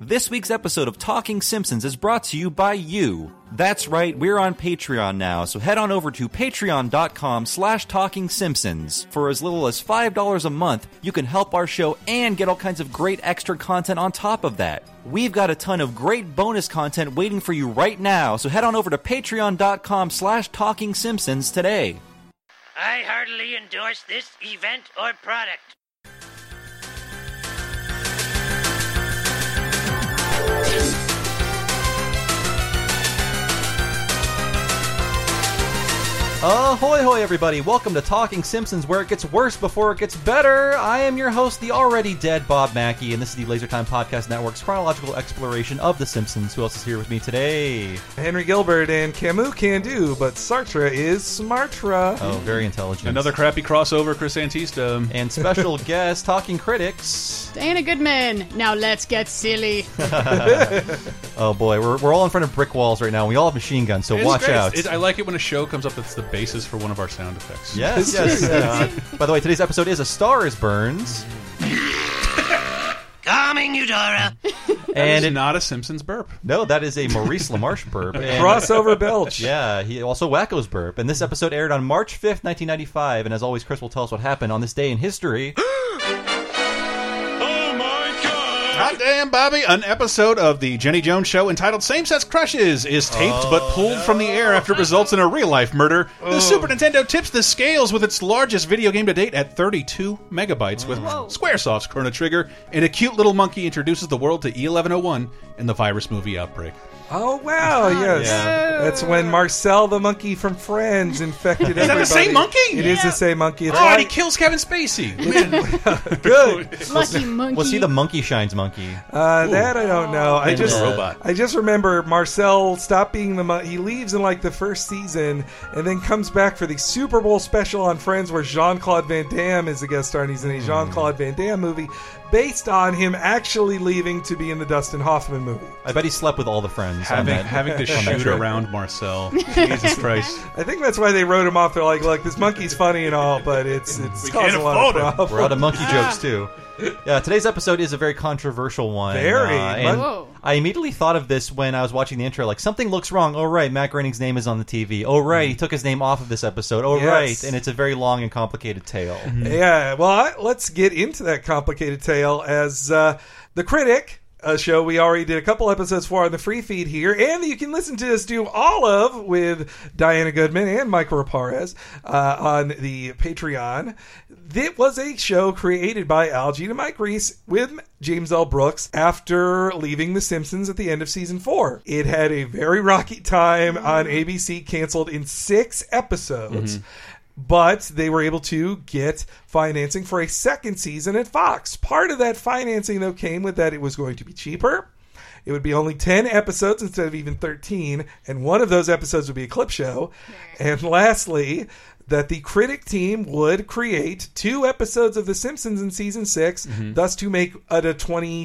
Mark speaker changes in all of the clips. Speaker 1: This week's episode of Talking Simpsons is brought to you by you. That's right, we're on Patreon now, so head on over to patreon.com slash talking simpsons. For as little as $5 a month, you can help our show and get all kinds of great extra content on top of that. We've got a ton of great bonus content waiting for you right now, so head on over to patreon.com slash talking simpsons today.
Speaker 2: I heartily endorse this event or product.
Speaker 1: Ahoy, hoy, everybody! Welcome to Talking Simpsons, where it gets worse before it gets better. I am your host, the already dead Bob Mackey, and this is the Laser Time Podcast Network's chronological exploration of The Simpsons. Who else is here with me today?
Speaker 3: Henry Gilbert and Camus can do, but Sartre is Smartra.
Speaker 1: Oh, very intelligent.
Speaker 4: Another crappy crossover, Chris Antista.
Speaker 1: and special guest, Talking Critics.
Speaker 5: Diana Goodman. Now let's get silly.
Speaker 1: Oh boy, we're, we're all in front of brick walls right now. We all have machine guns, so
Speaker 4: It's
Speaker 1: watch
Speaker 4: great.
Speaker 1: out.
Speaker 4: It- I like it when a show comes up that's the basis for one of our sound effects.
Speaker 1: Yes, yes. uh, by the way, today's episode is A Star Is Burns,
Speaker 2: Calming Eudora.
Speaker 1: and
Speaker 4: and
Speaker 1: it,
Speaker 4: not a Simpsons burp.
Speaker 1: no, that is a Maurice LaMarche burp. and-
Speaker 3: Crossover belch.
Speaker 1: Yeah, he also Wacko's burp. And this episode aired on March 5th, 1995. And as always, Chris will tell us what happened on this day in history.
Speaker 4: Oh my god! Hot damn, Bobby! An episode of the Jenny Jones Show entitled "Same Sex Crushes" is taped
Speaker 1: Oh,
Speaker 4: but pulled from the air after it results in a real-life murder. The Super Nintendo tips the scales with its largest video game to date at 32 megabytes, with SquareSoft's Chrono Trigger, and a cute little monkey introduces the world to E E1101 in the virus movie Outbreak.
Speaker 3: Oh wow, yes.
Speaker 1: Yeah.
Speaker 3: That's when Marcel the monkey from Friends infected
Speaker 4: Is that
Speaker 3: everybody.
Speaker 4: the same monkey?
Speaker 3: It is the same monkey. It's
Speaker 4: Oh, and he
Speaker 3: like-
Speaker 4: kills Kevin Spacey.
Speaker 3: good.
Speaker 5: Lucky monkey.
Speaker 1: We'll see the monkey shines monkey.
Speaker 3: Uh, that I don't know. I
Speaker 4: And
Speaker 3: just
Speaker 4: a robot.
Speaker 3: I just remember Marcel stop being the mon- he leaves in like the first season and then comes back for the Super Bowl special on Friends where Jean Claude Van Damme is a guest star and he's in
Speaker 1: Hmm.
Speaker 3: a Jean Claude Van Damme movie based on him actually leaving to be in the Dustin Hoffman movie.
Speaker 1: I bet he slept with all the friends.
Speaker 4: having
Speaker 1: on that.
Speaker 4: having to
Speaker 1: on that
Speaker 4: shoot
Speaker 1: trip.
Speaker 4: around Marcel. Jesus Christ!
Speaker 3: I think that's why they wrote him off. They're like, look, this monkey's funny and all, but it's it's
Speaker 4: We
Speaker 3: causing
Speaker 4: can't
Speaker 3: a lot
Speaker 4: afford
Speaker 3: of
Speaker 4: him.
Speaker 3: problems.
Speaker 1: We're out of monkey jokes, too. Yeah, today's episode is a very controversial one. uh,
Speaker 3: Very.
Speaker 1: and
Speaker 5: Whoa.
Speaker 1: I immediately thought of this when I was watching the intro. Like, something looks wrong. Oh, right. Matt Groening's name is on the TV. Oh, right. He took his name off of this episode. Oh,
Speaker 3: Yes.
Speaker 1: right. And it's a very long and complicated tale.
Speaker 3: Yeah, well, I, let's get into that complicated tale as uh, the critic. A show we already did a couple episodes for on the free feed here, and you can listen to us do all of with Diana Goodman and Mike Raparez uh, on the Patreon. It was a show created by Algie and Mike Reese with James L. Brooks after leaving The Simpsons at the end of season four. It had a very rocky time on ABC, canceled in six episodes but they were able to get financing for a second season at Fox. Part of that financing, though, came with that it was going to be cheaper. It would be only 10 episodes instead of even 13, and one of those episodes would be a clip show. And lastly, that the critic team would create two episodes of The Simpsons in season 6
Speaker 1: Mm-hmm.
Speaker 3: thus to make it a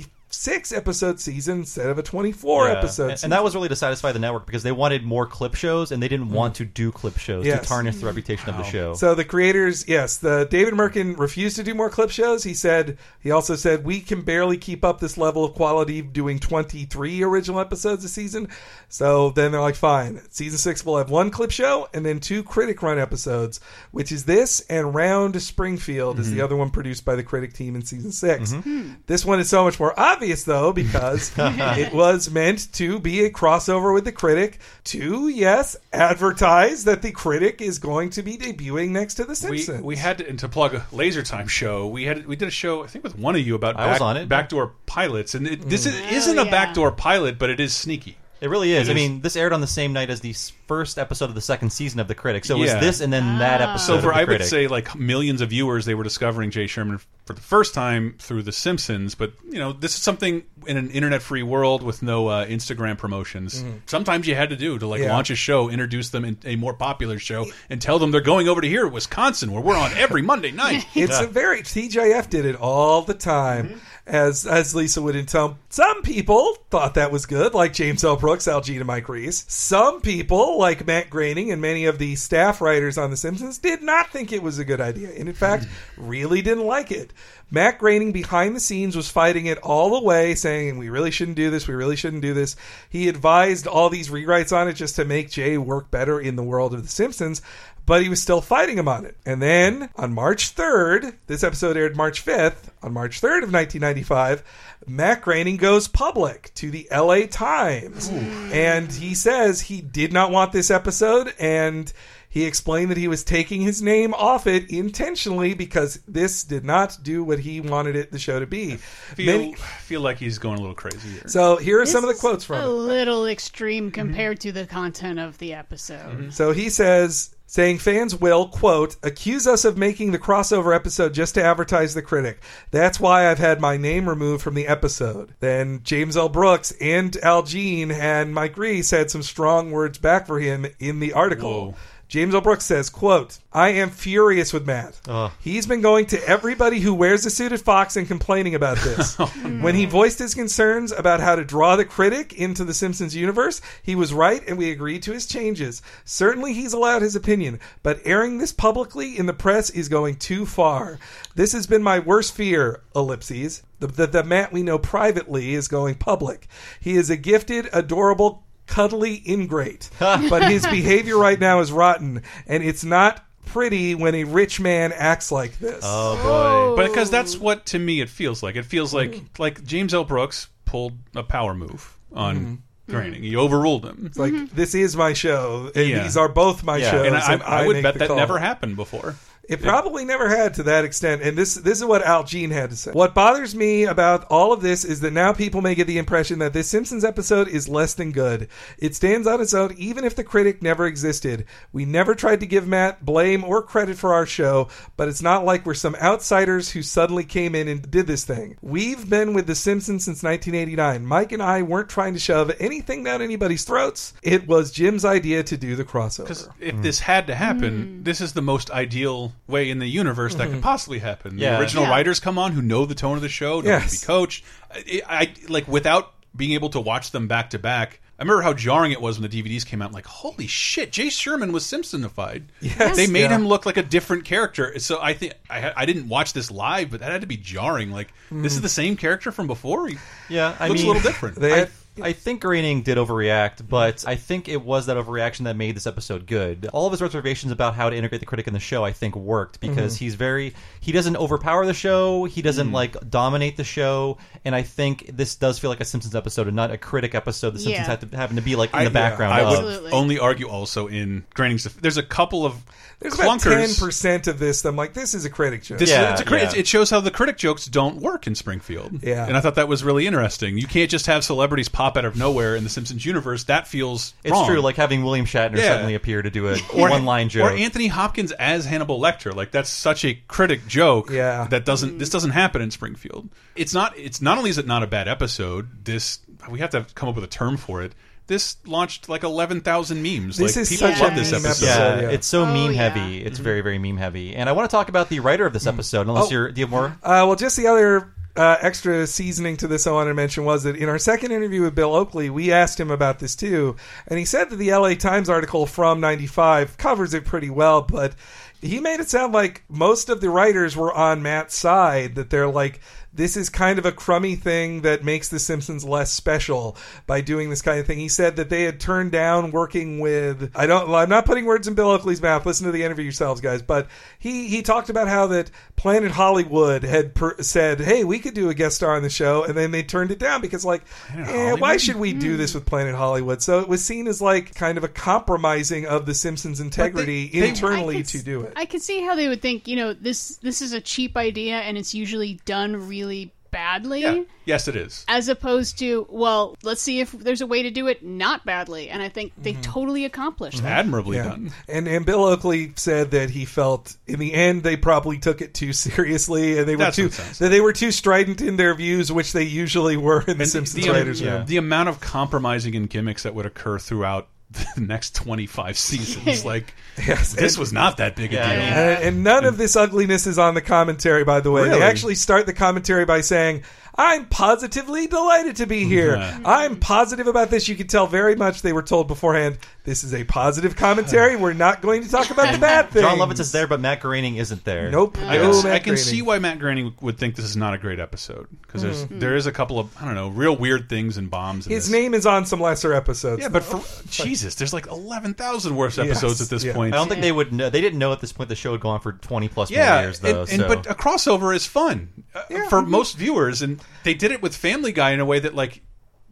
Speaker 3: 26 episode seson instead of a 24
Speaker 1: Yeah.
Speaker 3: episode
Speaker 1: And,
Speaker 3: season.
Speaker 1: and that was really to satisfy the network because they wanted more clip shows and they didn't want to do clip shows to
Speaker 3: Yes.
Speaker 1: tarnish the reputation of the show.
Speaker 3: So the creators, yes, the David Merkin refused to do more clip shows. He said he also said we can barely keep up this level of quality doing 23 original episodes a season. So then they're like, fine, season six will have one clip show and then two critic run episodes, which is this and Round Springfield is the
Speaker 1: Mm-hmm.
Speaker 3: other one produced by the critic team in season 6
Speaker 4: Hmm.
Speaker 3: This one is so much more obvious though because it was meant to be a crossover with the critic to yes advertise that the critic is going to be debuting next to the
Speaker 4: We,
Speaker 3: Simpsons.
Speaker 4: we had to, and to plug a Laser Time show. We had we did a show I think with one of you about
Speaker 1: I was
Speaker 4: back-
Speaker 1: on it. Mm.
Speaker 4: backdoor pilots, and it, this is, isn't a
Speaker 5: yeah.
Speaker 4: backdoor pilot, but it is sneaky.
Speaker 1: it really is. I
Speaker 4: is.
Speaker 1: mean, this aired on the same night as the s- first episode of the second season of The Critic. So it
Speaker 4: Yeah.
Speaker 1: was this and then that
Speaker 3: Ah.
Speaker 1: episode.
Speaker 4: So
Speaker 1: of
Speaker 4: for
Speaker 1: the
Speaker 4: I
Speaker 1: critic.
Speaker 4: would say like millions of viewers, they were discovering Jay Sherman for the first time through The Simpsons. But you know, this is something in an internet-free world with no uh, Instagram promotions.
Speaker 1: Mm-hmm.
Speaker 4: Sometimes you had to do to like
Speaker 3: Yeah.
Speaker 4: launch a show, introduce them in a more popular show, and tell them they're going over to here, Wisconsin, where we're on every Monday night.
Speaker 3: it's a very TJF did it all the time. as as Lisa would intone. Some people thought that was good, like James L. Brooks, Al Jean, and Mike Reese. Some people, like Matt Groening and many of the staff writers on The Simpsons, did not think it was a good idea, and in fact, really didn't like it. Matt Groening behind the scenes was fighting it all the way, saying, We really shouldn't do this, we really shouldn't do this. He advised all these rewrites on it just to make Jay work better in the world of The Simpsons, but he was still fighting him on it. And then on March 3rd, this episode aired March 5th, on March 3rd of 1995, Matt Groening goes public to the LA Times. And he says he did not want this episode and he explained that he was taking his name off it intentionally because this did not do what he wanted it the show to be.
Speaker 4: Feel,
Speaker 3: Many-
Speaker 4: feel like he's going a little crazy here.
Speaker 3: so here are some of the
Speaker 5: This
Speaker 3: quotes
Speaker 5: is
Speaker 3: from
Speaker 5: A
Speaker 3: it.
Speaker 5: little extreme compared to the content of the episode.
Speaker 3: So he says, saying fans will, quote, accuse us of making the crossover episode just to advertise the critic. That's why I've had my name removed from the episode. Then James L. Brooks and Al Jean and Mike Reese had some strong words back for him in the article.
Speaker 4: Whoa.
Speaker 3: James L. Brooks says, quote, I am furious with Matt. Uh. He's been going to everybody who wears a suit at Fox and complaining about this. when he voiced his concerns about how to draw the critic into the Simpsons universe, he was right and we agreed to his changes. Certainly he's allowed his opinion, but airing this publicly in the press is going too far. This has been my worst fear, ellipses. The, the, the Matt we know privately is going public. He is a gifted, adorable, cuddly ingrate. but his behavior right now is rotten, and it's not pretty when a rich man acts like this.
Speaker 4: Oh.
Speaker 1: Oh,
Speaker 4: But because that's what to me it feels like. It feels like
Speaker 1: Mm-hmm.
Speaker 4: like James L. Brooks pulled a power move on
Speaker 1: Mm-hmm.
Speaker 4: Groening. He overruled him.
Speaker 3: It's like this is my show, and
Speaker 4: Yeah.
Speaker 3: these are both my
Speaker 6: Yeah.
Speaker 3: shows.
Speaker 4: and I,
Speaker 3: and
Speaker 4: I, would
Speaker 3: make
Speaker 4: bet
Speaker 3: the
Speaker 4: that
Speaker 3: call.
Speaker 4: never happened before.
Speaker 3: It probably never had to that extent. And this this is what Al Jean had to say. What bothers me about all of this is that now people may get the impression that this Simpsons episode is less than good. It stands on its own, even if the critic never existed. We never tried to give Matt blame or credit for our show, but it's not like we're some outsiders who suddenly came in and did this thing. We've been with The Simpsons since 1989. Mike and I weren't trying to shove anything down anybody's throats. It was Jim's idea to do the crossover.
Speaker 4: If this had to happen, this is the most ideal way in the universe
Speaker 3: Mm-hmm.
Speaker 4: that could possibly happen.
Speaker 6: Yeah.
Speaker 4: The original
Speaker 5: Yeah.
Speaker 4: writers come on who know the tone of the show, know how to
Speaker 3: Yes.
Speaker 4: be coached. I, I like without being able to watch them back to back. I remember how jarring it was when the DVDs came out. Like, holy shit, Jay Sherman was Simpsonified.
Speaker 3: Yes.
Speaker 4: they made
Speaker 3: Yeah.
Speaker 4: him look like a different character. So I think I, ha- I didn't watch this live, but that had to be jarring. Like, this is
Speaker 3: Mm.
Speaker 4: the same character from before. He
Speaker 6: Yeah, I
Speaker 4: looks
Speaker 6: mean,
Speaker 4: a little different.
Speaker 3: They had-
Speaker 6: I think Groening did overreact, but I think it was that overreaction that made this episode good. All of his reservations about how to integrate the critic in the show, I think, worked because
Speaker 4: Mm-hmm.
Speaker 6: he's very he doesn't overpower the show, he doesn't
Speaker 4: Mm.
Speaker 6: like dominate the show, and I think this does feel like a Simpsons episode and not a critic episode. The Simpsons
Speaker 5: Yeah.
Speaker 6: have to happen to be like in the
Speaker 4: yeah,
Speaker 6: background.
Speaker 4: I
Speaker 6: of.
Speaker 4: would
Speaker 5: Absolutely.
Speaker 4: only argue also in Groening's. There's a couple of
Speaker 3: There's about ten
Speaker 4: clunkers.
Speaker 3: percent of this. that I'm like, this is a critic joke.
Speaker 4: This-
Speaker 6: Yeah,
Speaker 4: it's a cri-
Speaker 6: yeah.
Speaker 4: it's- It shows how the critic jokes don't work in Springfield.
Speaker 3: Yeah.
Speaker 4: and I thought that was really interesting. You can't just have celebrities pop out of nowhere in the Simpsons universe. That feels
Speaker 6: it's
Speaker 4: wrong.
Speaker 6: true, like having William Shatner
Speaker 4: Yeah.
Speaker 6: suddenly appear to do a one line joke.
Speaker 4: or Anthony Hopkins as Hannibal Lecter. Like that's such a critic joke.
Speaker 3: Yeah.
Speaker 4: that doesn't. This doesn't happen in Springfield. It's not. It's not only is it not a bad episode. This we have to come up with a term for it. This launched like eleven thousand memes.
Speaker 3: This
Speaker 4: like,
Speaker 3: is
Speaker 4: people
Speaker 5: such a
Speaker 4: love this
Speaker 5: meme
Speaker 4: episode.
Speaker 6: Yeah,
Speaker 3: episode, yeah.
Speaker 6: it's so
Speaker 5: Oh,
Speaker 6: meme
Speaker 5: yeah.
Speaker 6: heavy. It's very, very meme heavy. And I want to talk about the writer of this
Speaker 4: Mm-hmm.
Speaker 6: episode. Unless
Speaker 3: Oh.
Speaker 6: you're, do you have more?
Speaker 3: Uh, well, just the other uh, extra seasoning to this I wanted to mention was that in our second interview with Bill Oakley, we asked him about this too, and he said that the LA Times article from '95 covers it pretty well, but he made it sound like most of the writers were on Matt's side. That they're like, this is kind of a crummy thing that makes The Simpsons less special by doing this kind of thing. He said that they had turned down working with I don't well, I'm not putting words in Bill Oakley's mouth. Listen to the interview yourselves, guys. But he he talked about how that Planet Hollywood had per, said, "Hey, we could do a guest star on the show," and then they turned it down because like, eh, why
Speaker 4: Hollywood?
Speaker 3: should we do
Speaker 5: Hmm.
Speaker 3: this with Planet Hollywood? So it was seen as like kind of a compromising of The Simpsons' integrity
Speaker 4: they-
Speaker 3: internally
Speaker 5: I could
Speaker 3: to
Speaker 5: s-
Speaker 3: do it.
Speaker 5: I can see how they would think, you know, this this is a cheap idea and it's usually done really badly.
Speaker 4: Yeah. Yes, it is.
Speaker 5: As opposed to, well, let's see if there's a way to do it not badly. And I think they totally accomplished that.
Speaker 4: Mm-hmm. Admirably
Speaker 3: Mm-hmm. Yeah.
Speaker 4: done.
Speaker 3: And and Bill Oakley said that he felt in the end they probably took it too seriously and they were
Speaker 4: That's
Speaker 3: too
Speaker 4: what it sounds
Speaker 3: that they were too strident in their views, which they usually were in the
Speaker 4: And
Speaker 3: Simpsons
Speaker 4: the,
Speaker 3: writers
Speaker 4: the-
Speaker 3: room.
Speaker 4: the amount of compromising and gimmicks that would occur throughout the next 25 seasons like
Speaker 3: Yes,
Speaker 4: this
Speaker 3: and-
Speaker 4: was not that big a
Speaker 6: Yeah,
Speaker 4: deal
Speaker 6: yeah.
Speaker 3: And, and none of this ugliness is on the commentary, by the way.
Speaker 4: Really?
Speaker 3: They actually start the commentary by saying, I'm positively delighted to be here. I'm positive about this. You can tell very much they were told beforehand. This is a positive commentary. We're not going to talk about the bad things.
Speaker 1: John Lovitz is there, but Matt Groening isn't there.
Speaker 3: Nope.
Speaker 4: I,
Speaker 3: no
Speaker 4: guess,
Speaker 3: Matt
Speaker 4: I can
Speaker 3: Groening. Hmm.
Speaker 4: see why Matt Groening would think this is not a great episode because there's there is a couple of I don't know real weird things and bombs. In
Speaker 3: His
Speaker 4: this.
Speaker 3: name is on some lesser episodes. Oh.
Speaker 4: yeah, but for Jesus, there's like eleven thousand worse episodes at this
Speaker 3: yeah.
Speaker 1: I
Speaker 4: point.
Speaker 1: don't think they would. know They didn't know at this point the show had gone for twenty plus more
Speaker 4: yeah,
Speaker 1: years though.
Speaker 4: and, and-
Speaker 1: so. eh,
Speaker 4: but a crossover is fun uh, for
Speaker 3: mm-hmm.
Speaker 4: most viewers, and they did it with Family Guy in a way that like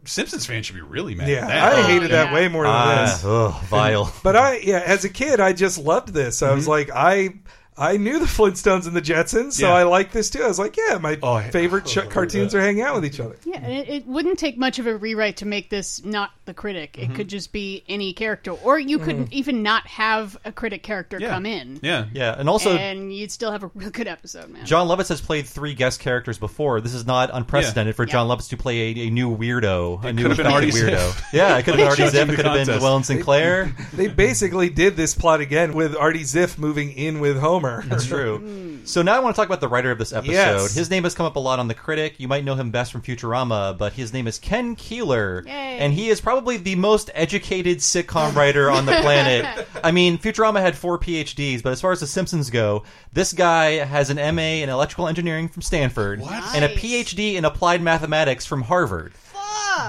Speaker 4: Simpsons fans should be really mad.
Speaker 3: Yeah,
Speaker 4: at that.
Speaker 3: I hated that
Speaker 5: yeah.
Speaker 3: way more than
Speaker 1: Ah,
Speaker 3: this.
Speaker 1: ugh, vile.
Speaker 3: But I, yeah, as a kid, I just loved this. I
Speaker 4: Mm-hmm.
Speaker 3: was like, I, I knew the Flintstones and the Jetsons, so
Speaker 4: Yeah.
Speaker 3: I liked this too. I was like, yeah, my
Speaker 4: Oh, I-
Speaker 3: favorite sh- cartoons are hanging out with each other.
Speaker 5: Yeah, and it, it wouldn't take much of a rewrite to make this not the critic.
Speaker 1: Mm-hmm.
Speaker 5: It could just be any character, or you could even not have a critic character
Speaker 4: Yeah.
Speaker 5: come in,
Speaker 4: Yeah,
Speaker 1: yeah, and also
Speaker 5: and you'd still have a real good episode, man.
Speaker 1: John Lovitz has played three guest characters before. This is not unprecedented for John Lovitz to play a, a new weirdo, a new
Speaker 4: could've been
Speaker 1: respected
Speaker 4: Artie
Speaker 1: weirdo.
Speaker 4: Ziff.
Speaker 1: Yeah, it could have been Artie
Speaker 4: Judging
Speaker 1: Ziff.
Speaker 4: the
Speaker 1: It could have been
Speaker 4: contest.
Speaker 1: Llewellyn Sinclair.
Speaker 3: They basically did this plot again with Artie Ziff moving in with Homer. Mm.
Speaker 1: That's true. So now I want to talk about the writer of this episode.
Speaker 3: Yes.
Speaker 1: His name has come up a lot on the critic. You might know him best from Futurama, but his name is Ken Keeler,
Speaker 5: Yay.
Speaker 1: and he is probably the most educated sitcom writer on the planet. I mean, Futurama had four PhDs, but as far as the Simpsons go, this guy has an MA in electrical engineering from Stanford and a
Speaker 5: Nice.
Speaker 1: PhD in applied mathematics from Harvard.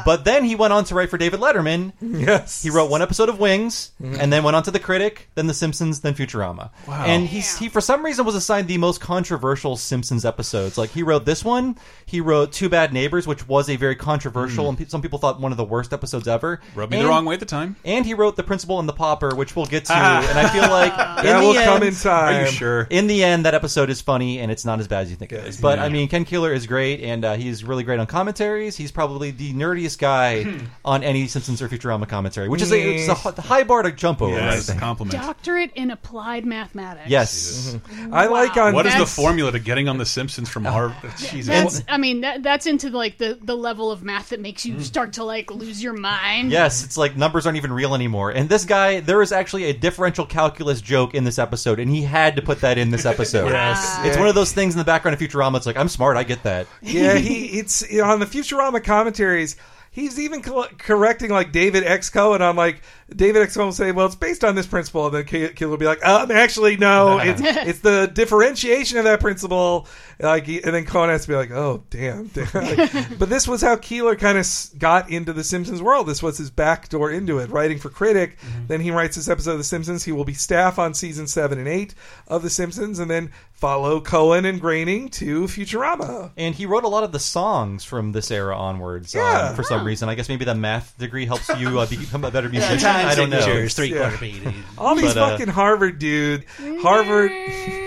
Speaker 1: But then he went on to write for David Letterman,
Speaker 3: Yes, Mm-hmm.
Speaker 1: he wrote one episode of Wings, and then went on to The Critic, then The Simpsons, then Futurama. Wow. And he's, he, for some reason, was assigned the most controversial Simpsons episodes. Like, he wrote this one, he wrote Two Bad Neighbors, which was a very controversial, and pe- some people thought one of the worst episodes ever.
Speaker 4: Hmm. rubbed me
Speaker 1: And-
Speaker 4: the wrong way at the time.
Speaker 1: And he wrote The Principal and the Pauper, which we'll get to. And I feel like in
Speaker 3: That
Speaker 1: the
Speaker 3: will
Speaker 1: end,
Speaker 3: come in time.
Speaker 4: Are you sure?
Speaker 1: in the end, that episode is funny and it's not as bad as you think it is. But I mean, Ken Keeler is great and uh, he's really great on commentaries. He's probably the nerdiest
Speaker 4: Hmm.
Speaker 1: guy on any Simpsons or Futurama commentary, which is a, it's a h- high bar to jump over. I
Speaker 4: Yes,
Speaker 1: think.
Speaker 4: compliment.
Speaker 5: Doctorate in applied mathematics.
Speaker 1: Yes.
Speaker 3: Mm-hmm. I like on
Speaker 4: What is the
Speaker 5: That's-
Speaker 4: formula to getting on The Simpsons from Harvard? Jesus.
Speaker 5: That's, I mean, that, that's into like the, the level of math that makes you start to like lose your mind.
Speaker 1: Mm. Yes, it's like numbers aren't even real anymore. And this guy, there is actually a differential calculus joke in this episode, and he had to put that in this episode.
Speaker 3: Yes.
Speaker 1: It's one of those things in the background of Futurama. It's like, I'm smart, I get that.
Speaker 3: yeah, he it's on the Futurama commentaries. He's even col- correcting like David X Cohen on like David X Cohen will say, "Well, it's based on this principle," and then Ke- Keeler will be like, "Um, actually, no, it's it's the differentiation of that principle." Like, he- and then Cohen has to be like, "Oh, damn!" damn. Like, but this was how Keeler kind of got into the Simpsons world. This was his backdoor into it, writing for critic. Then he writes this episode of The Simpsons. He will be staff on season seven and eight of The Simpsons, and then follow Cohen and Groening to Futurama.
Speaker 1: And he wrote a lot of the songs from this era onwards. um,
Speaker 3: Yeah.
Speaker 1: for some reason, I guess maybe the math degree helps you uh, become a better musician. I don't know.
Speaker 7: Three
Speaker 3: Yeah.
Speaker 7: quarter beat.
Speaker 3: All these
Speaker 1: But, uh,
Speaker 3: fucking Harvard dude, Harvard,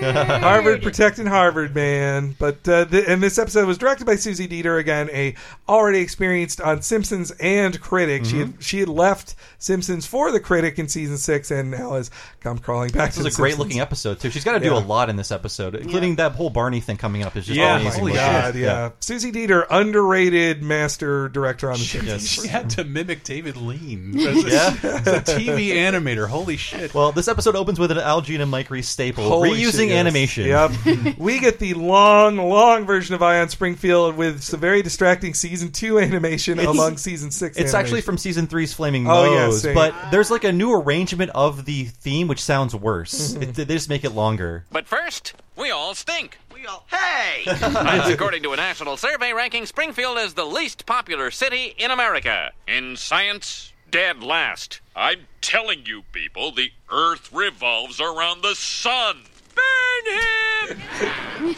Speaker 3: Harvard protecting Harvard man. But uh, th- and this episode was directed by Susie Dieter again, a already experienced on Simpsons and Critic. She
Speaker 1: Mm-hmm.
Speaker 3: had, she had left Simpsons for the Critic in season six, and now has come crawling back. to
Speaker 1: This
Speaker 3: the
Speaker 1: is a great
Speaker 3: Simpsons.
Speaker 1: looking episode too. She's got to do
Speaker 3: Yeah.
Speaker 1: a lot in this episode, including that whole Barney thing coming up is just
Speaker 4: Yeah.
Speaker 1: amazing.
Speaker 4: Holy
Speaker 1: looking.
Speaker 3: God, yeah. Susie Dieter, underrated master director on the show.
Speaker 4: She had to mimic David Lean. as a- as a TV animator. Holy shit.
Speaker 1: Well, this episode opens with an Algene and Mike Reese staple,
Speaker 3: Holy
Speaker 1: reusing
Speaker 3: shit, yes.
Speaker 1: animation.
Speaker 3: Yep. we get the long, long version of Ion Springfield with some very distracting season two animation among season six.
Speaker 1: It's
Speaker 3: animation.
Speaker 1: actually from season three's Flaming
Speaker 3: Oh, yeah,
Speaker 1: Moe's,
Speaker 3: same.
Speaker 1: but there's like a new arrangement of the theme, which sounds worse. It, they just make it longer.
Speaker 8: But first, we all stink. We all. Hey! That's according to a national survey ranking Springfield as the least popular city in America.
Speaker 9: In science, dead last. I'm telling you, people, the Earth revolves around the sun. Burn him!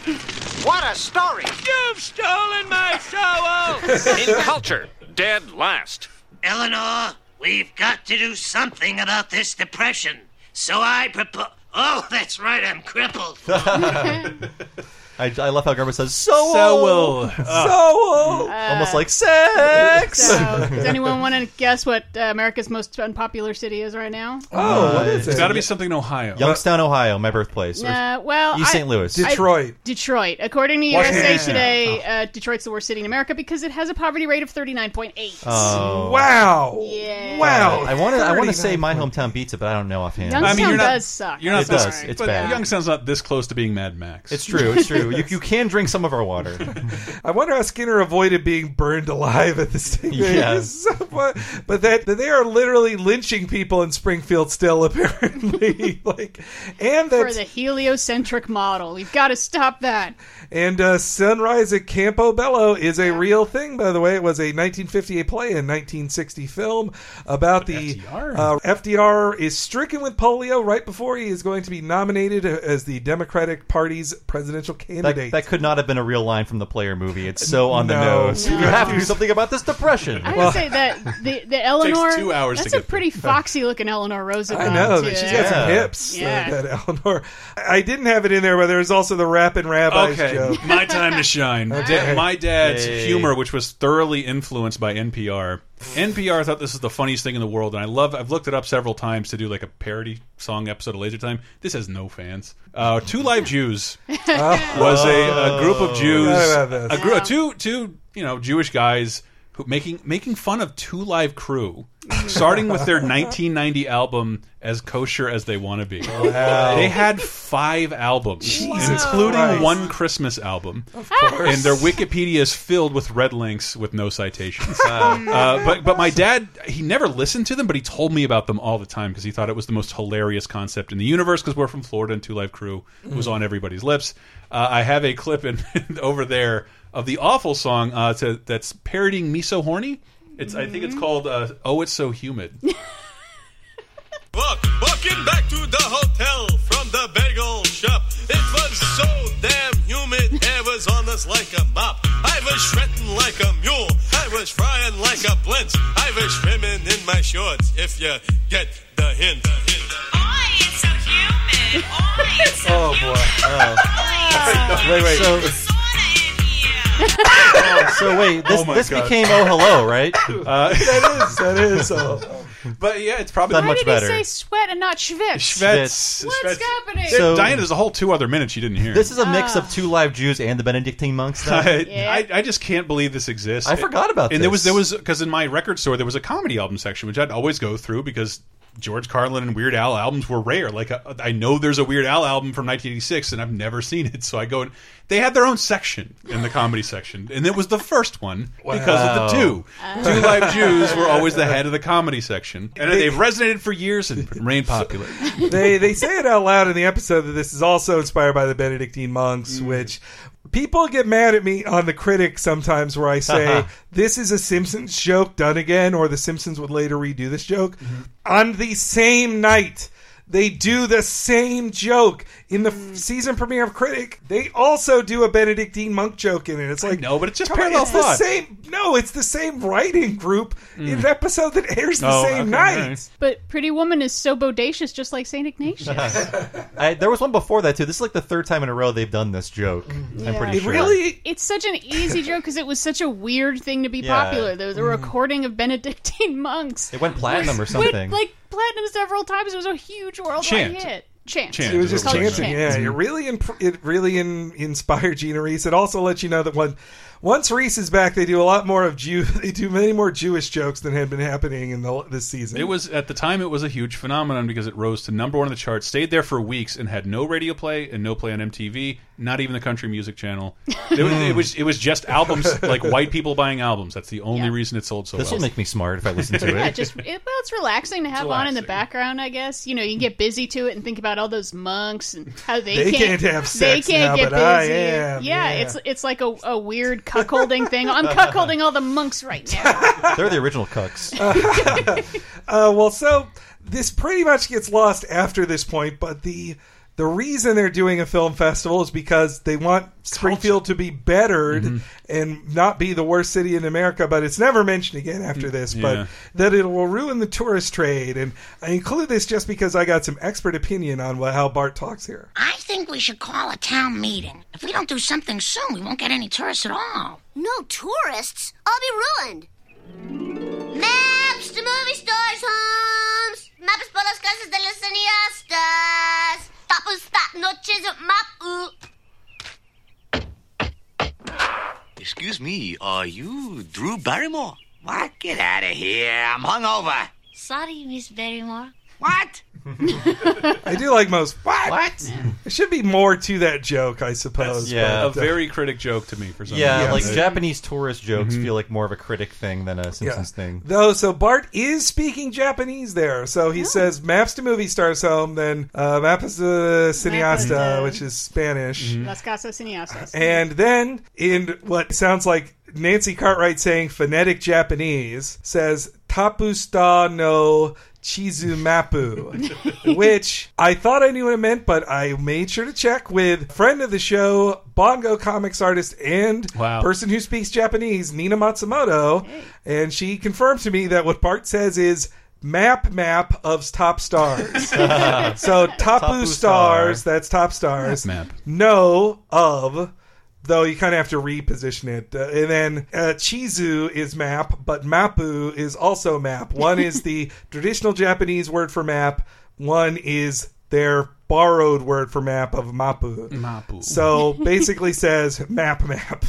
Speaker 2: What a story!
Speaker 9: You've stolen my soul! In culture, dead last.
Speaker 2: Eleanor, we've got to do something about this depression. So I propose. Oh, that's right, I'm crippled.
Speaker 1: I, I love how Garbo says, so,
Speaker 4: So Ah.
Speaker 1: old."
Speaker 4: will.
Speaker 3: so. almost like sex.
Speaker 5: Uh, So, does anyone want to guess what uh, America's most unpopular city is right now?
Speaker 1: Uh,
Speaker 3: oh, what is it?
Speaker 4: It's got to be something in Ohio.
Speaker 1: Youngstown, Ohio, my birthplace. or
Speaker 5: Uh, well,
Speaker 1: East
Speaker 5: I-
Speaker 1: St. Louis. Oh.
Speaker 5: I-
Speaker 3: Detroit.
Speaker 5: Detroit. According to
Speaker 3: Washington,
Speaker 5: USA
Speaker 3: yeah.
Speaker 5: Today, uh, Detroit's the worst city in America because it has a poverty rate of 39.8.
Speaker 1: Oh.
Speaker 3: Wow.
Speaker 5: Yeah.
Speaker 3: Wow.
Speaker 1: I want to. I want to say
Speaker 3: 39.
Speaker 1: my hometown beats it, but I don't know offhand.
Speaker 5: Youngstown
Speaker 4: I mean, you're not-
Speaker 5: does suck.
Speaker 4: You're not
Speaker 1: It
Speaker 4: this,
Speaker 1: does. It's
Speaker 4: but
Speaker 1: bad.
Speaker 4: Youngstown's not this close to being Mad Max.
Speaker 1: It's true. It's true. you, you can drink some of our water.
Speaker 3: I wonder how Skinner avoided being burned alive at the state.
Speaker 1: Yeah.
Speaker 3: but that, that they are literally lynching people in Springfield still, apparently. like, and
Speaker 5: for
Speaker 3: that
Speaker 5: the heliocentric model. We've got to stop that.
Speaker 3: and uh, Sunrise at Campobello is a real thing, by the way. It was a 1958 play and 1960 film about the
Speaker 4: FDR.
Speaker 3: Uh, FDR is stricken with polio right before he is going to be nominated uh, as the Democratic Party's presidential
Speaker 1: That,
Speaker 3: candidate.
Speaker 1: that could not have been a real line from the player movie. It's so on the
Speaker 3: No.
Speaker 1: nose.
Speaker 3: No.
Speaker 1: You have to do something about this depression.
Speaker 5: I would say that the, the Eleanor.
Speaker 4: two hours to
Speaker 5: that's
Speaker 4: get
Speaker 5: a pretty foxy looking Eleanor Roosevelt.
Speaker 3: I know
Speaker 5: too.
Speaker 3: that she's got some hips. uh,
Speaker 5: Yeah.
Speaker 3: that Eleanor. I I didn't have it in there, but there's also the rap and rabbis
Speaker 4: Okay,
Speaker 3: joke.
Speaker 4: my time to shine. Da- my dad's
Speaker 1: Yay.
Speaker 4: humor, which was thoroughly influenced by NPR. NPR thought this is the funniest thing in the world, and I love. I've looked it up several times to do like a parody song episode of Laser Time. This has no fans. Uh, two Live Jews was a, a group of Jews,
Speaker 3: Oh. Forgot about
Speaker 4: a
Speaker 3: this.
Speaker 4: group, two two you know Jewish guys who making making fun of Two Live Crew, starting with their 1990 album as kosher as they want to be.
Speaker 3: Oh,
Speaker 4: They had five albums, including
Speaker 3: Christ.
Speaker 4: one Christmas album, and their Wikipedia is filled with red links with no citations. Uh, but but my dad he never listened to them, but he told me about them all the time because he thought it was the most hilarious concept in the universe. Because we're from Florida, and Two Live Crew was on everybody's lips. Uh, I have a clip in over there of the awful song uh, to, that's parodying "Me So Horny." It's I think it's called uh, "Oh It's So Humid."
Speaker 10: Walk, walking back to the hotel from the bagel shop. It was so damn humid, hair was on us like a mop. I was shredding like a mule, I was frying like a blitz. I was swimming in my shorts, if you get the hint.
Speaker 3: Oh boy!
Speaker 1: Oh.
Speaker 3: Wait, wait.
Speaker 1: So, so wait, this,
Speaker 4: Oh my
Speaker 1: this
Speaker 4: God.
Speaker 1: became oh hello, right?
Speaker 3: that is that is.
Speaker 4: Oh
Speaker 3: Uh,
Speaker 4: But yeah, it's probably
Speaker 1: Not
Speaker 5: Why
Speaker 1: much
Speaker 5: did
Speaker 1: better.
Speaker 5: he say sweat and not schvitz?
Speaker 4: Schvetz.
Speaker 5: What's
Speaker 4: Schvetz.
Speaker 5: happening?
Speaker 1: So-
Speaker 4: Diana, there's a whole two other minutes you didn't hear.
Speaker 1: This is a mix
Speaker 5: Ah.
Speaker 1: of two live Jews and the Benedictine monks. Though.
Speaker 4: I,
Speaker 5: Yeah.
Speaker 4: I, I just can't believe this exists.
Speaker 1: I forgot about
Speaker 4: and there was
Speaker 1: this.
Speaker 4: there was because in my record store there was a comedy album section which I'd always go through because George Carlin and Weird Al albums were rare. Like uh, I know there's a Weird Al album from 1986 and I've never seen it, so I go and they had their own section in the comedy section, and it was the first one because of the two two live Jews were always the head of the comedy section, and they've resonated for years and remained popular.
Speaker 3: they they say it out loud in the episode that this is also inspired by the Benedictine
Speaker 4: Mm.
Speaker 3: monks, which people get mad at me on the critic sometimes where I say this is a Simpsons joke done again, or the Simpsons would later redo this joke on the same night. They do the same joke in the
Speaker 4: Mm.
Speaker 3: f- season premiere of Critic. They also do a Benedictine monk joke in it. It's like
Speaker 4: No, but it's just
Speaker 3: Come on,
Speaker 4: parallel
Speaker 3: it's the
Speaker 4: thought. Mm.
Speaker 3: same. No, it's the same writing group in an episode that airs the
Speaker 4: Oh,
Speaker 3: same
Speaker 4: okay,
Speaker 3: night.
Speaker 4: all right.
Speaker 5: But Pretty Woman is so bodacious, just like St. Ignatius.
Speaker 1: I, there was one before that too. This is like the third time in a row they've done this joke. I'm pretty
Speaker 3: It
Speaker 1: sure.
Speaker 3: really
Speaker 5: it's such an easy joke because it was such a weird thing to be
Speaker 1: Yeah.
Speaker 5: popular. There was a
Speaker 3: Mm-hmm.
Speaker 5: recording of Benedictine monks.
Speaker 1: It went platinum or
Speaker 5: Went,
Speaker 1: something.
Speaker 5: like platinum several times. It was a huge worldwide
Speaker 4: Chant.
Speaker 5: hit. Chant.
Speaker 4: Chant.
Speaker 3: It was
Speaker 4: It
Speaker 3: just
Speaker 4: was
Speaker 5: called
Speaker 3: chanting. Yeah,
Speaker 5: Chant.
Speaker 3: it really imp- it really in- inspired Gina Reese. It also lets you know that when once Reese is back, they do a lot more of Jew. They do many more Jewish jokes than had been happening in the this season.
Speaker 4: It was at the time it was a huge phenomenon because it rose to number one on the chart, stayed there for weeks, and had no radio play and no play on MTV, not even the country music channel. It was it was, it was just albums like white people buying albums. That's the only
Speaker 5: Yeah.
Speaker 4: reason it sold so
Speaker 1: this will
Speaker 4: well.
Speaker 1: make me smart if I listen to it.
Speaker 5: Yeah, just it, well, it's relaxing to have on in the background, I guess. You know, you can get busy to it and think about all those monks and how they,
Speaker 3: They
Speaker 5: can't,
Speaker 3: can't have sex
Speaker 5: They can't
Speaker 3: now,
Speaker 5: get
Speaker 3: but I
Speaker 5: busy.
Speaker 3: am,
Speaker 5: yeah,
Speaker 3: yeah.
Speaker 5: it's it's like a, a weird cuckolding thing. I'm cuckolding all the monks right now.
Speaker 1: They're the original cucks.
Speaker 3: Uh, well, so this pretty much gets lost after this point, but the. The reason they're doing a film festival is because they want Springfield to be bettered and not be the worst city in America. But it's never mentioned again after this.
Speaker 4: Yeah.
Speaker 3: But that it will ruin the tourist trade. And I include this just because I got some expert opinion on what, how Bart talks here.
Speaker 11: I think we should call a town meeting. If we don't do something soon, we won't get any tourists at all.
Speaker 12: No tourists? I'll be ruined. Maps to movie stores, homes. Mapas por las casas de los cineastas. Tapos that noches at map.
Speaker 13: Excuse me, are you Drew Barrymore?
Speaker 11: What? Get out of here. I'm hungover.
Speaker 12: Sorry, Miss Barrymore.
Speaker 11: What?
Speaker 3: I do like most. What? There should be more to that joke, I suppose.
Speaker 6: Yeah.
Speaker 4: a very critic joke to me for some
Speaker 6: Yeah,
Speaker 4: reason.
Speaker 6: like
Speaker 3: Yes.
Speaker 6: Japanese tourist jokes feel like more of a critic thing than a
Speaker 3: Yeah.
Speaker 6: Simpsons thing.
Speaker 3: Though, so Bart is speaking Japanese there. So he says maps to movie stars home, then uh, mapas de cineasta,
Speaker 5: Mapas de-
Speaker 3: which is Spanish.
Speaker 6: Mm-hmm.
Speaker 5: Las Casas Cineastas.
Speaker 3: And then, in what sounds like Nancy Cartwright saying phonetic Japanese, says tapusta no chizumapu, which I thought I knew what it meant, but I made sure to check with friend of the show, Bongo comics artist and
Speaker 4: Wow.
Speaker 3: person who speaks Japanese, Nina Matsumoto, and she confirmed to me that what Bart says is. Map map of top stars. so tapu,
Speaker 6: Tapu star.
Speaker 3: stars, that's top stars
Speaker 4: Map map.
Speaker 3: no of though you kind of have to reposition it uh, and then uh, chizu is map but mapu is also map one is the traditional japanese word for map one is their borrowed word for map of mapu
Speaker 4: Mapu.
Speaker 3: so basically says map map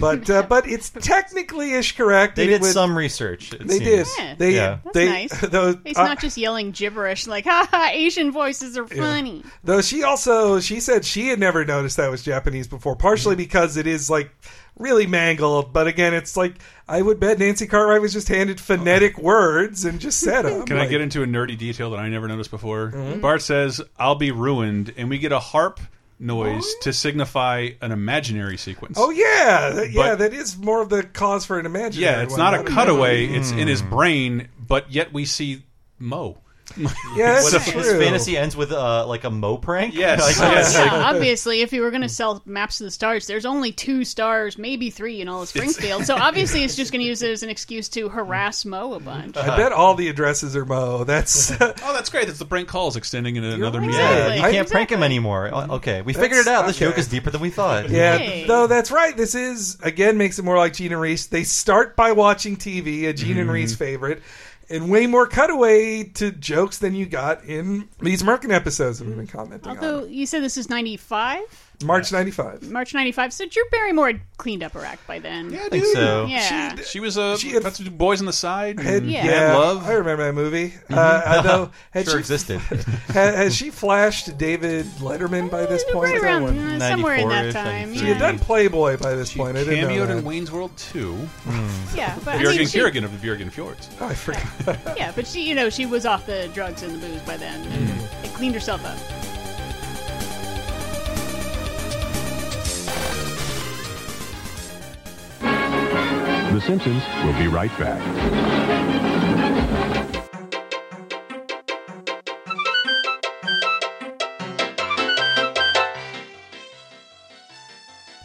Speaker 3: but uh, but it's technically ish correct
Speaker 6: They
Speaker 3: and it
Speaker 6: did
Speaker 3: would-
Speaker 6: some research. it
Speaker 3: they
Speaker 6: seems.
Speaker 3: did
Speaker 5: Yeah.
Speaker 3: they
Speaker 6: Yeah.
Speaker 5: That's
Speaker 3: they
Speaker 5: nice.
Speaker 3: those,
Speaker 5: He's
Speaker 3: uh,
Speaker 5: not just yelling gibberish like, ha ha, Asian voices are funny.
Speaker 3: Though she also she said she had never noticed that was Japanese before, partially
Speaker 4: Mm-hmm.
Speaker 3: because it is like really mangled. But again, it's like I would bet Nancy Cartwright was just handed phonetic words and just said them.
Speaker 4: Oh. Can I get into a nerdy detail that I never noticed before? Bart says, "I'll be ruined," and we get a harp noise to signify an imaginary sequence.
Speaker 3: Oh yeah, that- yeah,
Speaker 4: But-
Speaker 3: that is more of the cause for an imaginary.
Speaker 4: yeah, it's
Speaker 3: one.
Speaker 4: not a
Speaker 3: I don't know.
Speaker 4: cutaway; it's in
Speaker 3: Hmm.
Speaker 4: his brain, but yet we see Mo.
Speaker 3: Yeah,
Speaker 6: What
Speaker 3: that's
Speaker 6: if his
Speaker 3: true.
Speaker 6: fantasy ends with uh, like a mo prank?
Speaker 4: Yes,
Speaker 6: Like,
Speaker 4: yes.
Speaker 5: Yeah, obviously, if you were going to sell maps of the stars, there's only two stars, maybe three in all of Springfield. So obviously, it's just going to use it as an excuse to harass Mo a bunch.
Speaker 3: I
Speaker 6: Uh-huh.
Speaker 3: bet all the addresses are Mo. That's
Speaker 4: Oh, that's great! That's the prank calls extending into another
Speaker 5: right.
Speaker 4: meeting.
Speaker 6: Yeah,
Speaker 5: Exactly.
Speaker 6: you can't
Speaker 5: Exactly.
Speaker 6: prank him anymore. O- Okay, we figured it out. This
Speaker 3: okay.
Speaker 6: joke is deeper than we thought.
Speaker 3: Yeah,
Speaker 5: Hey.
Speaker 3: though that's right. This is again makes it more like Gene and Reese. They start by watching TV, a Gene
Speaker 6: Mm-hmm.
Speaker 3: and Reese favorite, and way more cutaway to jokes than you got in these Merkin episodes that we've been commenting
Speaker 5: Although you said this is 95,
Speaker 3: on. March '95.
Speaker 5: March 95, so Drew Barrymore had cleaned up her act by then.
Speaker 6: I think so.
Speaker 5: Yeah.
Speaker 4: She was a
Speaker 3: She had-
Speaker 4: that's boys on the side. and-
Speaker 5: Yeah.
Speaker 3: Yeah,
Speaker 4: Love.
Speaker 3: I remember that movie. Uh, although had
Speaker 6: Mm-hmm. Sure
Speaker 3: she
Speaker 6: existed.
Speaker 3: had, had she flashed David Letterman by this point?
Speaker 5: Mm, right
Speaker 3: That
Speaker 5: around
Speaker 3: one-
Speaker 5: uh, somewhere in that
Speaker 6: 94-ish, I
Speaker 5: time.
Speaker 6: think.
Speaker 3: She had
Speaker 5: Yeah.
Speaker 3: done Playboy by this point. I didn't know
Speaker 4: Cameoed
Speaker 3: that.
Speaker 4: in Wayne's World 2.
Speaker 5: yeah, but I mean,
Speaker 4: Bjergen
Speaker 5: she-
Speaker 4: Kiergan of the Bjergen Fjords.
Speaker 3: Oh, I forgot.
Speaker 5: yeah, but she, you know, she was off the drugs and the booze by then, and
Speaker 6: Hmm.
Speaker 5: and cleaned herself up.
Speaker 14: The Simpsons will be right back.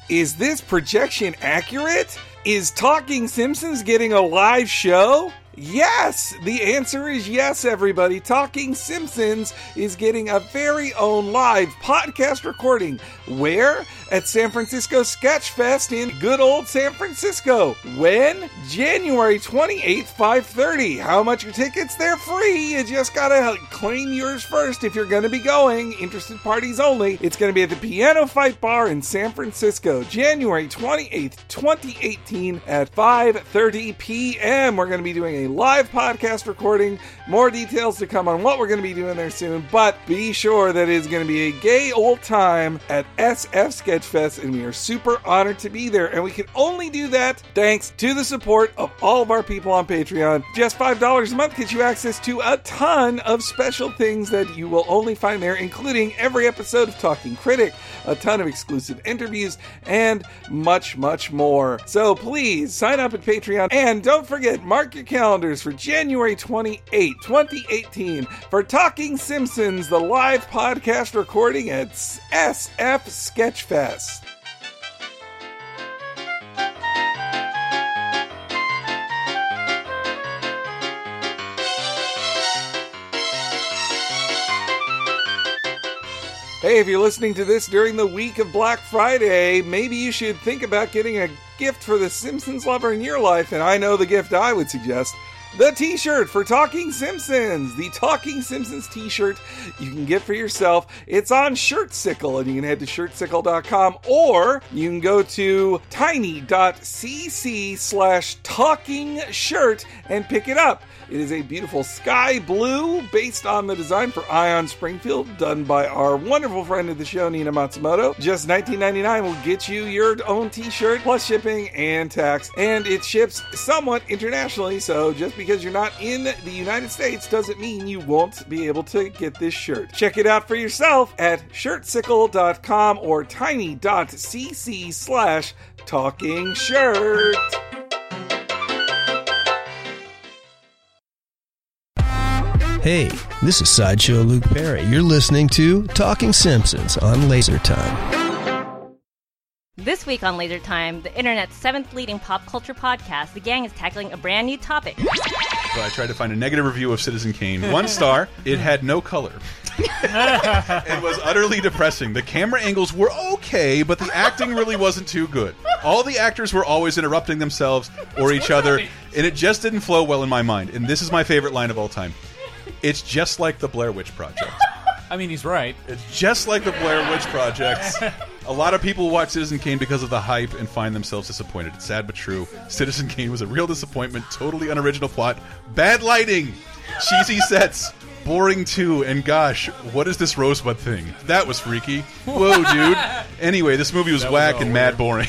Speaker 3: Is this projection accurate? Is Talking Simpsons getting a live show? Yes! The answer is yes, everybody. Talking Simpsons is getting a very own live podcast recording. Where? At San Francisco Sketch Fest in good old San Francisco. When? January 28th, 5.30. How much are tickets? They're free. You just gotta claim yours first if you're gonna be going. Interested parties only. It's gonna be at the Piano Fight Bar in San Francisco, January 28th, 2018 at 5:30 p.m. We're going to be doing a live podcast recording. More details to come on what we're going to be doing there soon, but be sure that it's going to be a gay old time at SF Sketchfest and we are super honored to be there and we can only do that thanks to the support of all of our people on Patreon. Just $5 a month gets you access to a ton of special things that you will only find there including every episode of Talking Critic, a ton of exclusive interviews, and much, much more. So please sign up at Patreon and don't forget, mark your calendar calendars for January 28, 2018 for Talking Simpsons, the live podcast recording at SF Sketchfest. Hey, if you're listening to this during the week of Black Friday, maybe you should think about getting a gift for the Simpsons lover in your life, and I know the gift I would suggest. The t shirt for Talking Simpsons! The Talking Simpsons t shirt you can get for yourself. It's on Shirtsickle, and you can head to shirtsickle.com or you can go to tiny.cc slash talking shirt and pick it up. It is a beautiful sky blue based on the design for Ion Springfield, done by our wonderful friend of the show, Nina Matsumoto. Just $19.99 will get you your own t shirt, plus shipping and tax. And it ships somewhat internationally, so just because you're not in the United States doesn't mean you won't be able to get this shirt. Check it out for yourself at shirtsickle.com or tiny.cc slash talking shirt.
Speaker 15: Hey, this is Sideshow Luke Perry. You're listening to Talking Simpsons on Laser Time.
Speaker 16: This week on Laser Time, the internet's seventh leading pop culture podcast, the gang is tackling a brand new topic.
Speaker 4: So I tried to find a negative review of Citizen Kane. One star. It had no color. it was utterly depressing. The camera angles were okay, but the acting really wasn't too good. All the actors were always interrupting themselves or each other, and it just didn't flow well in my mind. And this is my favorite line of all time. It's just like the Blair Witch Project.
Speaker 6: I mean, he's right.
Speaker 4: It's just like the Blair Witch Project. A lot of people watch Citizen Kane because of the hype and find themselves disappointed. It's sad but true. Citizen Kane was a real disappointment, totally unoriginal plot, bad lighting, cheesy sets, boring too, and gosh, what is this rosebud thing? That was freaky. Whoa, dude. Anyway, this movie was
Speaker 6: That was
Speaker 4: whack
Speaker 6: all
Speaker 4: and
Speaker 6: weird.
Speaker 4: mad boring.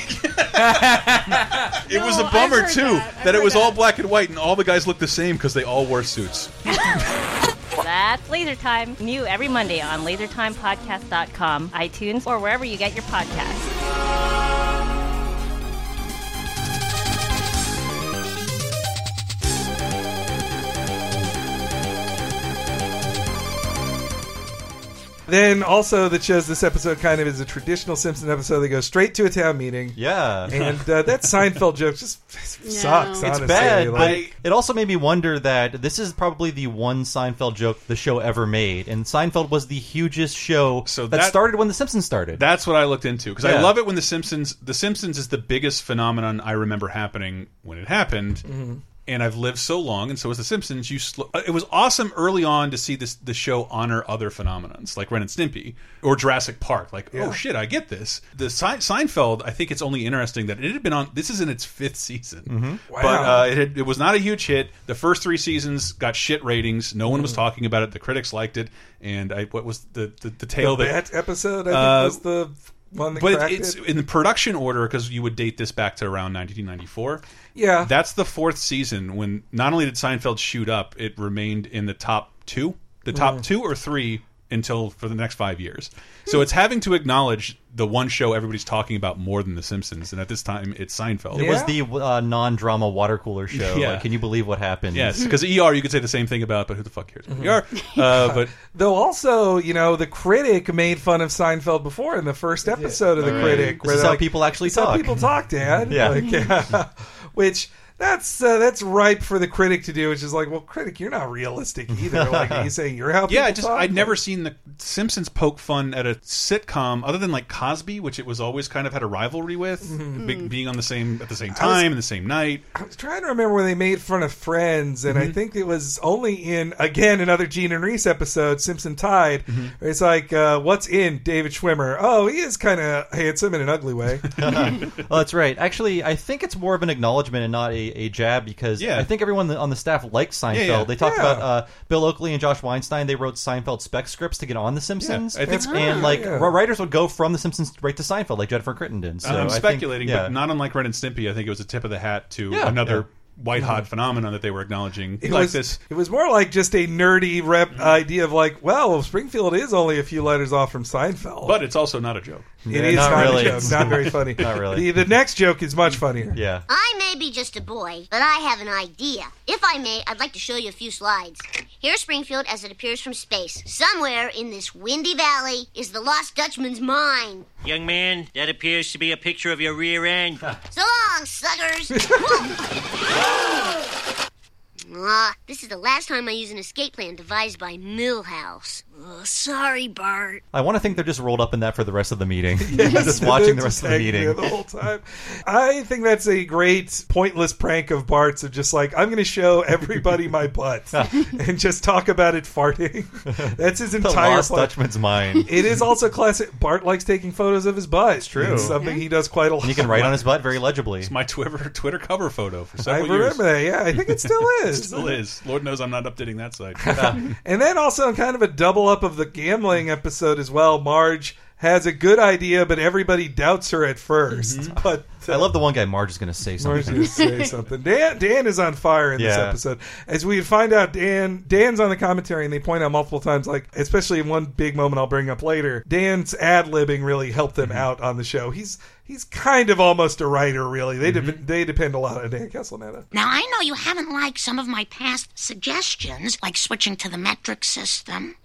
Speaker 4: it was a bummer too that, it was all black and white and all the guys looked the same because they all wore suits.
Speaker 16: That's Laser Time, new every Monday on lasertimepodcast.com, iTunes, or wherever you get your podcasts.
Speaker 17: Then also that shows this episode kind of is a traditional Simpson episode. They go straight to a town meeting.
Speaker 1: Yeah.
Speaker 17: and uh, that Seinfeld joke just sucks.
Speaker 1: It's
Speaker 17: honestly.
Speaker 1: bad,
Speaker 17: Like,
Speaker 1: but it also made me wonder that this is probably the one Seinfeld joke the show ever made, and Seinfeld was the hugest show that,
Speaker 4: that-
Speaker 1: started when The Simpsons started.
Speaker 4: That's what I looked into because I
Speaker 1: Yeah.
Speaker 4: love it when the Simpsons. The Simpsons is the biggest phenomenon I remember happening when it happened,
Speaker 17: Mhm.
Speaker 4: and I've lived so long, and so is the Simpsons. You, sl uh, it was awesome early on to see this the show honor other phenomenons like Ren and Stimpy or Jurassic Park. Like,
Speaker 6: Yeah.
Speaker 4: oh shit, I get this. The Se Seinfeld, I think it's only interesting that it had been on. This is in its fifth season.
Speaker 17: Mm-hmm.
Speaker 6: Mhm. Wow.
Speaker 4: But uh, it, had, it was not a huge hit. The first three seasons got shit ratings. No one was
Speaker 17: Mm.
Speaker 4: talking about it. The critics liked it. And I, what was the the, the
Speaker 17: the
Speaker 4: tale that
Speaker 17: Bat episode, I think,
Speaker 4: Uh,
Speaker 17: was the one that
Speaker 4: but
Speaker 17: cracked
Speaker 4: it's
Speaker 17: it.
Speaker 4: in the production order because you would date this back to around 1994.
Speaker 17: Yeah.
Speaker 4: that's the fourth season when not only did Seinfeld shoot up, it remained in the top two, the top
Speaker 6: Mm.
Speaker 4: two or three until for the next five years. So it's having to acknowledge the one show everybody's talking about more than The Simpsons, and at this time it's Seinfeld.
Speaker 1: It was the uh, non-drama water cooler show.
Speaker 4: Yeah.
Speaker 1: Like, can you believe what happened?
Speaker 4: yes because ER you could say the same thing about, but who the fuck cares?
Speaker 3: Mm-hmm.
Speaker 4: about ER,
Speaker 17: Yeah.
Speaker 4: uh, but
Speaker 17: Though also, you know, the critic made fun of Seinfeld before in the first episode of the
Speaker 1: All right.
Speaker 17: critic.
Speaker 1: This
Speaker 17: where
Speaker 1: is
Speaker 17: they're
Speaker 1: how
Speaker 17: like,
Speaker 1: people actually
Speaker 17: "This is how
Speaker 1: talk."
Speaker 17: people talk, Dad.
Speaker 1: Yeah.
Speaker 17: Like, yeah. which that's uh, that's ripe for the critic to do. Which is like, well, critic, you're not realistic either. Like, are you saying you're how?
Speaker 4: yeah, I
Speaker 17: people
Speaker 4: just
Speaker 17: talk?
Speaker 4: I'd never seen the Simpsons poke fun at a sitcom other than like Cosby, which it was always kind of had a rivalry with,
Speaker 3: Mm-hmm.
Speaker 17: Mhm.
Speaker 3: Hmm.
Speaker 4: be- being on the same at the same
Speaker 17: was-
Speaker 4: time and the same night.
Speaker 17: I was trying to remember when they made fun of Friends, and I
Speaker 4: Mhm.
Speaker 17: think it was only in again another Gene and Reese episode, Simpson Tide.
Speaker 4: Mm-hmm.
Speaker 17: where It's like, uh, what's in David Schwimmer? Oh, he is kind of handsome in an ugly way.
Speaker 1: oh, that's right. Actually, I think it's more of an acknowledgement and not a, a jab because
Speaker 17: Yeah.
Speaker 1: I think everyone on the staff likes Seinfeld.
Speaker 17: Yeah, yeah.
Speaker 1: They talked
Speaker 17: Yeah.
Speaker 1: about uh, Bill Oakley and Josh Weinstein. They wrote Seinfeld spec scripts to get on The Simpsons.
Speaker 4: Yeah, I think-
Speaker 1: and
Speaker 4: Ah.
Speaker 1: like
Speaker 4: Yeah.
Speaker 1: writers would go from The Simpsons right to Seinfeld, like Jennifer Crittenden. So
Speaker 4: I'm
Speaker 1: I think-
Speaker 4: speculating,
Speaker 1: yeah.
Speaker 4: but not unlike Ren and Stimpy, I think it was a tip of the hat to
Speaker 1: Yeah,
Speaker 4: another white hot phenomenon that they were acknowledging.
Speaker 3: Mm-hmm. It
Speaker 4: like
Speaker 3: was,
Speaker 4: this, Mm-hmm.
Speaker 3: It was more like just a nerdy rep idea of like, well, Springfield is only a few letters off from Seinfeld.
Speaker 4: but it's also not a joke.
Speaker 3: It is not, a joke. Not very funny. The, the next joke is
Speaker 4: Mm-hmm.
Speaker 3: much funnier.
Speaker 6: Yeah.
Speaker 12: I may be just a boy, but I have an idea. If I may, I'd like to show you a few slides. Here's Springfield as it appears from space. Somewhere in this windy valley is the Lost Dutchman's mine.
Speaker 13: Young man, that appears to be a picture of your rear end.
Speaker 12: So long, suckers! Whoa. Ah, this is the last time I use an escape plan devised by Millhouse. Ugh, sorry, Bart.
Speaker 6: I want to think they're just rolled up in that for the rest of the meeting. just watching the rest
Speaker 3: Just
Speaker 6: of the
Speaker 3: hanging there
Speaker 6: meeting.
Speaker 3: the whole time. I think that's a great pointless prank of Bart's of just like I'm going to show everybody my butt and just talk about it farting. That's his
Speaker 6: the
Speaker 3: entire
Speaker 6: lost
Speaker 3: plan.
Speaker 6: Dutchman's mind.
Speaker 3: It is also classic. Bart likes taking photos of his butt. It's
Speaker 6: true.
Speaker 3: something he does quite a lot.
Speaker 6: And you can write on his butt very legibly. It's
Speaker 4: my Twitter Twitter cover photo for
Speaker 3: I
Speaker 4: several
Speaker 3: remember
Speaker 4: years.
Speaker 3: that. Yeah, I think it still
Speaker 4: It
Speaker 3: is.
Speaker 4: still is. Lord knows I'm not updating that site.
Speaker 3: and then also kind of a double up of the gambling episode as well. Marge has a good idea, but everybody doubts her at 1st But
Speaker 6: Mm-hmm.
Speaker 3: uh,
Speaker 6: I love the one guy Marge is going to say
Speaker 3: Marge
Speaker 6: something.
Speaker 3: did say something. Dan Dan is on fire in this
Speaker 6: Yeah.
Speaker 3: episode. As we find out, Dan Dan's on the commentary, and they point out multiple times, like especially in one big moment I'll bring up later. Dan's ad libbing really helped
Speaker 6: Mm-hmm.
Speaker 3: them out on the show. He's he's kind of almost a writer, really. They
Speaker 6: Mm-hmm.
Speaker 3: de- they depend a lot on Dan Castellaneta.
Speaker 11: Now, I know you haven't liked some of my past suggestions, like switching to the metric system.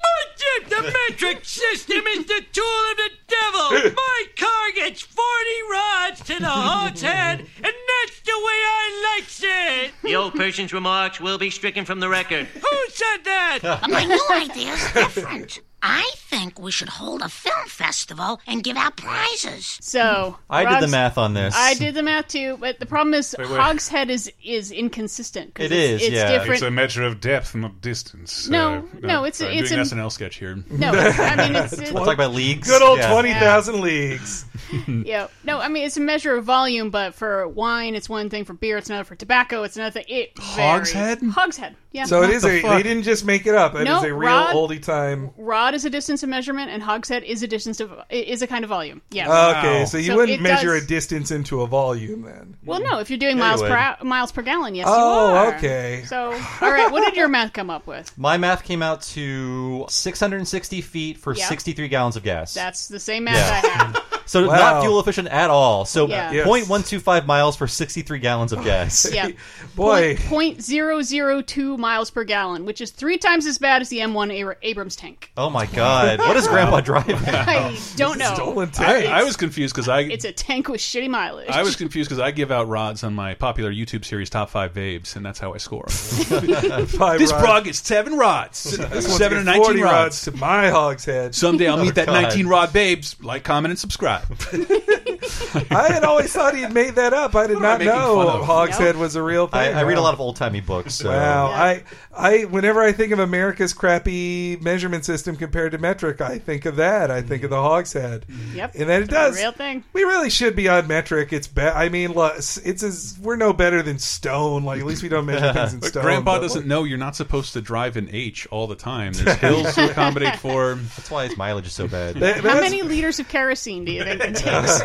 Speaker 13: the metric system is the tool of the devil. My car gets 40 rods to the horse's head, and that's the way I likes it.
Speaker 18: The old person's remarks will be stricken from the record.
Speaker 13: Who said that?
Speaker 11: But my new idea is different. I think we should hold a film festival and give out prizes.
Speaker 5: So
Speaker 6: I did the
Speaker 5: Rod's-
Speaker 6: math on this.
Speaker 5: I did the math too, but the problem is
Speaker 6: Wait, wait.
Speaker 5: Hogshead is is inconsistent. 'cause
Speaker 4: It
Speaker 5: it's,
Speaker 4: is,
Speaker 5: It's different.
Speaker 4: It's a measure of depth, not distance.
Speaker 5: No,
Speaker 4: Uh,
Speaker 5: no, it's-
Speaker 4: I'm
Speaker 5: it's
Speaker 4: doing
Speaker 5: a-
Speaker 4: an SNL sketch here.
Speaker 5: No, I mean, it's-
Speaker 6: We'll talk about leagues.
Speaker 3: Good old
Speaker 6: Yeah.
Speaker 3: twenty thousand leagues.
Speaker 5: yeah. No, I mean it's a measure of volume, but for wine it's one thing, for beer it's another, for tobacco it's another thing. It varies.
Speaker 3: Hogshead?
Speaker 5: Hogshead. Yeah.
Speaker 3: So it is a. They didn't just make it up. It is
Speaker 5: No,
Speaker 3: a real
Speaker 5: Rod-
Speaker 3: oldie time.
Speaker 5: Rod is a distance of measurement, and hogshead is a distance of is a kind of volume. Yeah.
Speaker 3: Okay, so you
Speaker 5: it
Speaker 3: wouldn't measure
Speaker 5: does-
Speaker 3: a distance into a volume then.
Speaker 5: Well, no, if you're doing
Speaker 3: Yeah, you
Speaker 5: miles per
Speaker 3: would.
Speaker 5: hou- miles per gallon, yes,
Speaker 3: Oh,
Speaker 5: you are.
Speaker 3: okay.
Speaker 5: So, all right, what did your math come up with?
Speaker 6: My math came out to 660 feet for
Speaker 5: Yeah.
Speaker 6: 63 gallons of gas.
Speaker 5: That's the same math I have.
Speaker 6: so
Speaker 5: Wow.
Speaker 6: not fuel efficient at all. So
Speaker 5: Yeah. Yes.
Speaker 6: 0.125 miles for 63 gallons of gas.
Speaker 5: Yeah.
Speaker 6: Boy.
Speaker 5: Point zero zero two miles per gallon, which is three times as bad as the M1 Abra- Abrams tank.
Speaker 6: Oh my God! What is Grandpa driving?
Speaker 5: I don't know.
Speaker 4: I, I was confused because I
Speaker 5: It's a tank with shitty mileage.
Speaker 4: I was confused because I give out rods on my popular YouTube series Top Five Babes, and that's how I score.
Speaker 3: Five
Speaker 4: this
Speaker 3: rods.
Speaker 4: broad gets seven rods,
Speaker 3: This one's
Speaker 4: seven
Speaker 3: got
Speaker 4: or nineteen
Speaker 3: 40
Speaker 4: rods.
Speaker 3: rods to my hogshead.
Speaker 4: Someday I'll meet
Speaker 3: Oh,
Speaker 4: that
Speaker 3: God.
Speaker 4: nineteen rod babes. Like, comment, and subscribe.
Speaker 3: I had always thought he'd made that up. I did not
Speaker 4: making fun
Speaker 3: know
Speaker 4: of?
Speaker 3: hogshead was a real thing.
Speaker 6: I, I read a
Speaker 3: Oh, Wow.
Speaker 6: lot of old timey books. So.
Speaker 3: Wow, I, I, whenever I think of America's crappy measurement system compared to metric, I think of that. I think of
Speaker 4: Mm-hmm.
Speaker 3: the hogshead.
Speaker 5: Yep.
Speaker 3: and then it
Speaker 5: It's a
Speaker 3: does
Speaker 5: real thing.
Speaker 3: We really should be on metric. It's be- I mean, look, it's as we're no better than stone. Like at least we don't measure things in
Speaker 4: But
Speaker 3: stone.
Speaker 4: Grandpa
Speaker 3: but, like,
Speaker 4: doesn't know you're not supposed to drive an H all the time. There's hills to accommodate for. That's
Speaker 6: why his mileage is so bad.
Speaker 5: How many liters of kerosene do you think it takes?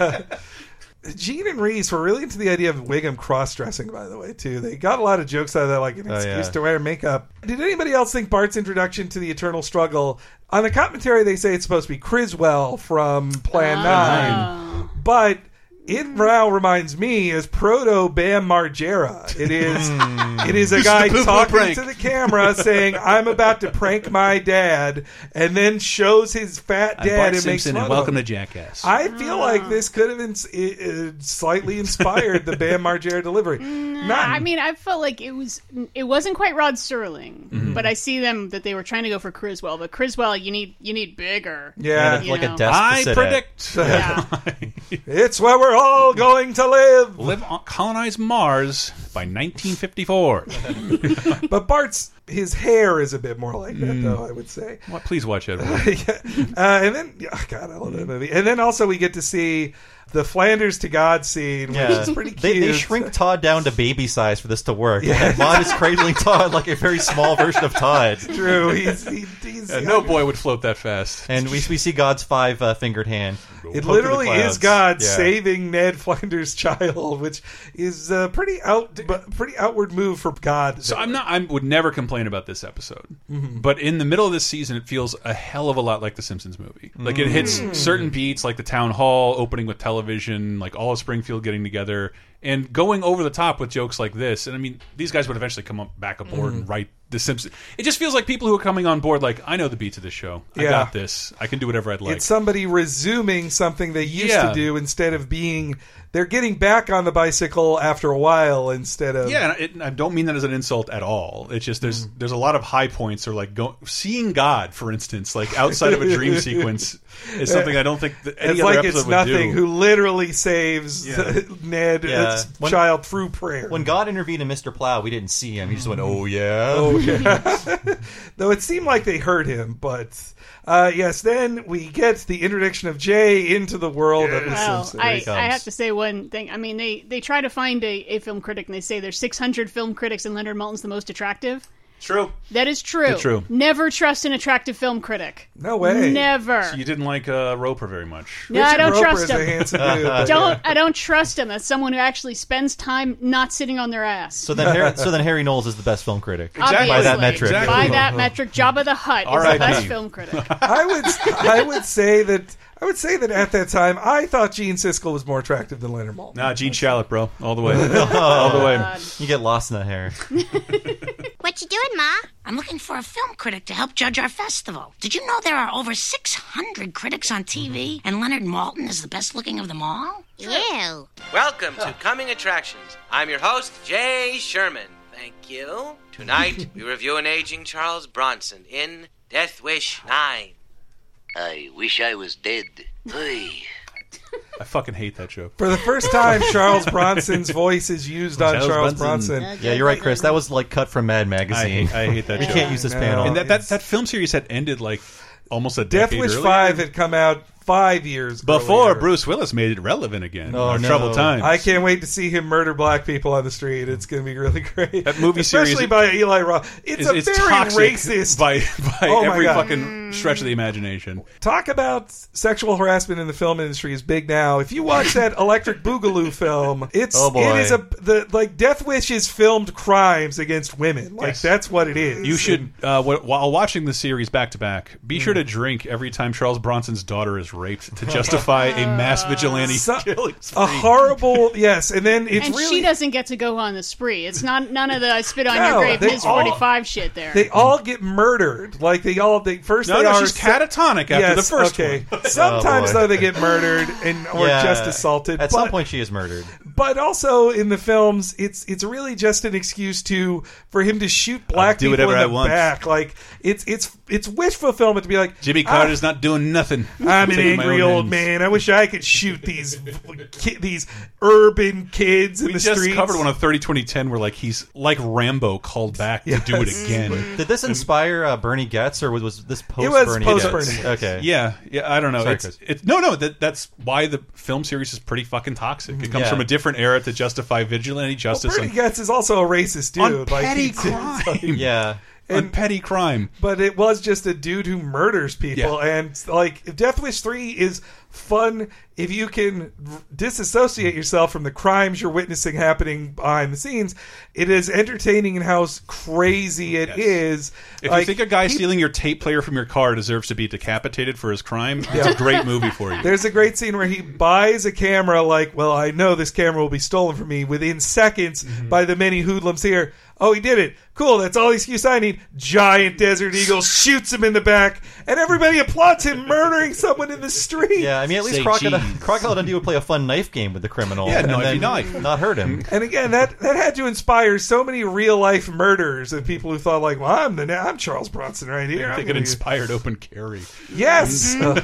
Speaker 3: Gene and Reese were really into the idea of Wiggum cross dressing, by the way, too. They got a lot of jokes out of that, like an
Speaker 6: Oh,
Speaker 3: excuse
Speaker 6: yeah.
Speaker 3: to wear makeup. Did anybody else think Bart's introduction to the Eternal Struggle? On the commentary, they say it's supposed to be Criswell from Plan 9. But it now reminds me as proto Bam Margera. It is
Speaker 4: Hmm.
Speaker 3: it is a
Speaker 4: This is
Speaker 3: guy
Speaker 4: the poo-poo
Speaker 3: talking
Speaker 4: prank.
Speaker 3: to the camera saying, "I'm about to prank my dad," and then shows his fat
Speaker 4: I'm
Speaker 3: dad
Speaker 4: Bart
Speaker 3: and makes
Speaker 4: Simpson,
Speaker 3: fun
Speaker 4: and
Speaker 3: of
Speaker 4: welcome
Speaker 3: him.
Speaker 4: to Jackass.
Speaker 3: I feel like this could have ins- i- i- slightly inspired the Bam Margera delivery. Not-
Speaker 5: I mean, I felt like it was it wasn't quite Rod Serling,
Speaker 3: Mhm.
Speaker 5: but I see them that they were trying to go for Criswell, but Criswell you need you need bigger. you know.
Speaker 3: it's where we're all going to live.
Speaker 4: Live on, colonize Mars by 1954.
Speaker 3: but Bart's his hair is a bit more like that,
Speaker 6: Mm.
Speaker 3: though. I would say.
Speaker 4: Well, please watch it.
Speaker 3: Uh, and then, yeah, God, I love
Speaker 6: Mm.
Speaker 3: that movie. And then also we get to see the Flanders to God scene, which
Speaker 6: Yeah.
Speaker 3: is pretty cute.
Speaker 6: They, they shrink Todd down to baby size for this to work. Yeah. Mod is cradling Todd like a very small version of Todd.
Speaker 3: True. He's, he, he's crazy.
Speaker 4: Yeah, no boy would float that fast.
Speaker 6: And we, we see God's five uh, fingered hand.
Speaker 3: It literally is God
Speaker 6: Yeah.
Speaker 3: saving Ned Flanders' child, which is a pretty out, but pretty outward move for God.
Speaker 4: So I'm not. I would never complain about this episode,
Speaker 3: Mhm.
Speaker 4: but in the middle of this season, it feels a hell of a lot like the Simpsons movie. Like it hits
Speaker 3: Mm.
Speaker 4: certain beats, like the town hall opening with television, like all of Springfield getting together and going over the top with jokes like this. And I mean, these guys would eventually come up back aboard
Speaker 3: Mm.
Speaker 4: and write the Simpsons. It just feels like people who are coming on board, like I know the beats of this show. I
Speaker 3: Yeah.
Speaker 4: got this. I can do whatever I'd like.
Speaker 3: it's somebody resuming something they used
Speaker 4: Yeah.
Speaker 3: to do instead of being. They're getting back on the bicycle after a while instead of
Speaker 4: Yeah, and it, and I don't mean that as an insult at all. It's just
Speaker 3: Mm.
Speaker 4: there's there's a lot of high points or like go, seeing God, for instance, like outside of a dream sequence is something I don't think that any
Speaker 3: Uh, it's
Speaker 4: other
Speaker 3: like
Speaker 4: episode
Speaker 3: it's
Speaker 4: would
Speaker 3: nothing
Speaker 4: do.
Speaker 3: who literally saves
Speaker 6: Yeah.
Speaker 3: Ned
Speaker 6: Yeah.
Speaker 3: his
Speaker 6: When-
Speaker 3: child through prayer.
Speaker 6: When God intervened in Mr. Plow, we didn't see him. He just went, oh, yeah.
Speaker 3: Oh, yeah. Though it seemed like they hurt him, but uh, yes, then we get the introduction of Jay into the world of The
Speaker 5: Well,
Speaker 3: Simpsons.
Speaker 5: I, I have to say one thing. I mean, they, they try to find a, a film critic and they say there's 600 film critics and Leonard Maltin's the most attractive.
Speaker 4: True.
Speaker 5: That is true.
Speaker 4: It's true.
Speaker 5: Never trust an attractive film critic.
Speaker 3: No
Speaker 5: Never.
Speaker 4: So you didn't like uh, Roper very much.
Speaker 5: No, I don't trust him.
Speaker 4: but-
Speaker 5: don't I don't trust him as someone who actually spends time not sitting on their ass.
Speaker 6: So then, Harry, so then Harry Knowles is the best film critic
Speaker 5: Obviously.
Speaker 6: by that metric. Uh-huh.
Speaker 5: By that metric, Jabba the Hutt is the
Speaker 6: R.I.P..
Speaker 5: best film critic.
Speaker 3: I would I would say that I would say that at that time I thought Gene Siskel was more attractive than Leonard Maltin.
Speaker 4: Nah, Gene Shalit, bro, all the way, all the way.
Speaker 6: You get lost in that hair.
Speaker 11: What you doing, Ma? I'm looking for a film critic to help judge our festival. Did you know there are over 600 critics on TV, and Leonard Maltin is the best looking of them all? Ew.
Speaker 19: Welcome to Coming Attractions. I'm your host, Jay Sherman. Thank you. Tonight, we review an aging Charles Bronson in Death Wish 9. I wish I was dead.
Speaker 4: I fucking hate that joke.
Speaker 3: For the first time, Charles Bronson's voice is used on
Speaker 4: Charles
Speaker 3: Charles
Speaker 4: Bronson.
Speaker 3: Bronson.
Speaker 6: Yeah, you're right, Chris. That was like cut from Mad Magazine.
Speaker 4: I, I hate that.
Speaker 6: You
Speaker 4: joke.
Speaker 6: can't use this panel.
Speaker 4: And that, that that film series had ended like almost a
Speaker 3: Death
Speaker 4: decade
Speaker 3: Wish
Speaker 4: earlier.
Speaker 3: Five had come out five years
Speaker 4: before
Speaker 3: earlier. Oh,
Speaker 4: Bruce Willis made it relevant again. or Trouble Times.
Speaker 3: I can't wait to see him murder black people on the street. It's going to be really great. That
Speaker 4: movie series-
Speaker 3: especially by Eli Roth. It's,
Speaker 4: It's,
Speaker 3: a
Speaker 4: it's
Speaker 3: very
Speaker 4: toxic
Speaker 3: racist.
Speaker 4: by by
Speaker 3: Oh my
Speaker 4: every
Speaker 3: God.
Speaker 4: fucking stretch of the imagination.
Speaker 3: Talk about sexual harassment in the film industry is big now. If you watch that Electric Boogaloo film, it's
Speaker 4: Oh, boy.
Speaker 3: it is a the like Death Wish is filmed crimes against women. Like
Speaker 4: Yes.
Speaker 3: that's what it is.
Speaker 4: You should, uh, wh- while watching the series back to back, be sure to drink every time Charles Bronson's daughter is raped to justify a mass vigilante
Speaker 3: So-
Speaker 4: killing.
Speaker 3: a horrible yes, and then it's
Speaker 5: and
Speaker 3: really
Speaker 5: she doesn't get to go on the spree. It's not none of the I spit on
Speaker 3: No,
Speaker 5: your grave
Speaker 3: they
Speaker 5: Ms.
Speaker 3: all-
Speaker 5: 45 shit there.
Speaker 3: They all get murdered. Like they all they first
Speaker 4: No,
Speaker 3: they
Speaker 4: no,
Speaker 3: are
Speaker 4: she's catatonic after the first
Speaker 3: okay.
Speaker 4: one.
Speaker 3: Sometimes
Speaker 6: Oh, boy.
Speaker 3: though they get murdered and or
Speaker 6: Yeah.
Speaker 3: just assaulted.
Speaker 6: At
Speaker 3: but,
Speaker 6: some point, she is murdered.
Speaker 3: but also in the films it's it's really just an excuse to for him to shoot black
Speaker 4: do
Speaker 3: people in
Speaker 4: whatever
Speaker 3: the
Speaker 4: I want.
Speaker 3: back. Like it's it's it's wish fulfillment to be like
Speaker 4: Jimmy
Speaker 3: "Ah,
Speaker 4: Carter's not doing nothing.
Speaker 3: I'm an
Speaker 4: Taking my
Speaker 3: angry
Speaker 4: own
Speaker 3: old
Speaker 4: hands.
Speaker 3: man. I wish I could shoot these ki- these urban kids in
Speaker 4: We
Speaker 3: the
Speaker 4: just
Speaker 3: streets.
Speaker 4: covered one of 30, 20, 10 where like he's like Rambo called back to do it again.
Speaker 6: Did this inspire uh, Bernie Getz, or was, was this post
Speaker 4: was
Speaker 6: Bernie
Speaker 4: post-Bernie
Speaker 6: Getz?
Speaker 4: Getz.
Speaker 6: Okay.
Speaker 4: Yeah, yeah. I don't know.
Speaker 6: Sorry,
Speaker 4: it's,
Speaker 6: Chris.
Speaker 4: it's no, no. That that's why the film series is pretty fucking toxic. It comes
Speaker 6: Yeah.
Speaker 4: from a different era to justify vigilante justice.
Speaker 3: Bernie
Speaker 4: on-
Speaker 3: Getz is also a racist dude.
Speaker 4: On
Speaker 3: like,
Speaker 4: petty
Speaker 3: it's- it's like-
Speaker 6: yeah.
Speaker 3: and
Speaker 4: petty crime.
Speaker 3: But it was just a dude who murders people, and like Death Wish Three is fun if you can r- disassociate yourself from the crimes you're witnessing happening behind the scenes. It is entertaining in how s- crazy it is.
Speaker 4: If
Speaker 3: Like,
Speaker 4: you think a guy
Speaker 3: he-
Speaker 4: stealing your tape player from your car deserves to be decapitated for his crime, it's a great movie for you.
Speaker 3: There's a great scene where he buys a camera, like, well, I know this camera will be stolen from me within seconds
Speaker 4: Mm-hmm.
Speaker 3: by the many hoodlums here. Oh, he did it. Cool. That's all the excuse I need. Giant Desert Eagle shoots him in the back, and everybody applauds him murdering someone in the street.
Speaker 6: Yeah, I mean, at least
Speaker 3: Say
Speaker 6: Crocodile,
Speaker 3: cheese.
Speaker 6: Crocodile Dundee would play a fun knife game with the criminal.
Speaker 3: Yeah,
Speaker 6: and
Speaker 3: knifey
Speaker 6: then
Speaker 3: knife.
Speaker 6: Not hurt him.
Speaker 3: And again, that, that had to inspire so many real life murders of people who thought like, "Well, I'm the I'm Charles Bronson right here."
Speaker 4: I
Speaker 3: I'm
Speaker 4: think it
Speaker 3: gonna be-
Speaker 4: inspired open carry.
Speaker 3: Yes. Uh,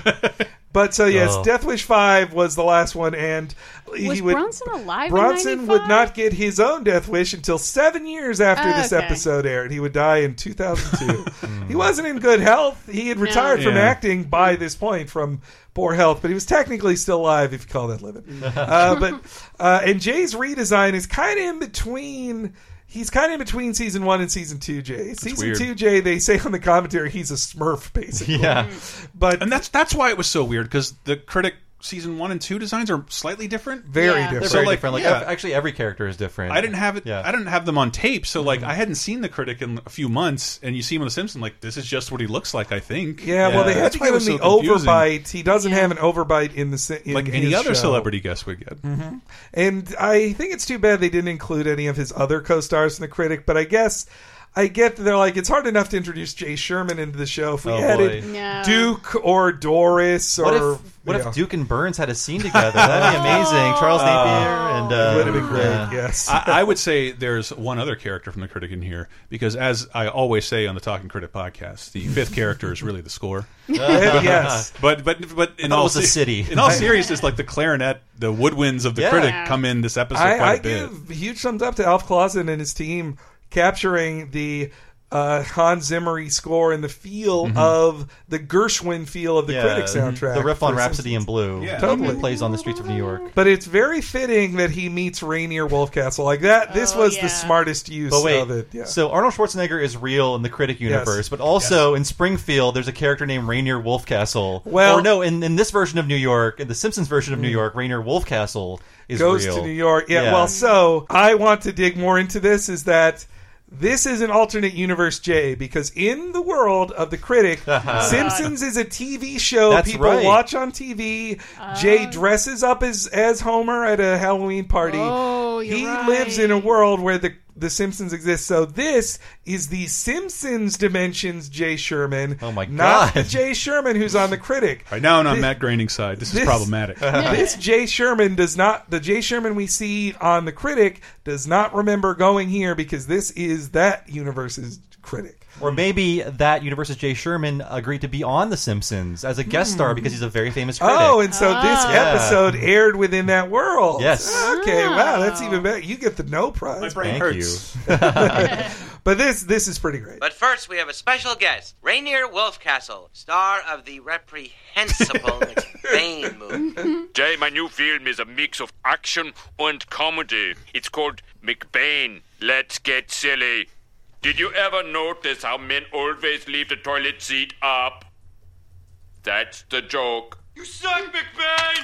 Speaker 3: but so yes,
Speaker 4: Oh.
Speaker 3: Death Wish Five was the last one, and
Speaker 5: Was
Speaker 3: he would
Speaker 5: Bronson alive in
Speaker 3: Bronson
Speaker 5: 95?
Speaker 3: would not get his own Death Wish until seven years after
Speaker 5: Oh,
Speaker 3: this
Speaker 5: okay.
Speaker 3: episode aired. He would die in 2002. he wasn't in good health. He had retired from
Speaker 4: Hmm. Yeah.
Speaker 3: acting by this point from poor health, but he was technically still alive if you call that living. uh, but uh, and Jay's redesign is kind of in between. He's kind of in between season one and season two, Jay. Season
Speaker 4: weird.
Speaker 3: two, Jay, they say on the commentary he's a Smurf, basically. but
Speaker 4: and that's that's why it was so weird because the critic season one and two designs are slightly different,
Speaker 6: Very different. They're
Speaker 4: So
Speaker 6: very
Speaker 4: like,
Speaker 6: different. Like
Speaker 4: yeah,
Speaker 6: ev- actually, every character is different.
Speaker 4: I didn't have it. I didn't have them on tape, so like
Speaker 3: Mm-hmm.
Speaker 4: I hadn't seen the critic in a few months, and you see him on The Simpsons, like this is just what he looks like. I think.
Speaker 3: Yeah, well, they had
Speaker 4: That's
Speaker 3: to
Speaker 4: why it
Speaker 3: give him
Speaker 4: was
Speaker 3: the
Speaker 4: so confusing.
Speaker 3: overbite. He doesn't have an overbite in the se- in
Speaker 4: like any
Speaker 3: his
Speaker 4: other
Speaker 3: show.
Speaker 4: celebrity guest would get.
Speaker 3: Mhm. And I think it's too bad they didn't include any of his other co-stars in the critic. But I guess I get that they're like it's hard enough to introduce Jay Sherman into the show if we
Speaker 6: Oh,
Speaker 3: added
Speaker 6: boy. No.
Speaker 3: Duke or Doris or
Speaker 6: What if what
Speaker 3: yeah.
Speaker 6: if Duke and Burns had a scene together? That'd be amazing. Charles Napier and
Speaker 3: Oh.
Speaker 6: uh,
Speaker 4: It
Speaker 6: would've
Speaker 4: been
Speaker 6: great, yeah. yes.
Speaker 4: I, I would say there's one other character from the critic in here because, as I always say on the Talking Critic podcast, the fifth character is really the score.
Speaker 6: Yeah, yes.
Speaker 4: but but
Speaker 6: I
Speaker 4: but in
Speaker 6: thought it
Speaker 4: all
Speaker 6: was the
Speaker 4: se-
Speaker 6: city.
Speaker 4: in all
Speaker 6: I-
Speaker 4: seriousness, like the clarinet, the woodwinds of the
Speaker 3: Yeah.
Speaker 4: critic come in this episode
Speaker 3: I,
Speaker 4: quite
Speaker 3: I
Speaker 4: a bit.
Speaker 3: give huge thumbs up to Alf Clausen and his team capturing the uh, Hans Zimmery score and the feel
Speaker 4: Mm-hmm.
Speaker 3: of the Gershwin feel of the critic soundtrack.
Speaker 6: The riff on
Speaker 3: for
Speaker 6: Rhapsody in Blue.
Speaker 3: Yeah.
Speaker 6: totally
Speaker 3: Totally.
Speaker 6: plays on the streets of New York.
Speaker 3: But it's very fitting that he meets Rainier Wolfcastle like that. This was the smartest use
Speaker 6: But wait,
Speaker 3: of it. Yeah.
Speaker 6: so Arnold Schwarzenegger is real in the critic universe, but also in Springfield, there's a character named Rainier Wolfcastle.
Speaker 3: Well- hmm.
Speaker 6: or no, in, in this version of New York, in the Simpsons version of New York, Rainier Wolfcastle is
Speaker 3: goes
Speaker 6: real.
Speaker 3: to New York. Yeah, Well, so I want to dig more into this. Is that this is an alternate universe, Jay? Because in the world of the critic, Simpsons is a TV show
Speaker 6: That's
Speaker 3: people
Speaker 6: right.
Speaker 3: watch on TV. Jay
Speaker 5: Uh.
Speaker 3: dresses up as as Homer at a Halloween party.
Speaker 5: Oh, you're
Speaker 3: he
Speaker 5: right.
Speaker 3: lives in a world where the the Simpsons exist. So this is the Simpsons dimensions, Jay Sherman. Oh my Not the
Speaker 4: God.
Speaker 3: Jay Sherman who's on the critic.
Speaker 4: Right now, I'm on
Speaker 3: Thi-
Speaker 4: Matt Groening's side. This,
Speaker 3: this-
Speaker 4: is problematic.
Speaker 3: this Jay Sherman does not. The Jay Sherman we see on the critic does not remember going here because this is that universe's critic.
Speaker 6: Or maybe that universe's Jay Sherman agreed to be on The Simpsons as a guest star
Speaker 3: Hmm.
Speaker 6: because he's a very famous critic. Ah.
Speaker 3: Oh, and so this
Speaker 6: Yeah.
Speaker 3: episode aired within that world.
Speaker 6: Yes.
Speaker 3: Okay.
Speaker 5: Ah.
Speaker 3: Wow, that's even better. You get the no prize. My
Speaker 6: brain Thank hurts.
Speaker 3: but this this is pretty great.
Speaker 19: But first, we have a special guest, Rainier Wolfcastle, star of the reprehensible McBain movie.
Speaker 9: Jay, my new film is a mix of action and comedy. It's called McBain. Let's get silly. Did you ever notice how men always leave the toilet seat up? That's the joke.
Speaker 20: You suck, McBain!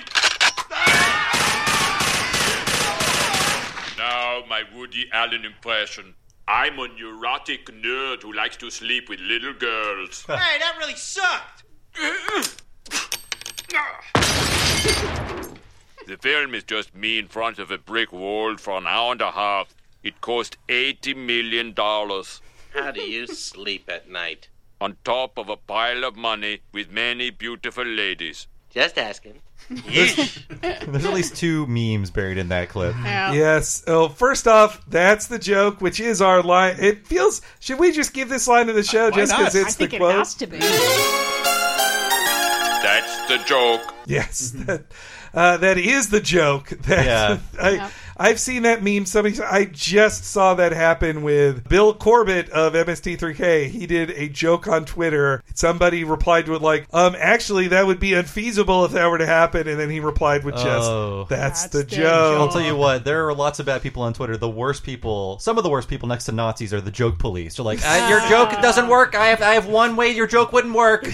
Speaker 9: Now, my Woody Allen impression. I'm a neurotic nerd who likes to sleep with little girls.
Speaker 13: Hey, that really sucked.
Speaker 9: The film is just me in front of a brick wall for an hour and a half. It cost eighty million dollars.
Speaker 19: How do you sleep at night?
Speaker 9: On top of a pile of money with many beautiful ladies.
Speaker 19: Just asking.
Speaker 6: There's at least two memes buried in that clip.
Speaker 3: Yes. Oh, first off, that's the joke, which is our line. It feels. Should we just give this line to the show
Speaker 5: Why
Speaker 3: just
Speaker 5: not?
Speaker 3: because it's
Speaker 5: I think
Speaker 3: the
Speaker 5: it
Speaker 3: quote?
Speaker 5: has to be.
Speaker 9: That's the joke.
Speaker 3: Yes,
Speaker 6: Mm-hmm.
Speaker 3: that, uh, that is the joke. That
Speaker 9: Yeah.
Speaker 3: I, I've seen that meme. Somebody, I just saw that happen with Bill Corbett of MST3K. He did a joke on Twitter. Somebody replied with like, "Um, actually, that would be unfeasible if that were to happen." And then he replied with just, "That's, the, joke."
Speaker 6: Oh. I'll tell you what, there are lots of bad people on Twitter. The worst people, some of the worst people next to Nazis are the joke police. They're like, "Uh, your joke doesn't work. I have, I have one way your joke wouldn't work.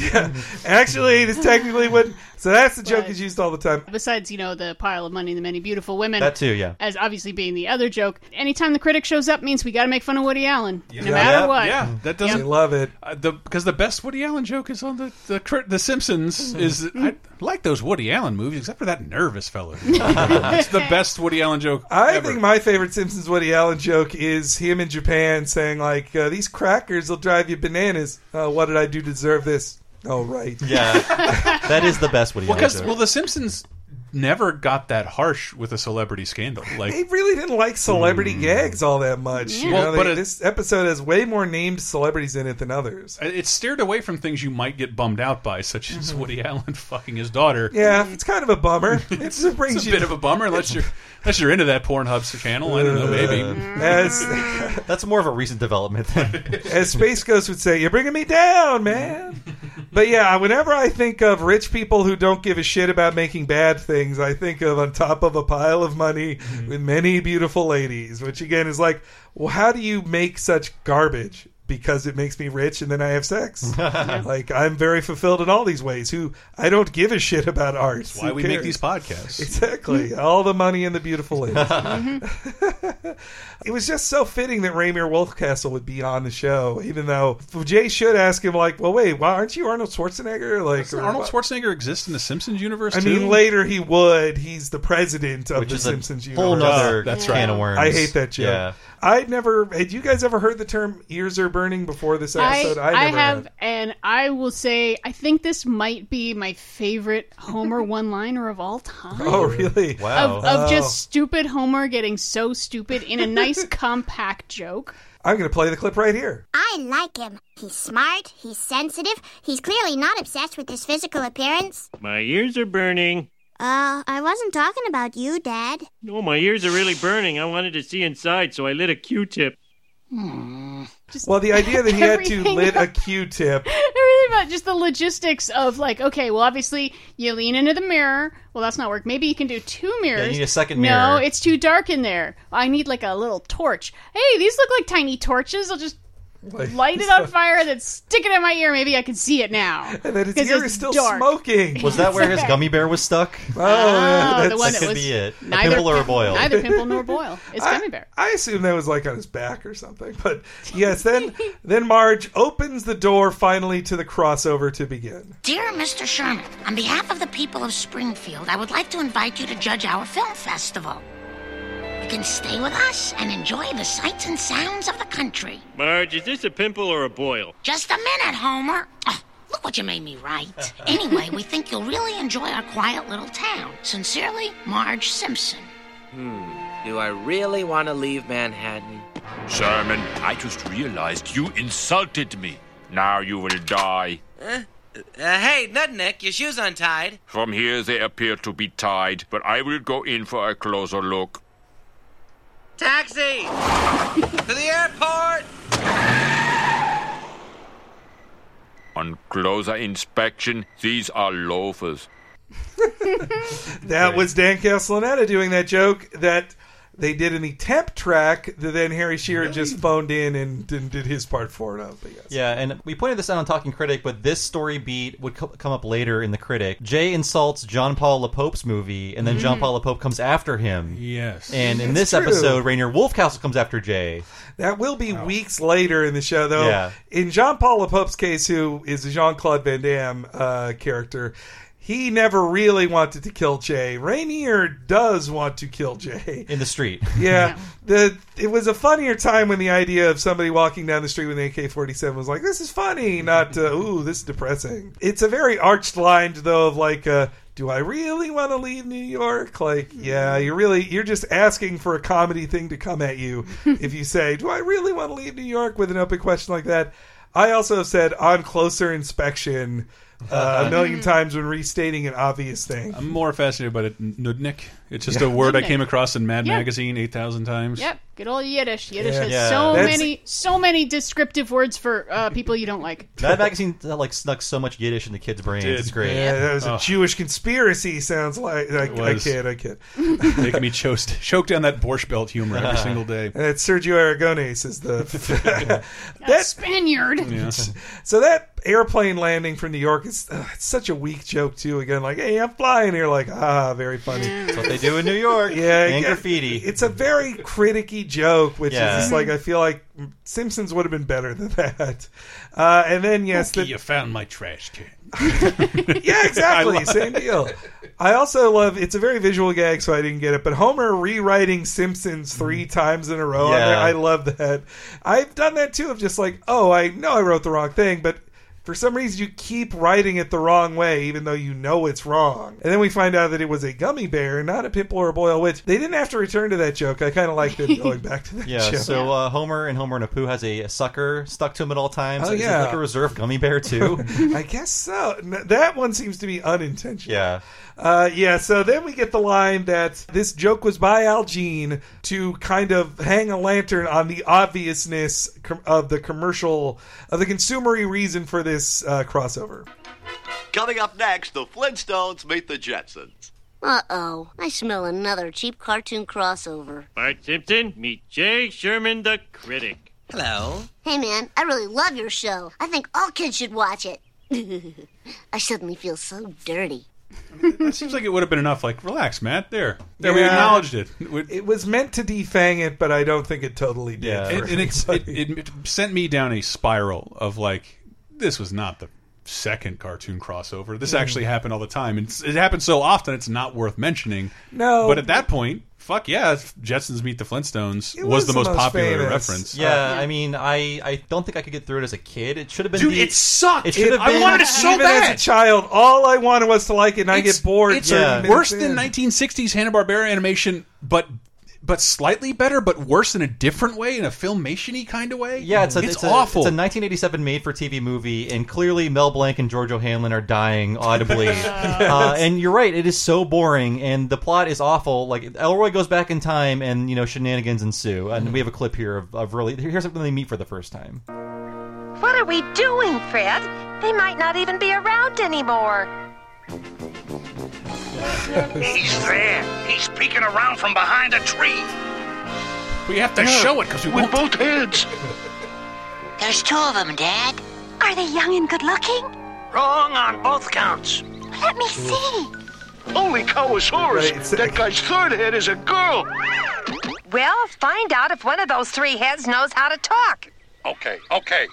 Speaker 3: Actually, this technically wouldn't. So that's the joke is used all the time.
Speaker 5: Besides, you know, the pile of money and the many beautiful women.
Speaker 6: That too, yeah.
Speaker 5: As obviously being the other joke. Anytime the critic shows up means we got to make fun of Woody Allen, no matter
Speaker 4: yeah,
Speaker 5: what.
Speaker 4: Yeah, that doesn't.
Speaker 3: I love it.
Speaker 4: Uh, the because the best Woody Allen joke is on the the, crit- the
Speaker 3: Mm-hmm.
Speaker 4: Simpsons is I like those Woody Allen movies except for that nervous fellow. it's the best Woody Allen joke.
Speaker 3: I think my favorite Simpsons Woody Allen joke is him in Japan saying like, uh, "These crackers will drive you bananas." Uh, what did I do to deserve this? Oh right,
Speaker 6: Yeah, that is the best Woody
Speaker 4: Well,
Speaker 6: Allen
Speaker 4: 'cause-
Speaker 6: joke.
Speaker 4: well, the Simpsons never got that harsh with a celebrity scandal. Like
Speaker 3: They really didn't like celebrity gags all that much. You
Speaker 4: Hmm. Well,
Speaker 3: know, they-
Speaker 4: but it-
Speaker 3: this episode has way more named celebrities in it than others.
Speaker 4: Uh, it's steered away from things you might get bummed out by, such
Speaker 5: Mm-hmm.
Speaker 4: as Woody Allen fucking his daughter.
Speaker 3: Yeah, it's kind of a bummer. It's, it brings
Speaker 4: It's a
Speaker 3: you
Speaker 4: bit of a bummer unless you're unless you're into that Pornhub channel. I don't know,
Speaker 3: Uh,
Speaker 4: maybe.
Speaker 5: Mm-hmm.
Speaker 4: Mm.
Speaker 6: That's more of a recent development.
Speaker 3: As Space Ghost would say, "You're bringing me down, man." But yeah, whenever I think of rich people who don't give a shit about making bad things, I think of on top of a pile of money
Speaker 4: Mm-hmm.
Speaker 3: with many beautiful ladies, which again is like, well, how do you make such garbage? Because it makes me rich, and then I have sex. like I'm very fulfilled in all these ways. Who I don't give a shit about art.
Speaker 4: That's why
Speaker 3: Who
Speaker 4: we make
Speaker 3: cares?
Speaker 4: these podcasts.
Speaker 3: Exactly. All the money and the beautiful ladies. It was just so fitting that Rainier Wolfcastle would be on the show, even though Jay should ask him, like, "Well, wait, why aren't you Arnold Schwarzenegger?" Like,
Speaker 4: Doesn't Arnold Schwarzenegger exists in the Simpsons universe.
Speaker 3: I mean,
Speaker 4: too?
Speaker 3: later he would. He's the president of
Speaker 4: Which
Speaker 3: the
Speaker 4: is a
Speaker 3: Simpsons
Speaker 4: whole
Speaker 3: universe.
Speaker 4: nother Ah, that's can right. of worms.
Speaker 3: I hate that joke.
Speaker 4: Yeah.
Speaker 3: I'd never. Had you guys ever heard the term "ears are burning" before this
Speaker 5: I,
Speaker 3: episode?
Speaker 5: I
Speaker 3: never
Speaker 5: have,
Speaker 3: had.
Speaker 5: and I will say, I think this might be my favorite Homer one-liner of all time.
Speaker 3: Oh, really? Oh.
Speaker 5: Of, of just stupid Homer getting so stupid in a nice compact joke.
Speaker 3: I'm going to play the clip right here.
Speaker 12: I like him. He's smart, he's sensitive, he's clearly not obsessed with his physical appearance.
Speaker 18: My ears are burning.
Speaker 12: Uh, I wasn't talking about you, Dad.
Speaker 18: No, my ears are really burning. I wanted to see inside, so I lit a Q-tip.
Speaker 3: Well, the idea that he had to
Speaker 5: Everything
Speaker 3: lit a
Speaker 5: up.
Speaker 3: Q-tip.
Speaker 5: Everything about just the logistics of like, okay, well, obviously you lean into the mirror. Well, that's not work. Maybe you can do two mirrors.
Speaker 6: need a second
Speaker 5: No,
Speaker 6: mirror.
Speaker 5: it's too dark in there. I need like a little torch. Hey, these look like tiny torches. I'll just
Speaker 3: Like-
Speaker 5: light it on fire and then stick it in my ear. Maybe I can see it now.
Speaker 3: And then his
Speaker 5: 'Cause
Speaker 3: ear
Speaker 5: it's
Speaker 3: is still
Speaker 5: dark.
Speaker 3: smoking.
Speaker 6: Was that where his gummy bear was stuck?
Speaker 3: Oh, yeah,
Speaker 5: Oh, the
Speaker 3: that's-
Speaker 6: that
Speaker 5: one that
Speaker 6: could
Speaker 5: was
Speaker 6: be it. A
Speaker 5: neither
Speaker 6: pimple or a
Speaker 5: pim-
Speaker 6: boil.
Speaker 5: Neither pimple nor boil. It's gummy bear.
Speaker 3: I assume that was like on his back or something. But yes, then then Marge opens the door finally to the crossover to begin.
Speaker 11: Dear Mr. Sherman, on behalf of the people of Springfield, I would like to invite you to judge our film festival. You can stay with us and enjoy the sights and sounds of the country.
Speaker 18: Marge, is this a pimple or a boil?
Speaker 11: Just a minute, Homer. Oh, look what you made me write. Anyway, we think you'll really enjoy our quiet little town. Sincerely, Marge Simpson.
Speaker 19: Hmm. Do I really want to leave Manhattan?
Speaker 9: Sherman, I just realized you insulted me. Now you will die.
Speaker 19: Uh, uh, hey, Nutnik, your shoe's untied.
Speaker 9: From here they appear to be tied, but I will go in for a closer look.
Speaker 19: Taxi! to the airport!
Speaker 9: On closer inspection, these are loafers.
Speaker 3: That was Dan Castellaneta doing that joke that they did in the temp track that then Harry Shearer just phoned in and, and did his part for it. Up, but yes.
Speaker 6: Yeah, and we pointed this out on Talking Critic, but this story beat would co- come up later in the critic. Jay insults John Paul LaPope's movie, and then John
Speaker 3: Mhm.
Speaker 6: Paul LaPope comes after him.
Speaker 4: Yes.
Speaker 6: And in this
Speaker 3: That's true.
Speaker 6: episode, Rainier Wolfcastle comes after Jay.
Speaker 3: That will be weeks later in the show, though.
Speaker 6: Yeah.
Speaker 3: In Jean Paul LaPope's case, who is a Jean Claude Van Damme uh, character, he never really wanted to kill Jay. Rainier does want to kill Jay.
Speaker 6: in the street.
Speaker 3: Yeah, the it was a funnier time when the idea of somebody walking down the street with an AK-47 was like, "This is funny," not uh, "Ooh, this is depressing." It's a very arched line, though, of like, uh, "Do I really want to leave New York?" Like, yeah, you're really you're just asking for a comedy thing to come at you if you say, "Do I really want to leave New York?" with an open question like that. I also have said on closer inspection uh, a million times when restating an obvious thing.
Speaker 4: I'm more fascinated by the nudnik. It's just
Speaker 3: Yeah.
Speaker 4: a word I
Speaker 5: Nudnik.
Speaker 4: came across in Mad
Speaker 5: Yeah.
Speaker 4: Magazine 8,000 times.
Speaker 5: Yep, good old Yiddish. Yiddish
Speaker 4: Yeah.
Speaker 5: has
Speaker 4: Yeah.
Speaker 5: so
Speaker 4: That's-
Speaker 5: many, so many descriptive words for uh, people you don't like.
Speaker 6: That magazine uh, like snuck so much Yiddish into kids' brains. It's great. Oh.
Speaker 3: Yeah, that was a Jewish conspiracy. Sounds like I, I
Speaker 4: was.
Speaker 3: kid, I kid.
Speaker 4: Making me choked, choked down that Borscht Belt humor every
Speaker 3: Uh-huh.
Speaker 4: single day.
Speaker 3: And it's Sergio Aragonese is the that
Speaker 5: Spaniard.
Speaker 3: So that airplane landing from New York is uh, it's such a weak joke too. Again, like hey, I'm flying here. Like ah, very funny. That's
Speaker 6: what they do in New York.
Speaker 3: Yeah,
Speaker 6: And
Speaker 3: yeah.
Speaker 6: graffiti.
Speaker 3: It's a very criticky joke, which
Speaker 6: Yeah.
Speaker 3: is just like I feel like Simpsons would have been better than that. Uh, and then yes, the,
Speaker 4: you found my trash can.
Speaker 3: yeah,
Speaker 4: I
Speaker 3: exactly.
Speaker 4: love
Speaker 3: Same deal. I also love it's a very visual gag, so I didn't get it. But Homer rewriting Simpsons
Speaker 6: Mm.
Speaker 3: three times in a row. on
Speaker 4: Yeah.
Speaker 3: there, I love that. I've done that too of just like, oh, I know I wrote the wrong thing, but for some reason you keep writing it the wrong way, even though you know it's wrong. And then we find out that it was a gummy bear, not a pimple or a boil, which they didn't have to return to that joke. I kind of liked them going back to that
Speaker 6: Yeah,
Speaker 3: joke.
Speaker 6: so uh, Homer and Homer and Apu has a, a sucker stuck to him at all times.
Speaker 3: Oh,
Speaker 6: Is it
Speaker 3: yeah.
Speaker 6: like a reserve gummy bear too.
Speaker 3: I guess so. N- That one seems to be unintentional.
Speaker 6: yeah.
Speaker 3: Uh, yeah, so then we get the line that this joke was by Al Jean to kind of hang a lantern on the obviousness com- of the commercial, of the consumery reason for this uh, crossover.
Speaker 10: Coming up next, the Flintstones meet the Jetsons.
Speaker 12: Uh oh, I smell another cheap cartoon crossover.
Speaker 18: Bart Simpson, meet Jay Sherman the critic.
Speaker 19: Hello.
Speaker 12: Hey man, I really love your show. I think all kids should watch it. I suddenly feel so dirty.
Speaker 4: That seems like it would have been enough. Like, relax, Matt. There, there. We
Speaker 3: Yeah.
Speaker 4: acknowledged it.
Speaker 3: It was meant to defang it, but I don't think it totally did.
Speaker 4: Yeah,
Speaker 3: for
Speaker 4: and it's, it,
Speaker 3: anybody.
Speaker 4: it, it sent me down a spiral of like, this was not the second cartoon crossover. This
Speaker 3: Mm.
Speaker 4: actually happened all the time, and it's, it happened so often it's not worth mentioning.
Speaker 3: No.
Speaker 4: but at that point, fuck yeah, Jetsons Meet the Flintstones was, the most, popular reference.
Speaker 1: Yeah, I mean, I, I don't think I could get through it as a kid. It should have been.
Speaker 4: Dude,
Speaker 1: the,
Speaker 4: it sucked.
Speaker 1: It should have been.
Speaker 3: Even As a child, all I wanted was to like it, and I
Speaker 4: It's-
Speaker 3: get bored.
Speaker 4: It's
Speaker 3: 30 minutes
Speaker 4: worse
Speaker 3: in.
Speaker 4: than 1960s Hanna Barbera animation, but but slightly better, but worse in a different way, in a filmation-y kind of way.
Speaker 1: Yeah, it's, a,
Speaker 4: it's,
Speaker 1: a-
Speaker 4: awful.
Speaker 1: it's a 1987 made-for-TV movie, and clearly Mel Blanc and George O'Hanlon are dying audibly. uh, and you're right; it is so boring, and the plot is awful. Like Elroy goes back in time, and you know shenanigans ensue. And we have a clip here of, of really here's when they meet for the first time.
Speaker 21: What are we doing, Fred? They might not even be around anymore.
Speaker 22: He's there. He's peeking around from behind a tree.
Speaker 4: We have to show it because we
Speaker 22: with both heads.
Speaker 21: There's two of them, Dad. Are they young and good looking?
Speaker 22: Wrong on both counts.
Speaker 21: Let me see.
Speaker 22: Holy cow, is horse. that guy's third head is a girl.
Speaker 21: Well, find out if one of those three heads knows how to talk.
Speaker 22: Okay, okay.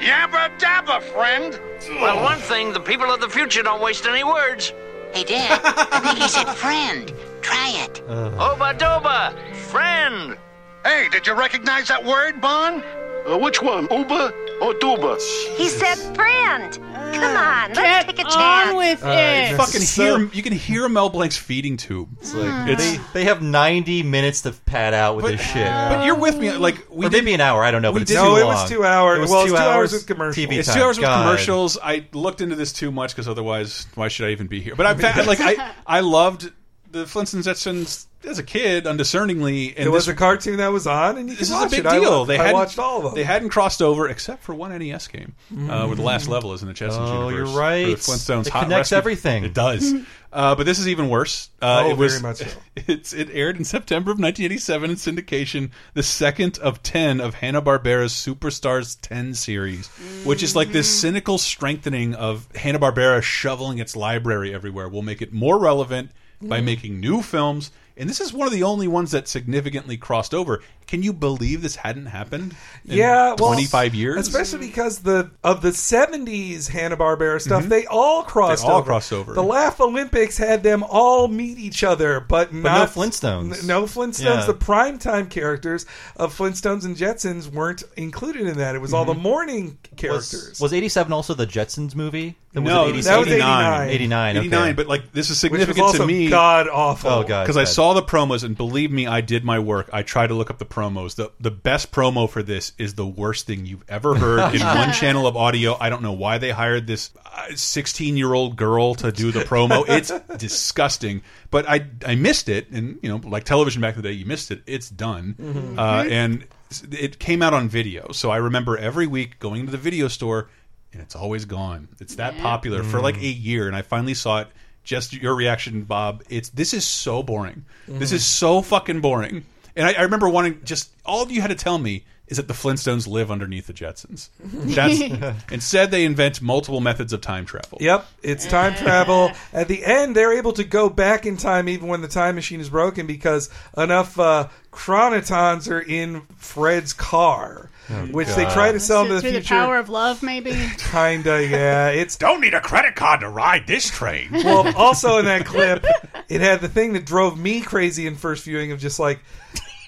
Speaker 22: Yabba dabba, friend.
Speaker 19: Well, one thing, the people of the future don't waste any words. Hey, Dad, I think he said friend. Try it.
Speaker 22: Oba doba, friend. Hey, did you recognize that word, Bon? Uh, which one, Uba or Duba?
Speaker 21: He said friend. Come on, let's take a chance.
Speaker 4: you fucking hear you can hear Mel Blanc's feeding tube. It's like
Speaker 1: They, they have 90 minutes to pad out with this shit. But
Speaker 4: you're with me, like we
Speaker 1: or maybe an hour. I don't know,
Speaker 4: we
Speaker 1: but it's
Speaker 4: did-
Speaker 1: too
Speaker 4: No, it
Speaker 1: long.
Speaker 4: was two hours.
Speaker 1: It was
Speaker 4: Well,
Speaker 1: two,
Speaker 4: it's two
Speaker 1: hours,
Speaker 4: hours
Speaker 1: with commercials. TV
Speaker 4: it's
Speaker 1: time.
Speaker 4: two hours with
Speaker 1: God.
Speaker 4: commercials. I looked into this too much because otherwise, why should I even be here? But I'm fa- like I I loved the Flintstones Jetsons as a kid, undiscerningly. And
Speaker 3: It was
Speaker 4: this,
Speaker 3: a cartoon that was on, and
Speaker 4: this
Speaker 3: you could
Speaker 4: is a
Speaker 3: watch
Speaker 4: big
Speaker 3: it. I
Speaker 4: deal.
Speaker 3: wa-
Speaker 4: they
Speaker 3: I
Speaker 4: hadn't-
Speaker 3: watched all of them.
Speaker 4: They hadn't crossed over except for one NES game, uh, where the
Speaker 3: Mm-hmm.
Speaker 4: last level is in the Jetsons
Speaker 1: Oh,
Speaker 4: universe.
Speaker 1: you're right.
Speaker 4: for the Flintstones
Speaker 1: It
Speaker 4: Hot
Speaker 1: connects
Speaker 4: Rescue-
Speaker 1: everything.
Speaker 4: It does. Uh, but this is even worse. Uh,
Speaker 3: Mm-hmm. Oh,
Speaker 4: it was,
Speaker 3: very much so.
Speaker 4: It's, it aired in September of 1987 in syndication, the second of 10 of Hanna-Barbera's Superstars 10 series, which is like this
Speaker 3: Mm-hmm.
Speaker 4: cynical strengthening of Hanna-Barbera shoveling its library everywhere. We'll make it more relevant by
Speaker 3: Mm.
Speaker 4: making new films. And this is one of the only ones that significantly crossed over. Can you believe this hadn't happened in
Speaker 3: yeah, well,
Speaker 4: 25 years?
Speaker 3: especially because the of the '70s Hanna Barbera stuff,
Speaker 4: Mhm.
Speaker 3: they all crossed
Speaker 4: all
Speaker 3: over.
Speaker 4: crossed over.
Speaker 3: The Laugh Olympics had them all meet each other, but,
Speaker 1: no
Speaker 3: not
Speaker 1: Flintstones.
Speaker 3: n- no Flintstones.
Speaker 1: Yeah.
Speaker 3: The primetime characters of Flintstones and Jetsons weren't included in that. It was all the morning characters.
Speaker 1: Was, was 87 also the Jetsons movie? That was
Speaker 4: No,
Speaker 1: in 87?
Speaker 4: that was 89.
Speaker 1: 89, okay.
Speaker 4: 89, but like this is
Speaker 3: Which was
Speaker 4: significant
Speaker 3: also
Speaker 4: to me.
Speaker 3: god awful. Oh, God,
Speaker 4: Because I
Speaker 3: God.
Speaker 4: saw the promos and believe me, I did my work. I tried to look up the promos. The the best promo for this is the worst thing you've ever heard in one channel of audio. I don't know why they hired this 16-year-old girl to do the promo. It's disgusting. But I I missed it and you know, like television back in the day, you missed it. It's done.
Speaker 3: Mhm.
Speaker 4: Uh, and it came out on video. So I remember every week going to the video store and it's always gone. It's that popular for like a year, and I finally saw it. Just your reaction, Bob. It's this is so boring. This is so fucking boring. And I, I remember wanting just all you had to tell me is that the Flintstones live underneath the Jetsons. That's instead they invent multiple methods of time travel.
Speaker 3: Yep, it's time travel. At the end, they're able to go back in time even when the time machine is broken because enough uh, chronotons are in Fred's car, which they
Speaker 4: Oh, God.
Speaker 3: try to sell to the
Speaker 5: Through
Speaker 3: future.
Speaker 5: the power of love, maybe.
Speaker 3: Kinda, yeah. It's
Speaker 4: don't need a credit card to ride this train.
Speaker 3: Well, also in that clip, it had the thing that drove me crazy in first viewing of just like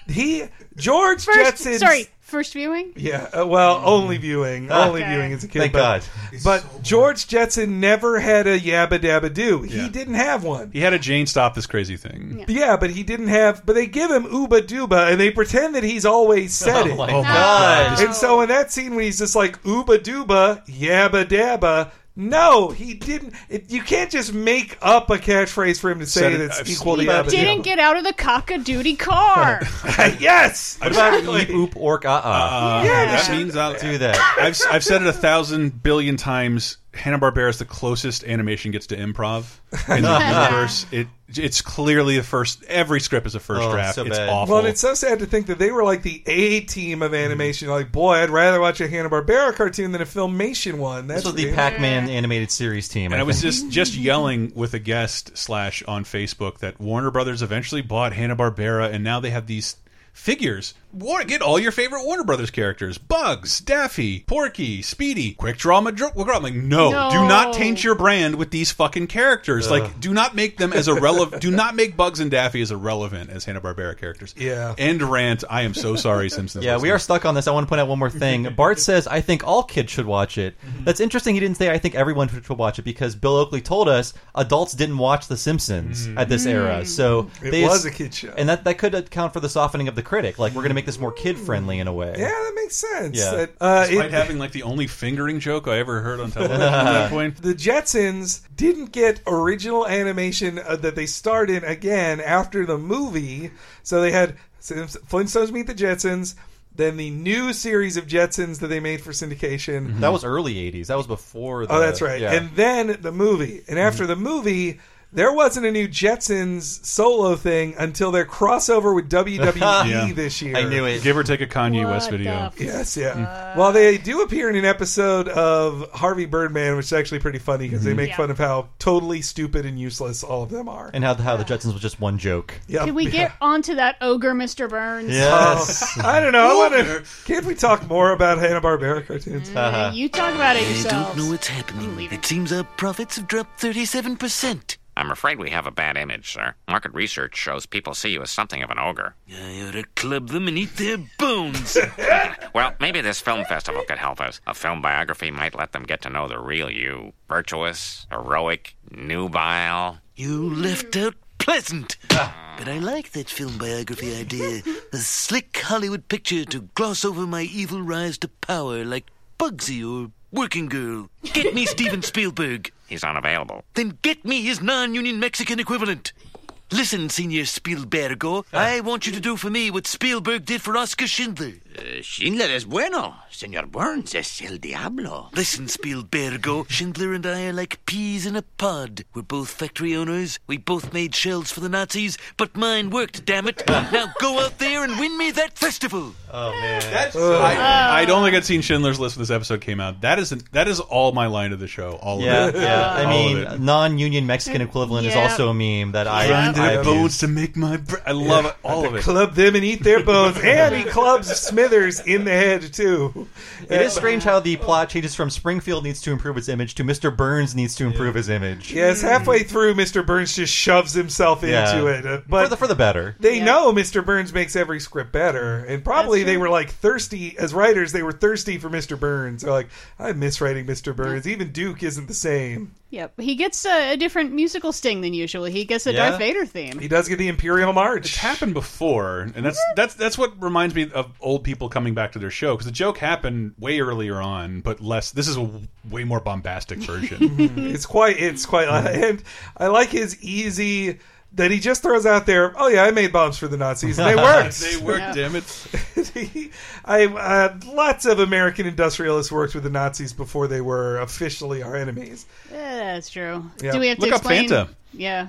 Speaker 3: he George
Speaker 5: First,
Speaker 3: Jetson.
Speaker 5: sorry, first viewing.
Speaker 3: Yeah, uh, well, only viewing,
Speaker 1: Ah.
Speaker 3: only
Speaker 1: Okay.
Speaker 3: viewing as a kid.
Speaker 1: Thank
Speaker 3: but,
Speaker 1: God.
Speaker 3: But George Jetson never had a yabba dabba do.
Speaker 4: Yeah.
Speaker 3: He didn't have one.
Speaker 4: He had a Jane stop this crazy thing.
Speaker 3: Yeah. but he didn't have. But they give him Uba Duba, and they pretend that he's always said
Speaker 4: Oh
Speaker 3: it.
Speaker 4: my Oh my God. God.
Speaker 3: And so in that scene when he's just like Uba Duba, Yabba Dabba. No, he didn't. It, you can't just make up a catchphrase for him to say
Speaker 4: Said it-
Speaker 3: that's
Speaker 4: I've
Speaker 3: equal to
Speaker 4: seen
Speaker 3: Yabba
Speaker 5: Didn't get out of the cock a duty car.
Speaker 3: Dabba. yes,
Speaker 4: What
Speaker 1: about
Speaker 3: exactly.
Speaker 1: Oop ork uh uh.
Speaker 4: Uh,
Speaker 3: Yeah, they
Speaker 4: that
Speaker 3: should-
Speaker 4: means I'll
Speaker 1: do that.
Speaker 4: I've, I've said it a thousand billion times. Hanna Barbera is the closest animation gets to improv in the universe. It it's clearly the first. Every script is a first
Speaker 1: Oh,
Speaker 4: draft.
Speaker 1: so
Speaker 4: it's
Speaker 1: bad.
Speaker 4: awful.
Speaker 3: Well, and it's so sad to think that they were like the A team of animation. Like, boy, I'd rather watch a Hanna Barbera cartoon than a Filmation one. That's
Speaker 1: This was the
Speaker 3: weird.
Speaker 1: Pac-Man animated series team.
Speaker 4: and I,
Speaker 1: I
Speaker 4: was
Speaker 1: think.
Speaker 4: just just yelling with a guest slash on Facebook that Warner Brothers eventually bought Hanna Barbera, and now they have these figures. War, get all your favorite Warner Brothers characters: Bugs, Daffy, Porky, Speedy, Quick Draw Madr- McGraw. I'm like, no,
Speaker 1: No.
Speaker 4: do not taint your brand with these fucking characters.
Speaker 1: Ugh.
Speaker 4: Like, do not make them as irrelevant. do not make Bugs and Daffy as irrelevant as Hanna Barbera characters.
Speaker 3: Yeah.
Speaker 4: End rant. I am so sorry, Simpsons.
Speaker 1: Yeah, we are stuck on this. I want to point out one more thing. Bart says, "I think all kids should watch it."
Speaker 3: Mm-hmm.
Speaker 1: That's interesting. He didn't say, "I think everyone should should watch it," because Bill Oakley told us adults didn't watch The Simpsons at this era, so
Speaker 3: Mm. It
Speaker 1: they-
Speaker 3: was a kid show.
Speaker 1: and that that could account for the softening of the critic. Like we're going to make this more kid friendly in a way.
Speaker 3: Mm. Yeah, that makes sense.
Speaker 1: Yeah.
Speaker 3: That, uh,
Speaker 4: Despite
Speaker 3: it-
Speaker 4: having like the only fingering joke I ever heard on television at
Speaker 1: Uh,
Speaker 4: that point.
Speaker 3: The Jetsons didn't get original animation uh, that they starred in again after the movie. So they had Simps- Flintstones Meet the Jetsons, then the new series of Jetsons that they made for syndication.
Speaker 1: That was early '80s. That was before. The,
Speaker 3: Oh, that's right.
Speaker 1: Yeah. Mm-hmm.
Speaker 3: And then the movie. And after the movie, there wasn't a new Jetsons solo thing until their crossover with WWE
Speaker 4: Yeah.
Speaker 3: E this year.
Speaker 4: Give or take a Kanye West video.
Speaker 3: Yes,
Speaker 1: Mm.
Speaker 3: yeah. Well, they do appear in an episode of Harvey Birdman, which is actually pretty funny because they
Speaker 1: Mhm.
Speaker 3: make
Speaker 1: Yeah.
Speaker 3: fun of how totally stupid and useless all of them are.
Speaker 1: and how the, how the Jetsons was just one joke.
Speaker 3: Yeah.
Speaker 5: Can we get onto that ogre, Mr. Burns?
Speaker 1: Yes.
Speaker 3: Oh, I don't know. I want to. Can't we talk more about Hanna Barbera
Speaker 17: Mm-hmm.
Speaker 3: cartoons?
Speaker 5: Uh, you talk about it
Speaker 17: I don't
Speaker 5: yourself.
Speaker 17: know what's happening. It seems our profits have dropped 37%.
Speaker 8: I'm afraid we have a bad image, sir. Market research shows people see you as something of an ogre.
Speaker 17: I ought to club them and eat their bones.
Speaker 8: Well, maybe this film festival could help us. A film biography might let them get to know the real you virtuous, heroic, nubile.
Speaker 17: you left out pleasant. but I like that film biography idea. A slick Hollywood picture to gloss over my evil rise to power like Bugsy or Working Girl. Get me Steven Spielberg.
Speaker 8: He's unavailable.
Speaker 17: Then get me his non union Mexican equivalent. Listen, Senor Spielbergo,
Speaker 4: Ah.
Speaker 17: I want you to do for me what Spielberg did for Oscar Schindler.
Speaker 2: Schindler es bueno. Senor Burns es el diablo.
Speaker 17: Listen, Spielbergo, Schindler and I are like peas in a pod. We're both factory owners. We both made shells for the Nazis, but mine worked, damn it. now go out there and win me that festival.
Speaker 3: Uh,
Speaker 1: Oh, man.
Speaker 17: That's
Speaker 5: Oh.
Speaker 4: I, I don't think I'd seen Schindler's List when this episode came out. That is that is all my line of the show. All
Speaker 1: Yeah,
Speaker 4: of it.
Speaker 1: yeah. I
Speaker 4: All of it.
Speaker 1: mean, non-union Mexican equivalent is
Speaker 4: Yeah.
Speaker 1: also a meme that I
Speaker 4: Grind
Speaker 1: I
Speaker 4: their
Speaker 1: abuse.
Speaker 4: bones to make my. Br I love it, all of it.
Speaker 3: Club them and eat their bones. and he clubs Smithers in the head, too.
Speaker 1: It is strange how the plot changes from Springfield needs to improve its image to Mr. Burns needs to improve his image.
Speaker 3: Yes, halfway through, Mr. Burns just shoves himself
Speaker 1: Yeah.
Speaker 3: into it. Uh, But
Speaker 1: for the for the better.
Speaker 3: They know Mr. Burns makes every script better, and probably they were like thirsty as writers. They were thirsty for Mr. Burns. They're like, I miss writing Mr. Burns. Even Duke isn't the same.
Speaker 5: Yep. He gets a, a different musical sting than usual. He gets a
Speaker 4: Yeah.
Speaker 5: Darth Vader theme.
Speaker 3: He does get the Imperial March.
Speaker 4: It's happened before, and that's that's that's what reminds me of old people coming back to their show because the joke happened way earlier on, but less. This is a w- way more bombastic version.
Speaker 3: it's quite. It's quite. uh,
Speaker 1: Hmm.
Speaker 3: And I like his easy that he just throws out there. Oh yeah, I made bombs for the Nazis. And they worked.
Speaker 4: they worked. Damn it.
Speaker 3: I uh, lots of American industrialists worked with the Nazis before they were officially our enemies.
Speaker 5: Yeah, that's true.
Speaker 3: Yeah.
Speaker 5: Do we have
Speaker 3: Look
Speaker 5: to
Speaker 3: up
Speaker 5: explain?
Speaker 3: Fanta.
Speaker 5: Yeah.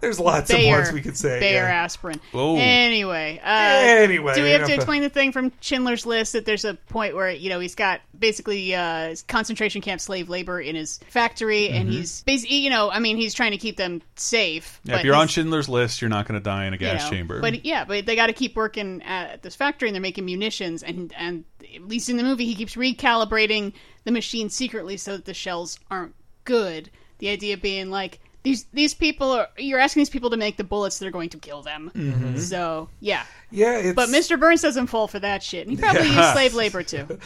Speaker 3: There's lots of
Speaker 5: Bayer,
Speaker 3: words we could say.
Speaker 5: Bayer
Speaker 3: yeah.
Speaker 5: aspirin.
Speaker 3: Whoa.
Speaker 5: Anyway. Uh,
Speaker 3: Anyway,
Speaker 5: Do we have to
Speaker 3: yeah.
Speaker 5: explain the thing from Schindler's List that there's a point where you know he's got basically uh, his concentration camp slave labor in his factory, and
Speaker 4: Mhm.
Speaker 3: Mm-hmm.
Speaker 5: he's basically you know I mean he's trying to keep them safe.
Speaker 4: Yeah,
Speaker 5: but
Speaker 4: if you're on
Speaker 5: he's-
Speaker 4: Schindler's List, you're not going to die in a
Speaker 5: you
Speaker 4: gas
Speaker 5: know,
Speaker 4: chamber.
Speaker 5: But yeah, but they got to keep working at this factory, and they're making munitions, and and at least in the movie, he keeps recalibrating the machine secretly so that the shells aren't good. The idea being like these these people are you're asking these people to make the bullets that are going to kill them.
Speaker 3: Mhm.
Speaker 5: So yeah,
Speaker 3: yeah. It's,
Speaker 5: But Mr. Burns doesn't fall for that shit, and he probably
Speaker 4: Yeah.
Speaker 5: used slave labor too.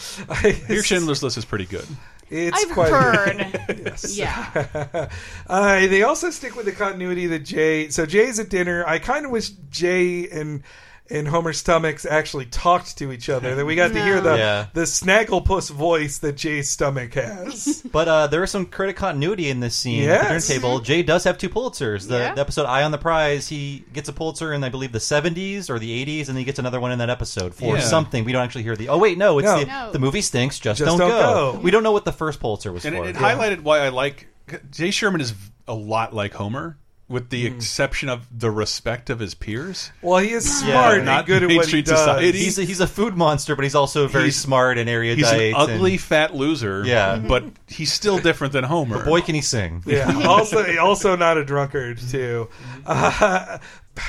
Speaker 4: Your Schindler's List is pretty good.
Speaker 3: It's
Speaker 5: I've
Speaker 3: quite
Speaker 5: heard.
Speaker 3: yes.
Speaker 5: Yeah.
Speaker 3: uh, they also stick with the continuity that Jay. So Jay's at dinner. I kind of wish Jay and and Homer Stomachs actually talked to each other. That we got to hear the
Speaker 1: Yeah.
Speaker 3: the snagglepuss voice that Jay's stomach has.
Speaker 1: But uh, there is some credit continuity in this scene at the
Speaker 3: Yes.
Speaker 1: turntable. Jay does have two Pulitzers. The,
Speaker 3: Yeah.
Speaker 1: the episode "Eye on the Prize," he gets a Pulitzer in I believe the '70s or the '80s, and he gets another one in that episode for
Speaker 4: Yeah.
Speaker 1: something. We don't actually hear the. Oh wait, no, it's
Speaker 4: No.
Speaker 1: The,
Speaker 4: No.
Speaker 1: the movie stinks. Just,
Speaker 4: Just
Speaker 1: don't,
Speaker 4: don't
Speaker 1: go.
Speaker 4: go.
Speaker 1: We don't know what the first Pulitzer was
Speaker 4: And
Speaker 1: for.
Speaker 4: it, it highlighted why I like Jay Sherman is a lot like Homer, with the exception of the respect of his peers.
Speaker 3: Hmm. Well, he is
Speaker 4: Yeah,
Speaker 3: smart
Speaker 4: not
Speaker 3: and good at
Speaker 4: Main
Speaker 3: what he
Speaker 4: Street
Speaker 3: does.
Speaker 4: Society.
Speaker 1: He's a, he's a food monster, but he's also very
Speaker 4: He's-
Speaker 1: smart and erudite.
Speaker 4: He's an
Speaker 1: and-
Speaker 4: ugly fat loser.
Speaker 1: Yeah.
Speaker 4: but he's still different than Homer. But
Speaker 1: boy, can he sing!
Speaker 3: Mm-hmm. Yeah. Also, also not a drunkard too. Uh,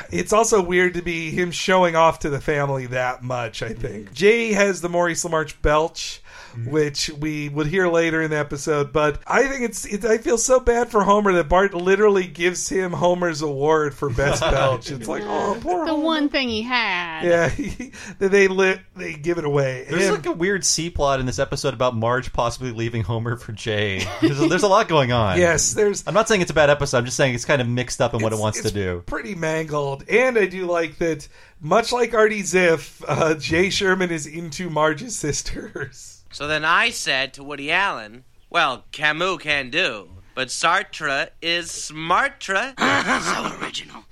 Speaker 3: it's also weird to be him showing off to the family that much. I think Jay has the Maurice LaMarche belch, which we would hear later in the episode. But I think it's. It, I feel so bad for Homer that Bart literally gives him Homer's award for best belch. It's like, oh,
Speaker 5: the one thing he had.
Speaker 3: yeah. they lit. They give it away.
Speaker 1: There's
Speaker 3: And-
Speaker 1: like a weird C plot in this episode about Marge possibly leaving Homer for Jay. There's a, there's a lot going on.
Speaker 3: Yes, there's.
Speaker 1: I'm not saying it's a bad episode. I'm just saying it's kind of mixed up in what it wants to do.
Speaker 3: pretty mangled. And I do like that, much like Artie Ziff, uh, Jay Sherman is into Marge's sisters.
Speaker 19: So then I said to Woody Allen, well, Camus can do, but Sartre is smartre. so original.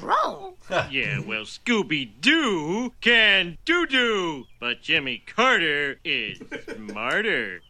Speaker 11: Roll.
Speaker 18: yeah, well, Scooby Doo can doo doo, but Jimmy Carter is smarter.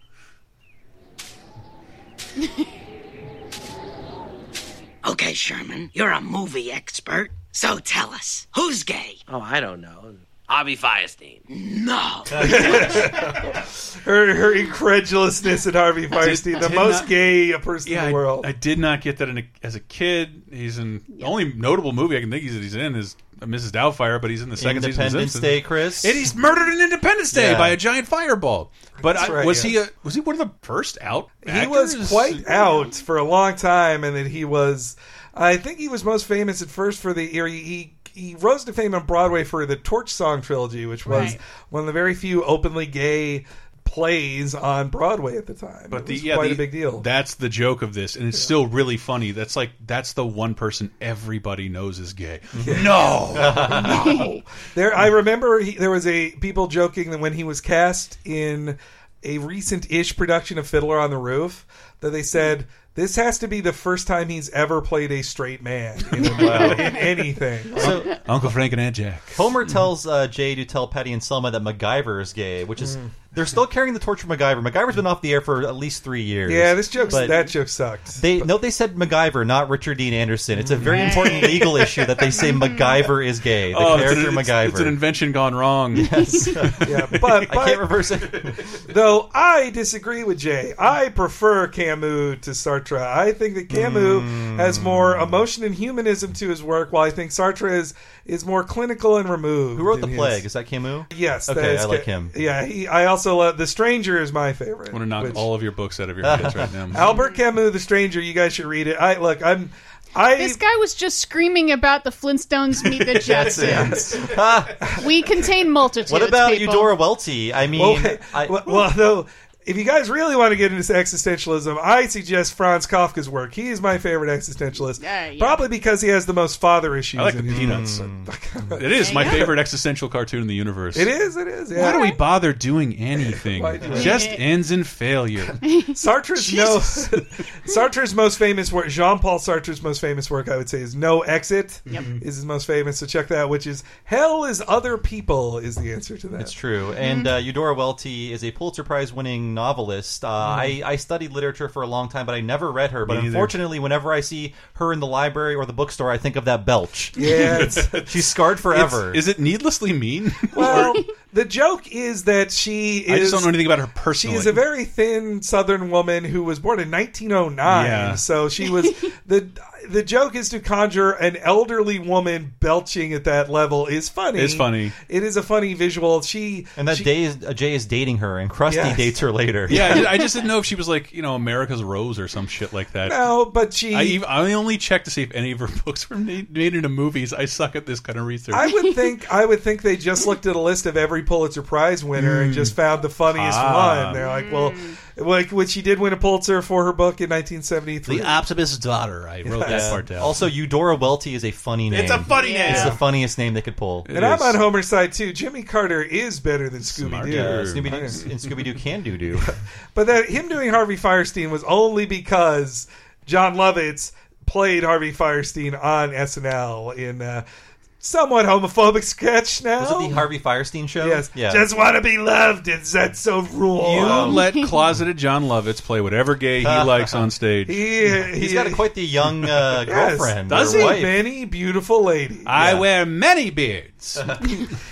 Speaker 11: Okay, Sherman, you're a movie expert. So tell us, who's gay?
Speaker 19: Oh, I don't know. Avi Firestein.
Speaker 11: No.
Speaker 3: her, her incredulousness at Harvey Firestein, the
Speaker 4: Did
Speaker 3: most
Speaker 4: not-
Speaker 3: gay a person
Speaker 4: Yeah,
Speaker 3: in
Speaker 4: I,
Speaker 3: the world.
Speaker 4: I did not get that in a, as a kid. He's in the only notable movie I can think he's, he's in is Mrs. Doubtfire, but he's in the second season. of
Speaker 1: Independence
Speaker 4: Simpsons.
Speaker 1: Day, Chris.
Speaker 4: and he's murdered in Independence Day
Speaker 1: Yeah.
Speaker 4: by a giant fireball. But
Speaker 3: That's
Speaker 4: I,
Speaker 3: right,
Speaker 4: was
Speaker 3: yeah.
Speaker 4: he a, was he one of the first out?
Speaker 3: he was
Speaker 4: actors?
Speaker 3: quite out for a long time, and that he was. I think he was most famous at first for the he he, he rose to fame on Broadway for the Torch Song trilogy, which was
Speaker 4: Right.
Speaker 3: one of the very few openly gay plays on Broadway at the time.
Speaker 4: But
Speaker 3: It
Speaker 4: the,
Speaker 3: was
Speaker 4: yeah,
Speaker 3: quite
Speaker 4: the-
Speaker 3: a big deal.
Speaker 4: That's the joke of this, and it's still really funny. That's like that's the one person everybody knows is gay. No,
Speaker 3: no. There, I remember he, there was a people joking that when he was cast in a recent-ish production of Fiddler on the Roof, that they said this has to be the first time he's ever played a straight man in, a movie,
Speaker 1: Wow.
Speaker 3: in anything.
Speaker 1: So-
Speaker 4: Uncle Frank and Aunt Jack.
Speaker 1: Homer tells uh, Jay to tell Patty and Selma that MacGyver is gay, which is
Speaker 4: Mm.
Speaker 1: they're still carrying the torch for MacGyver. MacGyver's been off the air for at least three years.
Speaker 3: yeah, this joke
Speaker 1: But
Speaker 3: that joke sucked.
Speaker 1: They no, they said MacGyver, not Richard Dean Anderson. It's a very important legal issue that they say MacGyver is gay. The
Speaker 4: Mm. Oh, it's an-
Speaker 1: character
Speaker 4: it's-
Speaker 1: MacGyver.
Speaker 4: it's an invention gone wrong.
Speaker 1: Yes.
Speaker 3: yeah, but, but
Speaker 1: I can't reverse it.
Speaker 3: Though I disagree with Jay. I prefer Camus to Sartre. I think that Camus
Speaker 1: Hmm.
Speaker 3: has more emotion and humanism to his work, while I think Sartre is is more clinical and removed.
Speaker 1: Who wrote the
Speaker 3: in his-
Speaker 1: plague? Is that Camus?
Speaker 3: Yes. that
Speaker 1: Okay,
Speaker 3: is
Speaker 1: I like
Speaker 3: Ca-
Speaker 1: him.
Speaker 3: Yeah, he, I also love The Stranger is my favorite.
Speaker 4: I want to knock
Speaker 3: which-
Speaker 4: all of your books out of your heads right now.
Speaker 3: Albert Camus, The Stranger. You guys should read it. I look. I'm. I
Speaker 5: This guy was just screaming about the Flintstones meet the Jetsons. we contain multitudes.
Speaker 1: What about
Speaker 5: people.
Speaker 1: Eudora Welty? I
Speaker 4: Oh,
Speaker 1: mean,
Speaker 3: well,
Speaker 1: I,
Speaker 3: well, well, though, if you guys really want to get into existentialism, I suggest Franz Kafka's work. He is my favorite existentialist,
Speaker 4: Yeah, yeah.
Speaker 3: probably because he has the most father issues.
Speaker 4: I like the
Speaker 3: in his-
Speaker 4: peanuts. It is my
Speaker 3: Yeah.
Speaker 4: favorite existential cartoon in the universe.
Speaker 3: It is. It is. Yeah.
Speaker 4: Why do we bother doing anything?
Speaker 3: Why do we-
Speaker 4: Just
Speaker 3: Yeah.
Speaker 4: ends in failure.
Speaker 3: Sartre's no Sartre's most famous work Jean Paul Sartre's most famous work I would say is No Exit
Speaker 1: Yep.
Speaker 4: Mm-hmm.
Speaker 3: is his most famous so check that out, which is Hell is Other People is the answer to that.
Speaker 1: It's true. And uh, Eudora Welty is a Pulitzer Prize winning novelist. Uh, I, I studied literature for a long time, but I never read her. But
Speaker 4: Me either.
Speaker 1: unfortunately, whenever I see her in the library or the bookstore, I think of that belch.
Speaker 3: Yeah, it's-
Speaker 1: She's scarred forever.
Speaker 4: It's- is it needlessly mean?
Speaker 3: Well, the joke is that she is.
Speaker 4: I just don't know anything about her personally.
Speaker 3: She is a very thin Southern woman who was born in 1909.
Speaker 4: Yeah.
Speaker 3: So she was the the joke is to conjure an elderly woman belching at that level is funny.
Speaker 1: It's funny.
Speaker 3: It is a funny visual. She
Speaker 1: and that
Speaker 3: she-
Speaker 1: day is, uh, Jay is dating her, and Krusty
Speaker 3: Yes.
Speaker 1: dates her later.
Speaker 4: yeah, I ju- I just didn't know if she was like you know America's Rose or some shit like that.
Speaker 3: No, but she.
Speaker 4: I, ev- I only checked to see if any of her books were made, made into movies. I suck at this kind of research.
Speaker 3: I would think I would think
Speaker 4: Hmm.
Speaker 3: they just looked at a list of every Pulitzer Prize winner and just found the funniest
Speaker 4: Ah.
Speaker 3: one. They're like, well, like which she did win a Pulitzer for her book in 1973.
Speaker 1: The
Speaker 14: Optimist's daughter. I wrote that part down.
Speaker 1: Also, Eudora Welty is a funny name.
Speaker 3: It's a funny name.
Speaker 1: It's the
Speaker 3: Yeah.
Speaker 1: funniest name they could pull.
Speaker 3: and I'm on Homer's side too. Jimmy Carter is better than Scooby Doo.
Speaker 1: Scooby Doo and Scooby Doo can do do.
Speaker 3: But that him doing Harvey Firestein was only because John Lovitz played Harvey Firestein on SNL in a somewhat homophobic sketch. Now
Speaker 1: Was it the Harvey Firestein show?
Speaker 3: Yes.
Speaker 1: Yeah.
Speaker 3: Just want to be loved. Is that so
Speaker 4: You
Speaker 3: wrong?
Speaker 4: let closeted John Lovitz play whatever gay he likes on stage.
Speaker 1: he's got quite the young uh,
Speaker 4: Yes.
Speaker 1: girlfriend.
Speaker 4: Does
Speaker 1: or
Speaker 4: he?
Speaker 1: wife.
Speaker 3: Many beautiful ladies.
Speaker 4: I wear many beards.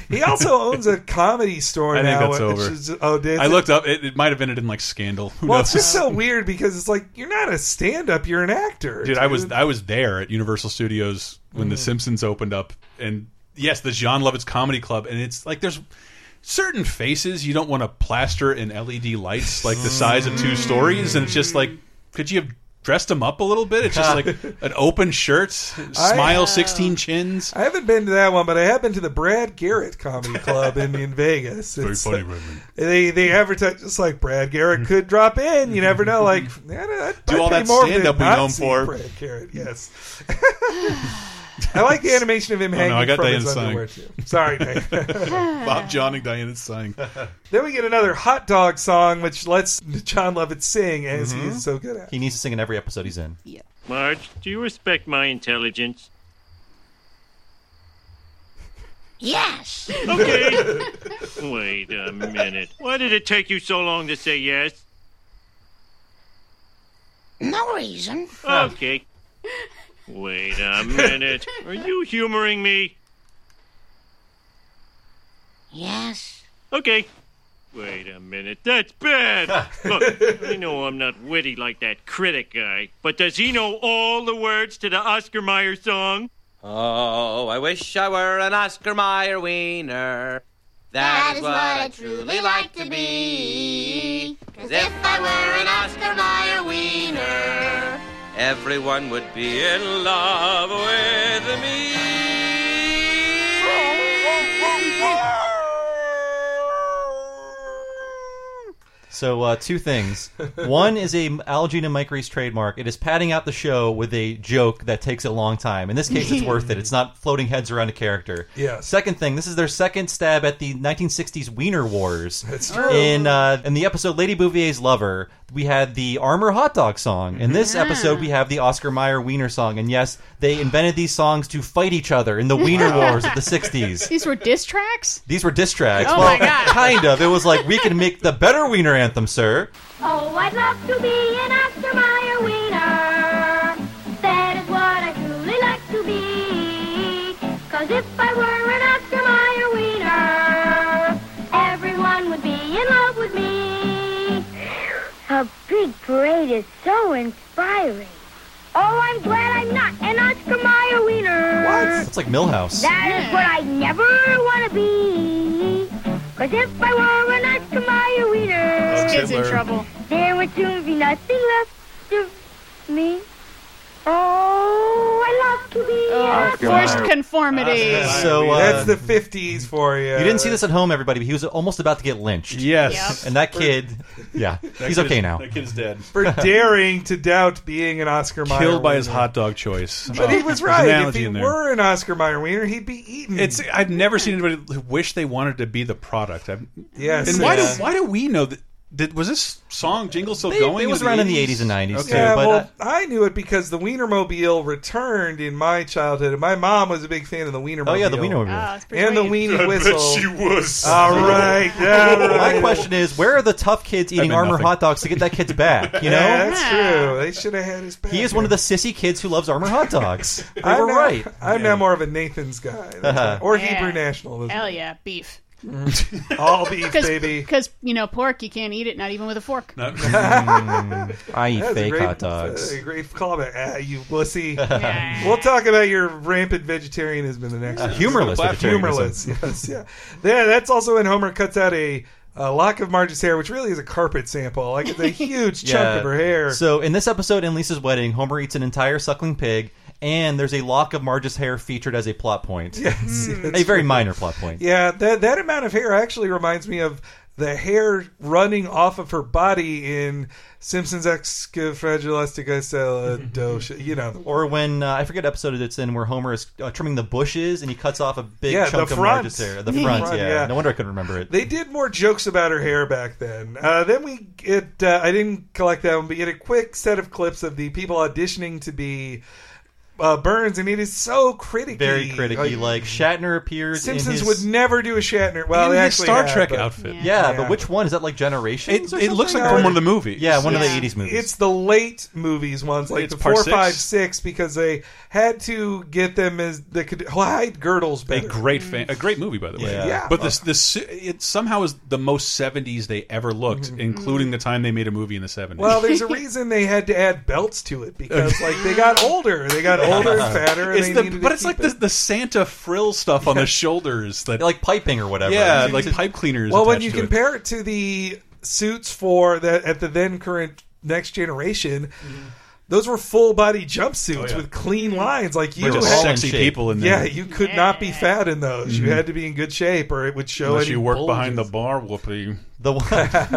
Speaker 3: he also owns a comedy store
Speaker 4: I think
Speaker 3: now.
Speaker 4: that's
Speaker 3: which
Speaker 4: over.
Speaker 3: is- oh, did
Speaker 4: I looked up. It, it might have ended in like Scandal. Who
Speaker 3: Well,
Speaker 4: knows?
Speaker 3: it's just so weird because it's like you're not a stand-up, you're an actor.
Speaker 4: dude, I was I was there at Universal Studios when The
Speaker 3: Mhm.
Speaker 4: Simpsons opened up, and yes, the John Lovitz Comedy Club, and it's like there's certain faces you don't want to plaster in LED lights like the size of two stories, and it's just like, could you have dressed them up a little bit? It's just like an open shirt, smile, sixteen chins.
Speaker 3: I haven't been to that one, but I have been to the Brad Garrett Comedy Club in, in Vegas.
Speaker 4: Very
Speaker 3: It's,
Speaker 4: funny,
Speaker 3: uh,
Speaker 4: Redmond.
Speaker 3: they they advertise just like Brad Garrett could drop in. You never know. Like yeah, that
Speaker 4: Do
Speaker 3: might
Speaker 4: all
Speaker 3: be
Speaker 4: that
Speaker 3: more
Speaker 4: stand-up
Speaker 3: than
Speaker 4: we know
Speaker 3: not
Speaker 4: him
Speaker 3: seeing
Speaker 4: for.
Speaker 3: Brad Garrett. Yes. I like the animation of him
Speaker 4: Oh, no,
Speaker 3: hanging
Speaker 4: I got
Speaker 3: from
Speaker 4: Diana
Speaker 3: his underwear
Speaker 4: Sang.
Speaker 3: too. Sorry, Nick.
Speaker 4: Bob John and Diana sang.
Speaker 3: Then we get another hot dog song, which lets John Lovett sing as
Speaker 1: Mhm.
Speaker 4: Mm-hmm.
Speaker 3: he's so good at.
Speaker 1: He needs to sing in every episode he's in.
Speaker 18: Marge, do you respect my intelligence?
Speaker 11: Yes.
Speaker 18: Okay. Wait a minute. Why did it take you so long to say yes?
Speaker 11: No reason.
Speaker 18: Okay. Wait a minute. Are you humoring me?
Speaker 11: Yes.
Speaker 18: Okay. Wait a minute. That's bad. Look, I know I'm not witty like that critic guy, but does he know all the words to the Oscar Mayer song?
Speaker 19: Oh, I wish I were an Oscar Mayer wiener. that is what I truly like to be. Cause if I were an Oscar Mayer wiener, everyone would be in love with me.
Speaker 1: So uh, two things. One is a Al Jean and Mike Reese trademark. It is padding out the show with a joke that takes a long time. In this case, it's worth it. It's not floating heads around a character.
Speaker 3: Yes.
Speaker 1: Second thing, this is their second stab at the 1960s Wiener Wars.
Speaker 3: That's true.
Speaker 1: In uh, in the episode Lady Bouvier's Lover, we had the Armor Hot Dog song. In this episode, we have the Oscar Mayer Wiener song. And yes, they invented these songs to fight each other in the Wiener Wars of the 60s.
Speaker 5: These were diss tracks?
Speaker 1: These were diss tracks.
Speaker 5: Oh
Speaker 1: well,
Speaker 5: my God.
Speaker 1: kind of. It was like we can make the better wiener anthem, sir.
Speaker 23: Oh, I'd love to be an Oscar Mayer wiener. That is what I truly like to be. Cause if I were an Oscar Mayer wiener, everyone would be in love with me. A big parade is so inspiring. Oh, I'm glad I'm not an Oscar Mayer wiener.
Speaker 1: That's like Millhouse.
Speaker 23: That is what I never want to be. Cause if I were an Oscar Mayer wiener,
Speaker 5: This kid's in Hitler. trouble.
Speaker 23: There would soon be nothing left of me. Oh, I love to be an
Speaker 5: Forced
Speaker 1: Oh, God.
Speaker 5: conformity.
Speaker 1: So uh,
Speaker 3: That's the 50s for you.
Speaker 1: you didn't see this at home, everybody. But he was almost about to get lynched.
Speaker 4: Yes.
Speaker 1: And that kid, yeah, he's okay now.
Speaker 4: That kid's dead.
Speaker 3: for daring to doubt being an Oscar Mayer
Speaker 4: Killed by his
Speaker 3: wiener.
Speaker 4: hot dog choice.
Speaker 3: But he
Speaker 4: There's
Speaker 3: was
Speaker 4: an
Speaker 3: right. If
Speaker 4: analogy
Speaker 3: he
Speaker 4: in there.
Speaker 3: were an Oscar Mayer wiener, he'd be eaten.
Speaker 4: It's I've never seen anybody who wish they wanted to be the product. I've,
Speaker 3: Yes.
Speaker 4: And why
Speaker 3: Yeah.
Speaker 4: do why do we know that? Did, was this song jingle still
Speaker 1: They-
Speaker 4: going?
Speaker 1: it was
Speaker 4: into
Speaker 1: around in the 80s and 90s,
Speaker 4: Okay.
Speaker 3: yeah, well, I... knew it because the Wienermobile returned in my childhood, and my mom was a big fan of the Wienermobile.
Speaker 1: Oh, yeah, the Wienermobile. Ah, that's
Speaker 5: pretty
Speaker 3: and the
Speaker 5: sweet.
Speaker 3: Weenie
Speaker 5: I bet
Speaker 3: whistle.
Speaker 5: she was.
Speaker 3: All right, all
Speaker 1: My
Speaker 3: right.
Speaker 1: question is, where are the tough kids eating
Speaker 3: meant
Speaker 1: armor
Speaker 3: nothing.
Speaker 1: hot dogs to get that kid's back? You know,
Speaker 3: Yeah, that's true. They should have had his back.
Speaker 1: He is one of the sissy kids who loves armor hot dogs. They
Speaker 3: I'm
Speaker 1: were
Speaker 3: now,
Speaker 1: right.
Speaker 3: I'm now more of a Nathan's guy,
Speaker 1: Uh-huh.
Speaker 3: or
Speaker 5: Yeah.
Speaker 3: Hebrew national.
Speaker 5: Hell yeah, beef.
Speaker 3: All beef, baby.
Speaker 5: Because, you know, pork, you can't eat it, not even with a fork.
Speaker 1: I eat
Speaker 3: That's a
Speaker 1: fake
Speaker 3: great-
Speaker 1: hot dogs.
Speaker 3: uh, great callback, ah, you wussy. we'll talk about your rampant vegetarianism in the next.
Speaker 1: Uh,
Speaker 3: episode.
Speaker 1: humorless
Speaker 3: humorless.
Speaker 1: vegetarianism.
Speaker 3: Yes, yeah. There, that's also when Homer cuts out a, a lock of Marge's hair, which really is a carpet sample. Like it's a huge chunk
Speaker 1: Yeah.
Speaker 3: of her hair.
Speaker 1: So in this episode, in Lisa's wedding, Homer eats an entire suckling pig, and there's a lock of Marge's hair featured as a plot point.
Speaker 3: Yes, yes.
Speaker 1: Hmm. a very minor plot point.
Speaker 3: Yeah, that that amount of hair actually reminds me of the hair running off of her body in Simpsons Excalibur, you know,
Speaker 1: Or when uh, I forget episode it's in where Homer is uh, trimming the bushes and he cuts off a big
Speaker 3: Yeah, the
Speaker 1: chunk of
Speaker 3: front.
Speaker 1: Marge's hair. The
Speaker 3: The
Speaker 1: front,
Speaker 3: front,
Speaker 1: yeah.
Speaker 3: yeah.
Speaker 1: No wonder I couldn't remember it.
Speaker 3: They did more jokes about her hair back then. Uh, then we get, uh, I didn't collect that one, but you get a quick set of clips of the people auditioning to be uh, Burns, and it is so critical.
Speaker 1: Very criticky. Like Shatner appears.
Speaker 3: Simpsons
Speaker 1: in his,
Speaker 3: would never do a Shatner. Well, they
Speaker 1: in his
Speaker 3: actually
Speaker 1: Star
Speaker 3: have,
Speaker 1: Trek
Speaker 3: but-
Speaker 1: outfit. Yeah, but which one is that? Like
Speaker 3: It-
Speaker 1: Generations? or
Speaker 3: it looks
Speaker 1: something?
Speaker 3: like from one of the
Speaker 4: movies.
Speaker 1: Yeah, one of
Speaker 3: Yeah.
Speaker 1: the '80s movies.
Speaker 3: It's the late movies ones, like
Speaker 1: It's
Speaker 3: the
Speaker 1: part
Speaker 3: four,
Speaker 1: six.
Speaker 3: five, six, because they had to get them as they could hide girdles
Speaker 4: A
Speaker 3: better.
Speaker 4: great fan, a great movie by the way.
Speaker 3: Yeah. Yeah.
Speaker 4: But this this it somehow is the most seventies they ever looked, including the time they made a movie in the seventies.
Speaker 3: Mm-hmm. Well, there's a reason they had to add belts to it because like they got older, they got older and fatter, and
Speaker 4: It's
Speaker 3: they
Speaker 4: the-
Speaker 3: needed
Speaker 4: but
Speaker 3: to
Speaker 4: it's
Speaker 3: keep
Speaker 4: like
Speaker 3: it.
Speaker 4: the, the Santa frill stuff on the shoulders that
Speaker 1: like piping or whatever.
Speaker 4: Yeah,
Speaker 1: It's-
Speaker 4: like
Speaker 1: it's-
Speaker 4: pipe cleaners.
Speaker 3: Well, when
Speaker 4: attached
Speaker 3: you
Speaker 4: to it.
Speaker 3: compare it to the suits for that at the then current next generation,
Speaker 1: Mm-hmm.
Speaker 3: those were full body jumpsuits
Speaker 4: Oh, yeah.
Speaker 3: with clean lines. Like you
Speaker 4: They're just
Speaker 3: had
Speaker 4: sexy people in
Speaker 3: Yeah,
Speaker 4: there.
Speaker 3: you could not be fat in those. You
Speaker 4: Mhm.
Speaker 3: had to be in good shape, or it would show.
Speaker 4: unless
Speaker 3: any
Speaker 4: you work
Speaker 3: bulges.
Speaker 4: behind the bar, whoopee.
Speaker 1: The one,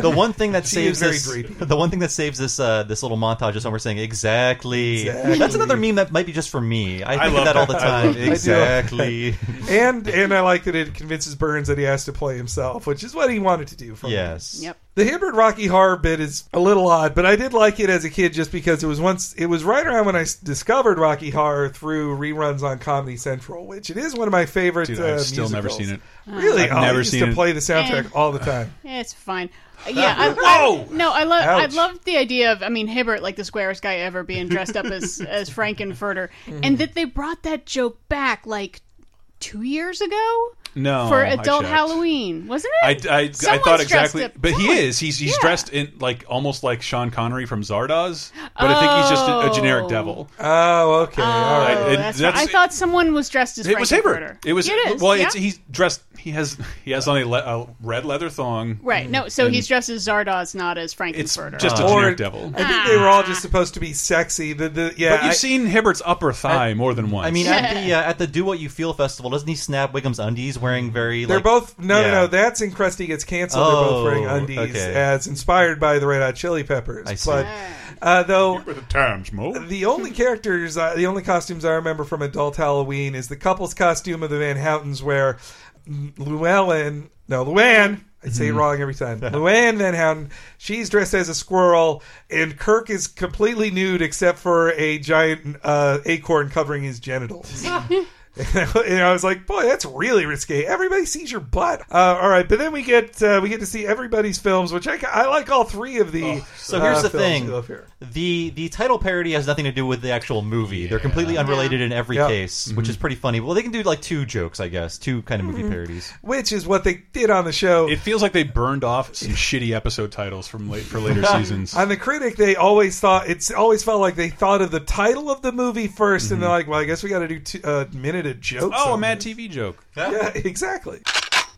Speaker 1: the one thing that
Speaker 3: She is
Speaker 1: saves
Speaker 3: very
Speaker 1: this,
Speaker 3: creepy.
Speaker 1: the one thing that saves this, uh, this little montage is Homer saying exactly.
Speaker 3: Exactly.
Speaker 1: That's another meme that might be just for me. I
Speaker 3: I
Speaker 1: think of
Speaker 3: love
Speaker 1: that all the
Speaker 3: that. I love
Speaker 1: time.
Speaker 3: that. I do.
Speaker 1: Exactly.
Speaker 3: and and I like that it convinces Burns that he has to play himself, which is what he wanted to do. From
Speaker 1: Yes.
Speaker 5: Yep.
Speaker 3: The Hibbert Rocky Horror bit is a little odd, but I did like it as a kid just because it was once it was right around when I s- discovered Rocky Horror through reruns on Comedy Central, which it is one of my favorite.
Speaker 4: Dude,
Speaker 3: uh,
Speaker 4: I've still never
Speaker 3: musicals.
Speaker 4: seen it.
Speaker 3: Really,
Speaker 4: I've
Speaker 3: Oh, I
Speaker 4: never
Speaker 3: used
Speaker 4: seen
Speaker 3: to
Speaker 4: it.
Speaker 3: play the soundtrack all the time.
Speaker 5: Yeah, it's fine. Uh, Yeah, I,
Speaker 3: Whoa!
Speaker 5: I- no, I love I
Speaker 3: Ouch.
Speaker 5: loved the idea of I mean Hibbert like the squarest guy ever being dressed up as as Frankenfurter,
Speaker 1: Mm-hmm.
Speaker 5: and that they brought that joke back like two years ago
Speaker 4: No,
Speaker 5: for
Speaker 4: Oh, I
Speaker 5: adult
Speaker 4: checked.
Speaker 5: Halloween, wasn't
Speaker 4: I,
Speaker 5: it?
Speaker 4: I, I
Speaker 5: Someone's
Speaker 4: thought
Speaker 5: dressed
Speaker 4: exactly,
Speaker 5: up-
Speaker 4: but he
Speaker 5: someone-
Speaker 4: is. He's he's
Speaker 5: Yeah.
Speaker 4: dressed in like almost like Sean Connery from Zardoz, but I think he's just a, a generic
Speaker 5: Oh.
Speaker 4: devil.
Speaker 3: Oh, okay, all
Speaker 5: Oh,
Speaker 4: right.
Speaker 5: that's right. I thought someone was dressed as
Speaker 4: it was Hibbert.
Speaker 5: Frankenfurter.
Speaker 4: It was
Speaker 5: it is,
Speaker 4: well.
Speaker 5: yeah.
Speaker 4: It's, he's dressed. He has he has on a, le, a red leather thong.
Speaker 5: right. No, so
Speaker 4: And uh,
Speaker 5: he's dressed as Zardoz, not as Frankenfurter.
Speaker 4: just a
Speaker 3: Or-
Speaker 4: generic devil.
Speaker 3: I think they were all just supposed to be sexy. The, the yeah,
Speaker 4: but you've
Speaker 3: I-
Speaker 4: seen Hibbert's upper thigh more than once.
Speaker 1: I mean, at the uh, at the Do What You Feel festival, doesn't he snap Wiggum's undies wearing very?
Speaker 3: They're
Speaker 1: like,
Speaker 3: both no,
Speaker 1: yeah.
Speaker 3: no, no. That's in Krusty Gets Canceled. They're both wearing
Speaker 1: Oh,
Speaker 3: undies,
Speaker 1: okay.
Speaker 3: as inspired by the Red Hot Chili Peppers.
Speaker 1: I see.
Speaker 3: But uh, though
Speaker 4: the times, Mo.
Speaker 3: The only characters, uh, the only costumes I remember from Adult Halloween is the couple's costume of the Van Houtens, where Llewellyn, no, Luann. I say it
Speaker 1: Mhm.
Speaker 3: wrong every time. Luann Van Houten, she's dressed as a squirrel, and Kirk is completely nude except for a giant uh, acorn covering his genitals. and I was like, "Boy, that's really risque. Everybody sees your butt." Uh, all right, but then we get uh, we get to see everybody's films, which I, I like all three of the.
Speaker 1: Oh, So
Speaker 3: uh,
Speaker 1: here's the
Speaker 3: films
Speaker 1: thing:
Speaker 3: we love here.
Speaker 1: the the title parody has nothing to do with the actual movie. They're completely unrelated in every
Speaker 3: Yeah. Mm-hmm.
Speaker 1: case, which is pretty funny. Well, they can do like two jokes, I guess, two kind of movie
Speaker 3: Mhm.
Speaker 1: parodies.
Speaker 3: which is what they did on the show.
Speaker 4: It feels like they burned off some shitty episode titles from late for later seasons.
Speaker 3: on the critic, they always thought it's always felt like they thought of the title of the movie 1st and they're like, "Well, I guess we got to do t- a minute of jokes."
Speaker 4: Mm-hmm. Oh, a
Speaker 3: on
Speaker 4: Mad
Speaker 3: this."
Speaker 4: TV joke.
Speaker 3: Yeah, exactly.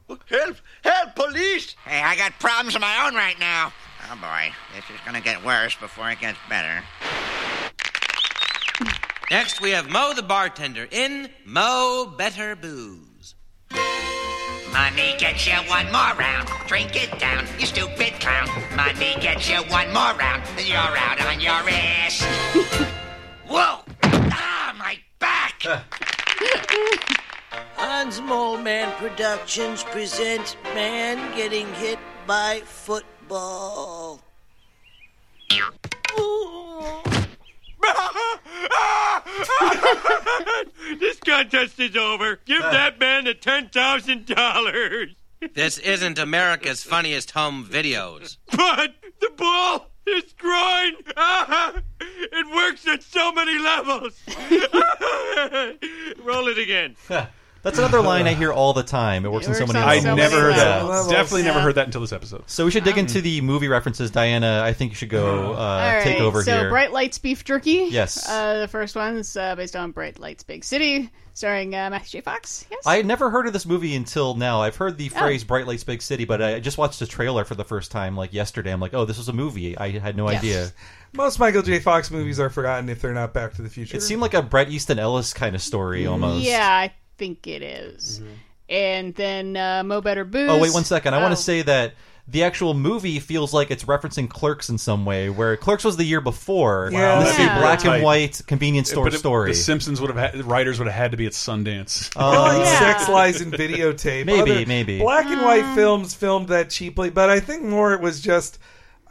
Speaker 22: Help! Help! Police!
Speaker 2: Hey, I got problems of my own right now. Oh boy, this is gonna get worse before it gets better.
Speaker 19: Next, we have Mo the bartender in Mo Better Booze.
Speaker 2: Money gets you one more round. Drink it down, you stupid clown. Money gets you one more round, and you're out on your ass. Whoa! Ah, my back!
Speaker 15: Hans Moleman Productions presents Man Getting Hit by Football.
Speaker 18: this contest is over. Give that man the ten thousand dollars.
Speaker 19: This isn't America's funniest home videos.
Speaker 18: But the ball is groin. Ah, it works at so many levels. Roll it again.
Speaker 1: That's another line I hear all the time. It works in so many.
Speaker 4: I
Speaker 1: ways.
Speaker 4: never heard that. Definitely never heard that until this episode.
Speaker 1: So we should dig into the movie references, Diana. I think you should go uh,
Speaker 5: All right,
Speaker 1: take over
Speaker 5: so
Speaker 1: here.
Speaker 5: Bright Lights Beef Jerky.
Speaker 1: Yes.
Speaker 5: Uh, the first one's uh, based on Bright Lights Big City, starring uh, Matthew J. Fox. Yes.
Speaker 1: I had never heard of this movie until now. I've heard the
Speaker 5: Oh.
Speaker 1: phrase "Bright Lights, Big City," but I just watched the trailer for the first time like yesterday. I'm like, "Oh, this was a movie." I had no
Speaker 3: Yes.
Speaker 1: idea.
Speaker 3: Most Michael J. Fox movies are forgotten if they're not Back to the Future.
Speaker 1: It seemed like a Brett Easton Ellis kind of story almost.
Speaker 5: Yeah, I
Speaker 4: Mm-hmm.
Speaker 5: think it is. And then uh, Mo Better Booze.
Speaker 1: Oh wait, one second. I want to say that the actual movie feels like it's referencing Clerks in some way, where Clerks was the year before.
Speaker 4: Wow,
Speaker 1: And this
Speaker 4: that's
Speaker 1: is a black
Speaker 4: prototype.
Speaker 1: and white convenience store
Speaker 4: eh, But it-
Speaker 1: story.
Speaker 4: The Simpsons would have had, the writers would have had to be at Sundance.
Speaker 1: Oh,
Speaker 3: Well, it's Sex, lies, and videotape.
Speaker 4: Maybe,
Speaker 3: Other
Speaker 4: maybe.
Speaker 3: Black and white films filmed that cheaply, but I think more it was just.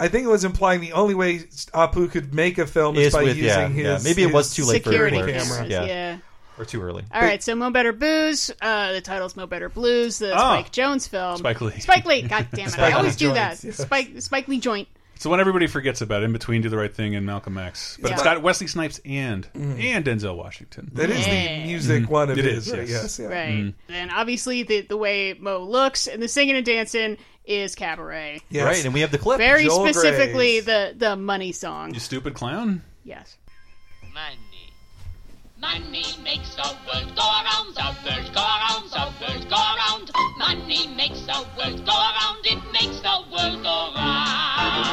Speaker 3: I think it was implying the only way Apu could make a film is,
Speaker 1: Is
Speaker 3: by
Speaker 1: with-
Speaker 3: using
Speaker 1: yeah,
Speaker 3: his.
Speaker 1: yeah. Maybe it was
Speaker 3: his
Speaker 1: too late for
Speaker 3: security
Speaker 1: Clerks.
Speaker 3: camera.
Speaker 1: Yeah.
Speaker 5: yeah.
Speaker 1: or too early.
Speaker 5: All right, so Mo Better Booze, uh, the title's Mo Better Blues, the
Speaker 4: Ah.
Speaker 5: Spike Jones film.
Speaker 4: Spike Lee.
Speaker 5: Spike Lee, god damn it.
Speaker 4: Spike
Speaker 5: I always
Speaker 4: Lee
Speaker 5: do that.
Speaker 4: joints, yeah.
Speaker 5: Spike Spike Lee joint.
Speaker 4: It's the one everybody forgets about in between Do the Right Thing and Malcolm X. But it's
Speaker 5: Yeah.
Speaker 4: got Wesley Snipes and and Denzel Washington.
Speaker 3: Mm. That is the Yeah. music
Speaker 4: Mhm.
Speaker 3: one of
Speaker 4: It
Speaker 3: his,
Speaker 4: is,
Speaker 3: right? Yes,
Speaker 5: Right.
Speaker 4: Mhm.
Speaker 5: And obviously the the way Mo looks and the singing and dancing is cabaret.
Speaker 1: Yes. Right, and we have the clip.
Speaker 5: Very
Speaker 1: Joel
Speaker 5: specifically
Speaker 1: Gray's.
Speaker 5: the the money song.
Speaker 4: You stupid clown.
Speaker 5: Yes.
Speaker 20: Money makes the world go around, the world go around, the world go around. Money makes the world go around, it makes the world go round.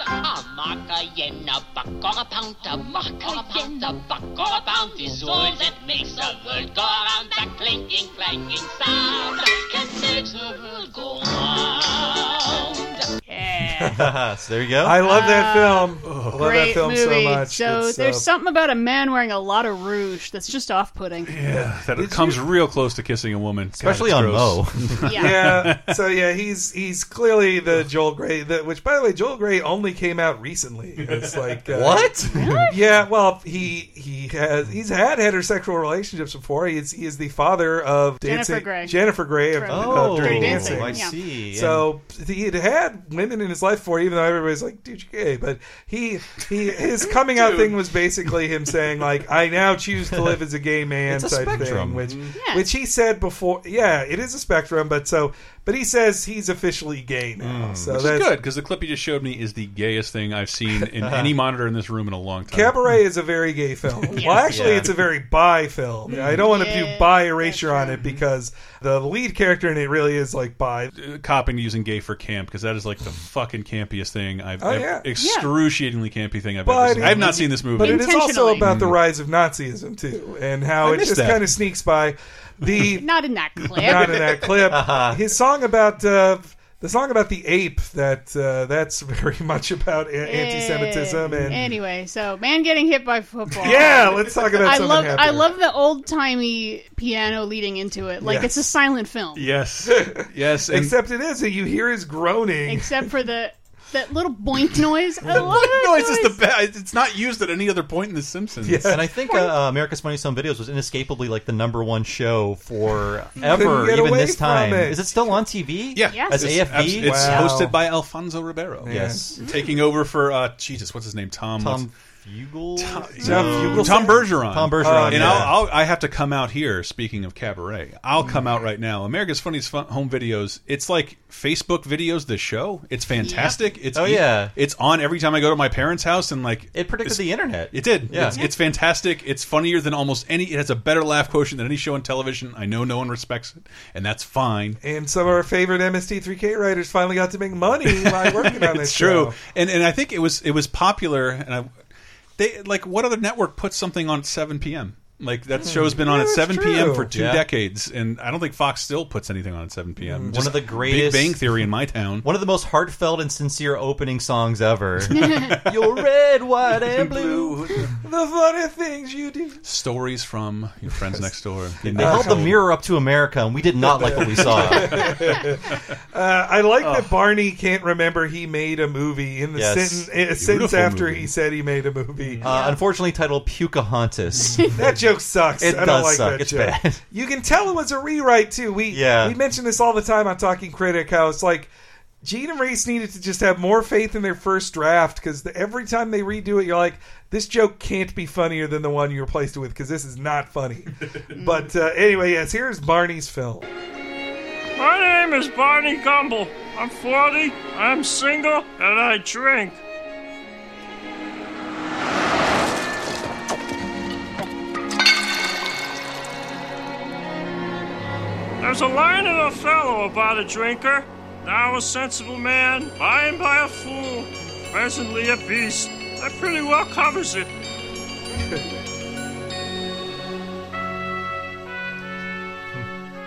Speaker 20: A mark, a yen, a buck, or a pound, a mark, a yen, a buck, or a pound is all that makes the world go around. That clinking, clanking sound that makes the world go round.
Speaker 1: so there you go.
Speaker 3: I love that film. I love that
Speaker 5: Great
Speaker 3: film
Speaker 5: movie.
Speaker 3: so much. It's,
Speaker 5: there's
Speaker 3: uh,
Speaker 5: something about a man wearing a lot of rouge that's just off-putting.
Speaker 4: Yeah, that it comes real close to kissing a woman, God,
Speaker 1: Especially
Speaker 4: it's
Speaker 1: on
Speaker 4: gross.
Speaker 5: Mo.
Speaker 3: yeah. So yeah, he's he's clearly the Joel Gray. The, which, by the way, Joel Gray only came out recently. It's like uh,
Speaker 1: What?
Speaker 3: yeah. Well, he he has he's had heterosexual relationships before. He is he is the father of
Speaker 5: Jennifer
Speaker 3: dancing,
Speaker 5: Grey.
Speaker 3: Jennifer Grey of,
Speaker 5: From-
Speaker 1: Oh,
Speaker 3: of Dirty
Speaker 5: Dirty
Speaker 3: Dancing.
Speaker 5: Dancing, I yeah. see.
Speaker 3: So he had had women in his life before, even though everybody's like, "Dude, you're gay." But he he his coming out
Speaker 1: Dude.
Speaker 3: thing was basically him saying like, "I now choose to live as a gay man."
Speaker 1: It's a
Speaker 3: type
Speaker 1: spectrum.
Speaker 3: thing, which which he said before. Yeah, it is a spectrum, but so but he says he's officially gay now. So
Speaker 4: Mm. Which is
Speaker 3: that's
Speaker 4: good because the clip you just showed me is the gayest thing I've seen in
Speaker 3: Uh-huh.
Speaker 4: any monitor in this room in a long time.
Speaker 3: Cabaret is a very gay film. Well, actually,
Speaker 4: Yeah.
Speaker 3: it's a very bi film. I don't want to do bi erasure on it because the lead character in it really is like bi.
Speaker 4: Uh, Copping to using gay for camp because that is like the fucking campiest thing I've,
Speaker 3: Oh,
Speaker 4: I've-
Speaker 3: yeah.
Speaker 4: excruciatingly campy thing I've ever
Speaker 3: But
Speaker 4: seen. I've not seen this movie, Mm.
Speaker 3: But it is also about the rise of Nazism too, and how
Speaker 4: I
Speaker 3: it
Speaker 4: missed
Speaker 3: just
Speaker 4: that.
Speaker 3: kind of sneaks by. The
Speaker 5: Not in that clip.
Speaker 3: not in that clip.
Speaker 4: Uh-huh.
Speaker 3: His song about uh, the song about the ape that uh, that's very much about a- anti-Semitism and
Speaker 5: anyway, so man getting hit by football.
Speaker 3: Yeah, let's talk about
Speaker 5: I
Speaker 3: something
Speaker 5: love I
Speaker 3: happier.
Speaker 5: love the old timey piano leading into it. Like
Speaker 4: Yes.
Speaker 5: it's a silent film,
Speaker 4: Yes, yes. and-
Speaker 3: Except it is that you hear his groaning.
Speaker 5: except for the that little boink noise. I love that
Speaker 4: noise is the best. It's not used at any other point in The Simpsons.
Speaker 1: And I think uh, uh, America's Funniest Home Videos was inescapably like the number one show for
Speaker 4: couldn't
Speaker 1: ever,
Speaker 4: get
Speaker 1: even
Speaker 4: away
Speaker 1: this
Speaker 4: from
Speaker 1: time.
Speaker 4: it.
Speaker 1: Is it still on TV?
Speaker 4: Yeah,
Speaker 1: as
Speaker 4: It's abs-
Speaker 1: AFV.
Speaker 4: It's, hosted by Alfonso Ribeiro.
Speaker 1: Yes.
Speaker 4: Mm. taking over for uh, Jesus. What's his name? Tom.
Speaker 1: Tom
Speaker 4: what's-
Speaker 1: Fugle.
Speaker 4: Tom,
Speaker 1: Fugle.
Speaker 4: Tom Bergeron. Uh,
Speaker 1: Tom Bergeron.
Speaker 4: and
Speaker 1: yeah.
Speaker 4: I'll, I'll, I have to come out here. Speaking of cabaret, I'll come
Speaker 1: Mm.
Speaker 4: out right now. America's Funniest Fun Home Videos. It's like Facebook videos. The show. It's fantastic. It's e,
Speaker 1: Oh, yeah.
Speaker 4: It's on every time I go to my parents' house, and like
Speaker 1: it predicted the internet.
Speaker 4: It did.
Speaker 1: Yeah.
Speaker 4: It's, it's fantastic. It's funnier than almost any. It has a better laugh quotient than any show on television. I know no one respects it, and that's fine.
Speaker 3: and some of our favorite MST3K writers finally got to make money by working on this.
Speaker 4: it's true
Speaker 3: show.
Speaker 4: and and i think it was it was popular and i they like what other network puts something on at 7 p.m like that show's been on
Speaker 1: Yeah,
Speaker 4: at 7
Speaker 1: that's
Speaker 4: p.m
Speaker 1: true.
Speaker 4: for two
Speaker 1: Yeah.
Speaker 4: decades and i don't think fox still puts anything on at 7 p.m
Speaker 1: Mm. One
Speaker 4: Just
Speaker 1: of the greatest-
Speaker 4: big bang theory in my town
Speaker 1: One of the most heartfelt and sincere opening songs ever. You're red, white, and blue.
Speaker 3: The funny things you do.
Speaker 4: stories from your friends next door
Speaker 1: They held the mirror up to America, and we did not like what we saw.
Speaker 3: Uh, I like
Speaker 4: Oh.
Speaker 3: that Barney can't remember he made a movie in the
Speaker 1: Yes.
Speaker 3: sentence, a
Speaker 1: Beautiful
Speaker 3: sentence after
Speaker 1: movie.
Speaker 3: he said he made a movie.
Speaker 1: Uh, unfortunately, titled Pocahontas.
Speaker 3: that joke sucks.
Speaker 1: It
Speaker 3: I don't
Speaker 1: does
Speaker 3: like
Speaker 1: suck.
Speaker 3: that
Speaker 1: It's
Speaker 3: joke.
Speaker 1: bad.
Speaker 3: You can tell it was a rewrite too. We
Speaker 1: Yeah.
Speaker 3: we mention this all the time on Talking Critic how it's like Gene and Race needed to just have more faith in their first draft because every time they redo it, you're like, this joke can't be funnier than the one you replaced it with because this is not funny. but uh, anyway, yes, here's Barney's film.
Speaker 24: My name is Barney Gumble. I'm 40, I'm single, and I drink. There's a line in Othello about a drinker, now a sensible man, by and by a fool, presently a beast. That pretty well covers it.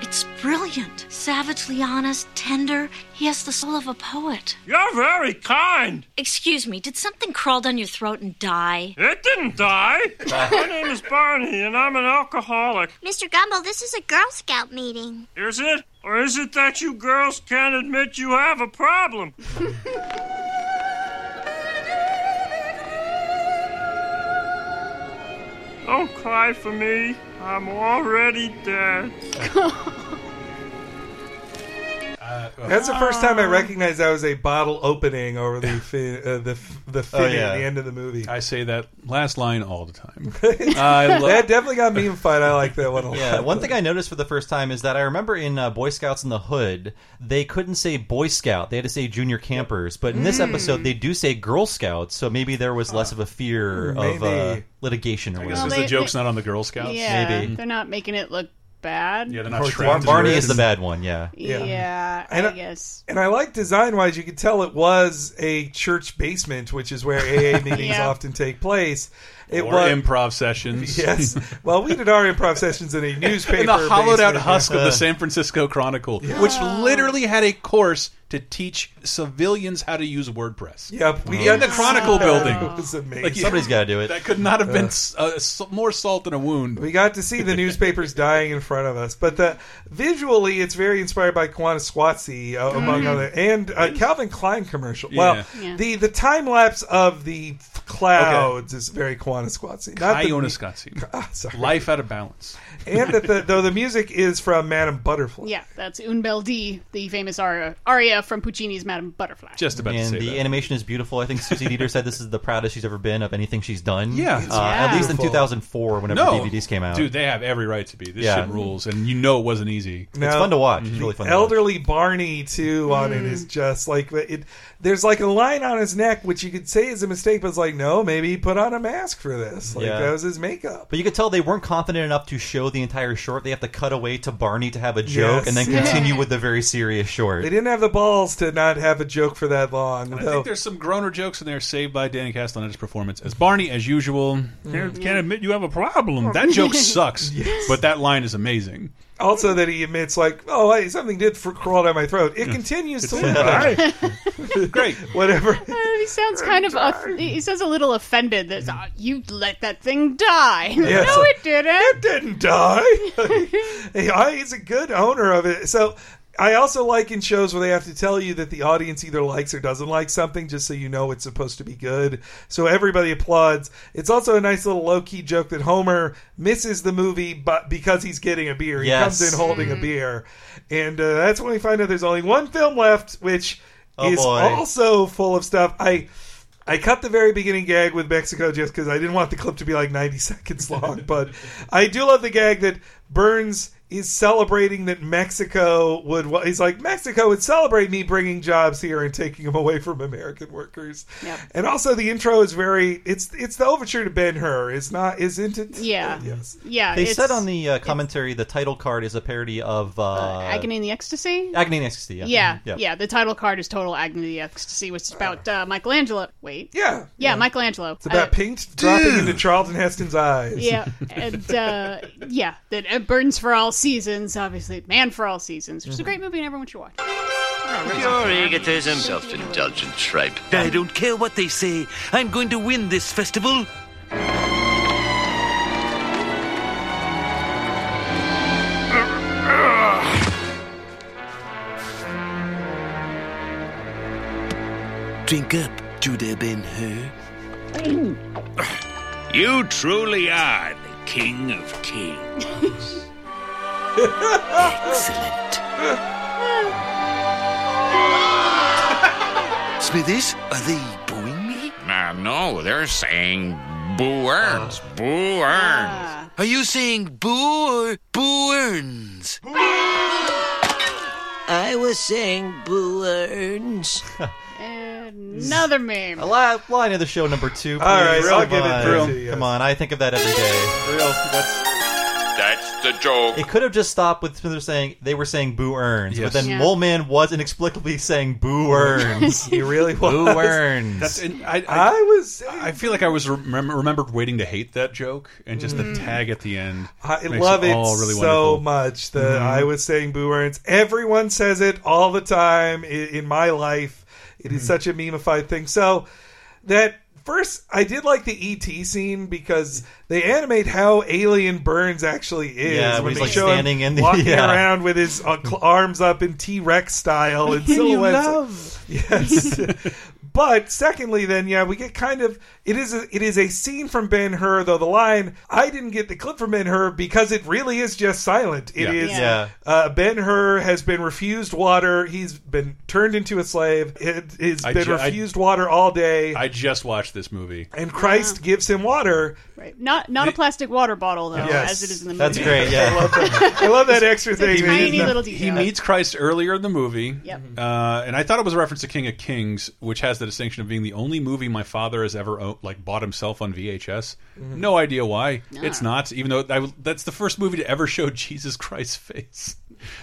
Speaker 11: It's brilliant, savagely honest, tender. He has the soul of a poet.
Speaker 24: You're very kind.
Speaker 11: Excuse me, did something crawl down your throat and die?
Speaker 24: It didn't die. My name is Barney, and I'm an alcoholic.
Speaker 12: Mr. Gumble, this is a Girl Scout meeting.
Speaker 24: Is it? Or is it that you girls can't admit you have a problem? Don't cry for me. I'm already dead.
Speaker 4: uh,
Speaker 3: That's the first
Speaker 24: Ah.
Speaker 3: time I recognized that was a bottle opening over the fi- uh, the f-
Speaker 1: Oh,
Speaker 3: the fitting
Speaker 4: yeah.
Speaker 3: at the end of the movie.
Speaker 4: I say that last line all the time.
Speaker 3: that definitely got meme fight. I like that one a lot.
Speaker 1: Yeah, one thing I noticed for the first time is that I remember in uh, Boy Scouts in the Hood, they couldn't say Boy Scout; they had to say Junior Campers. But in this
Speaker 4: Mm.
Speaker 1: episode, they do say Girl Scouts, so maybe there was less of a fear of uh,
Speaker 4: Maybe.
Speaker 1: litigation or
Speaker 4: I
Speaker 1: whatever.
Speaker 4: guess
Speaker 5: Well, is the they- joke's they- not
Speaker 1: on the Girl Scouts.
Speaker 5: yeah,
Speaker 1: maybe.
Speaker 5: they're not making it look bad.
Speaker 4: Yeah, they're
Speaker 1: Or Bar- Barney is the bad one. Yeah.
Speaker 5: Yeah,
Speaker 3: And
Speaker 5: I guess.
Speaker 3: And I like design wise, you could tell it was a church basement, which is where AA meetings
Speaker 4: Yeah.
Speaker 3: often take place. It
Speaker 4: Or
Speaker 3: was
Speaker 4: improv sessions.
Speaker 3: Yes. Well, we did our improv sessions in a newspaper.
Speaker 4: in the hollowed out
Speaker 3: basement. Uh,
Speaker 4: husk of the San Francisco Chronicle, which literally had a course to teach civilians how to use WordPress.
Speaker 3: Yep, we-
Speaker 4: in the Chronicle
Speaker 3: Oh.
Speaker 4: building.
Speaker 3: It was amazing.
Speaker 4: Like,
Speaker 3: Somebody's
Speaker 1: gotta do it.
Speaker 4: That could not have been
Speaker 3: Uh.
Speaker 4: s- uh, s- more salt than a wound.
Speaker 3: We got to see the newspapers dying in front of us, but the visually, it's very inspired by Kwanakwasi, uh, among
Speaker 4: Mhm.
Speaker 3: other, and a Calvin Klein commercial.
Speaker 4: Yeah.
Speaker 3: Well,
Speaker 4: Yeah.
Speaker 3: the the time lapse of the clouds is very Kwanakwasi. Not the- Ah,
Speaker 4: Kioniscatsi. Life out of balance.
Speaker 3: and that the, though the music is from Madame Butterfly.
Speaker 5: Yeah, that's Un Bel D, the famous aria, aria from Puccini's Madame Butterfly.
Speaker 4: Just about.
Speaker 1: And
Speaker 4: to say
Speaker 1: the
Speaker 4: that.
Speaker 1: animation is beautiful. I think Susie Dieter said this is the proudest she's ever been of anything she's done.
Speaker 4: Yeah.
Speaker 1: Uh,
Speaker 4: It's
Speaker 1: at least in
Speaker 4: beautiful.
Speaker 1: 2004, whenever
Speaker 4: No.
Speaker 1: the DVDs came out.
Speaker 4: Dude, they have every right to be. This
Speaker 1: Yeah.
Speaker 4: shit rules, and you know it wasn't easy.
Speaker 3: Now,
Speaker 4: Mhm.
Speaker 3: the Elderly Barney too on it
Speaker 4: Mm.
Speaker 3: is just like it. There's like a line on his neck which you could say is a mistake, but it's like no, maybe he put on a mask for this. Like
Speaker 1: Yeah.
Speaker 3: that was his makeup.
Speaker 1: But you could tell they weren't confident enough to show the entire short. They have to cut away to Barney to have a joke
Speaker 3: Yes.
Speaker 1: and then
Speaker 3: Yeah.
Speaker 1: continue with the very serious
Speaker 3: They
Speaker 1: short.
Speaker 3: didn't have the balls to not have a joke for that long.
Speaker 4: I
Speaker 3: though.
Speaker 4: think there's some groaner jokes in there saved by Danny Castle and his performance as Barney, as usual.
Speaker 3: Mm-hmm.
Speaker 4: Can't, can't admit you have a problem. That joke sucks, but that line is amazing.
Speaker 3: also that he admits like, oh, hey, something did for, crawl down my throat. It continues to live. there.
Speaker 4: Great,
Speaker 3: whatever.
Speaker 5: Uh, he sounds kind of. Off- he sounds a little offended that "Ah, you let that thing die.
Speaker 3: Yes.
Speaker 5: no, it didn't. It
Speaker 3: didn't die. Hey, I- he's a good owner of it. So I also like in shows where they have to tell you that the audience either likes or doesn't like something, just so you know it's supposed to be good. So everybody applauds. It's also a nice little low key joke that Homer misses the movie, but because he's getting a beer, he
Speaker 1: Yes.
Speaker 3: comes in holding a
Speaker 1: Mm.
Speaker 3: beer, and uh, that's when we find out there's only one film left, which
Speaker 1: Oh,
Speaker 3: is
Speaker 1: boy.
Speaker 3: also full of stuff. I. I cut the very beginning gag with Mexico just because I didn't want the clip to be like 90 seconds long. But I do love the gag that Burns is celebrating that Mexico would. He's like, Mexico would celebrate me bringing jobs here and taking them away from American workers.
Speaker 5: Yep.
Speaker 3: And also, the intro is very. It's it's the overture to Ben Hur. It's not, isn't it?
Speaker 5: Yeah.
Speaker 3: Yes.
Speaker 5: Yeah.
Speaker 1: They
Speaker 5: it's
Speaker 1: said on the uh, commentary the title card is a parody of uh,
Speaker 5: Agony and the Ecstasy.
Speaker 1: Agony and Ecstasy. Yeah. Mm-hmm,
Speaker 5: Yeah,
Speaker 1: yeah.
Speaker 5: yeah, The title card is "Total Agony of the Ecstasy," which is about uh, Michelangelo. Wait,
Speaker 3: yeah,
Speaker 5: yeah, Michelangelo.
Speaker 3: It's about
Speaker 5: Uh,
Speaker 3: paint dropping into Charlton Heston's eyes.
Speaker 5: yeah, and uh, yeah, that uh, burns for all seasons. Obviously, Man for All Seasons, which
Speaker 3: Mm-hmm.
Speaker 5: is a great movie and everyone should watch.
Speaker 2: Pure egotism.
Speaker 17: Self-indulgent tripe. I don't care what they say. I'm going to win this festival. Drink up, Judah Ben Hur.
Speaker 13: You truly are the king of kings.
Speaker 5: Oh.
Speaker 17: Smithies, are they booing me?
Speaker 8: Uh, no, they're saying Boo Earns. Boo Earns.
Speaker 17: Are you saying boo or boo earns?
Speaker 15: I was saying boo earns.
Speaker 5: Another meme.
Speaker 1: A li- line of the show number two.
Speaker 3: All right,
Speaker 1: please.
Speaker 3: I'll
Speaker 1: Come
Speaker 3: give it
Speaker 1: on.
Speaker 3: to you, yes.
Speaker 1: Come on, I think of that every day.
Speaker 4: That's
Speaker 2: That's
Speaker 6: a joke.
Speaker 1: It could have just stopped with Smithers saying they were saying Boo Earns,
Speaker 4: Yes.
Speaker 1: but then
Speaker 4: Yeah.
Speaker 1: Mole Man was inexplicably saying Boo Earns.
Speaker 3: he really was.
Speaker 1: Boo Earns.
Speaker 4: That's, and I, I,
Speaker 3: was.
Speaker 4: I feel like I was remem- remembered waiting to hate that joke, and just
Speaker 3: Mm.
Speaker 4: the tag at the end.
Speaker 3: I
Speaker 4: makes
Speaker 3: love it,
Speaker 4: all really
Speaker 3: so
Speaker 4: wonderful.
Speaker 3: much that
Speaker 1: Mm-hmm.
Speaker 4: Mhm.
Speaker 3: I was saying Boo Earns. Everyone says it all the time i- in, my life. It is
Speaker 1: Mm-hmm.
Speaker 4: Mhm.
Speaker 3: such a memeified thing. So that first, I did like the ET scene because they animate how alien Burns actually is
Speaker 1: Yeah,
Speaker 3: when
Speaker 1: he's,
Speaker 3: they
Speaker 1: like,
Speaker 3: show him
Speaker 1: standing in the-
Speaker 3: walking
Speaker 1: yeah.
Speaker 3: around with his uh, cl- arms up in T Rex style and
Speaker 1: Can you
Speaker 3: silhouettes.
Speaker 1: love?
Speaker 3: Yes. But secondly, then yeah, we get kind of it is a, it is a scene from Ben Hur though the line I didn't get the clip from Ben Hur because it really is just silent. It
Speaker 1: Yeah.
Speaker 3: is
Speaker 1: Yeah.
Speaker 3: uh, Ben Hur has been refused water. He's been turned into a slave. It has
Speaker 4: I
Speaker 3: been
Speaker 4: ju- I-
Speaker 3: refused water all day.
Speaker 4: I just watched this movie.
Speaker 3: and Christ gives him water.
Speaker 5: Right. Not not a plastic water bottle though,
Speaker 4: Yes.
Speaker 5: as it is in the movie.
Speaker 4: That's great, yeah.
Speaker 3: I love that, I love that extra
Speaker 5: It's a
Speaker 3: thing. Mm-hmm. that
Speaker 5: tiny
Speaker 3: he's not-
Speaker 5: little
Speaker 4: He
Speaker 5: detail.
Speaker 4: meets Christ earlier in the movie,
Speaker 5: Yep.
Speaker 4: uh, and I thought it was a reference to King of Kings, which has the distinction of being the only movie my father has ever o- like bought himself on VHS.
Speaker 3: Mm-hmm.
Speaker 1: Mhm.
Speaker 4: No idea why. It's not, even though I, that's the first movie to ever show Jesus Christ's face,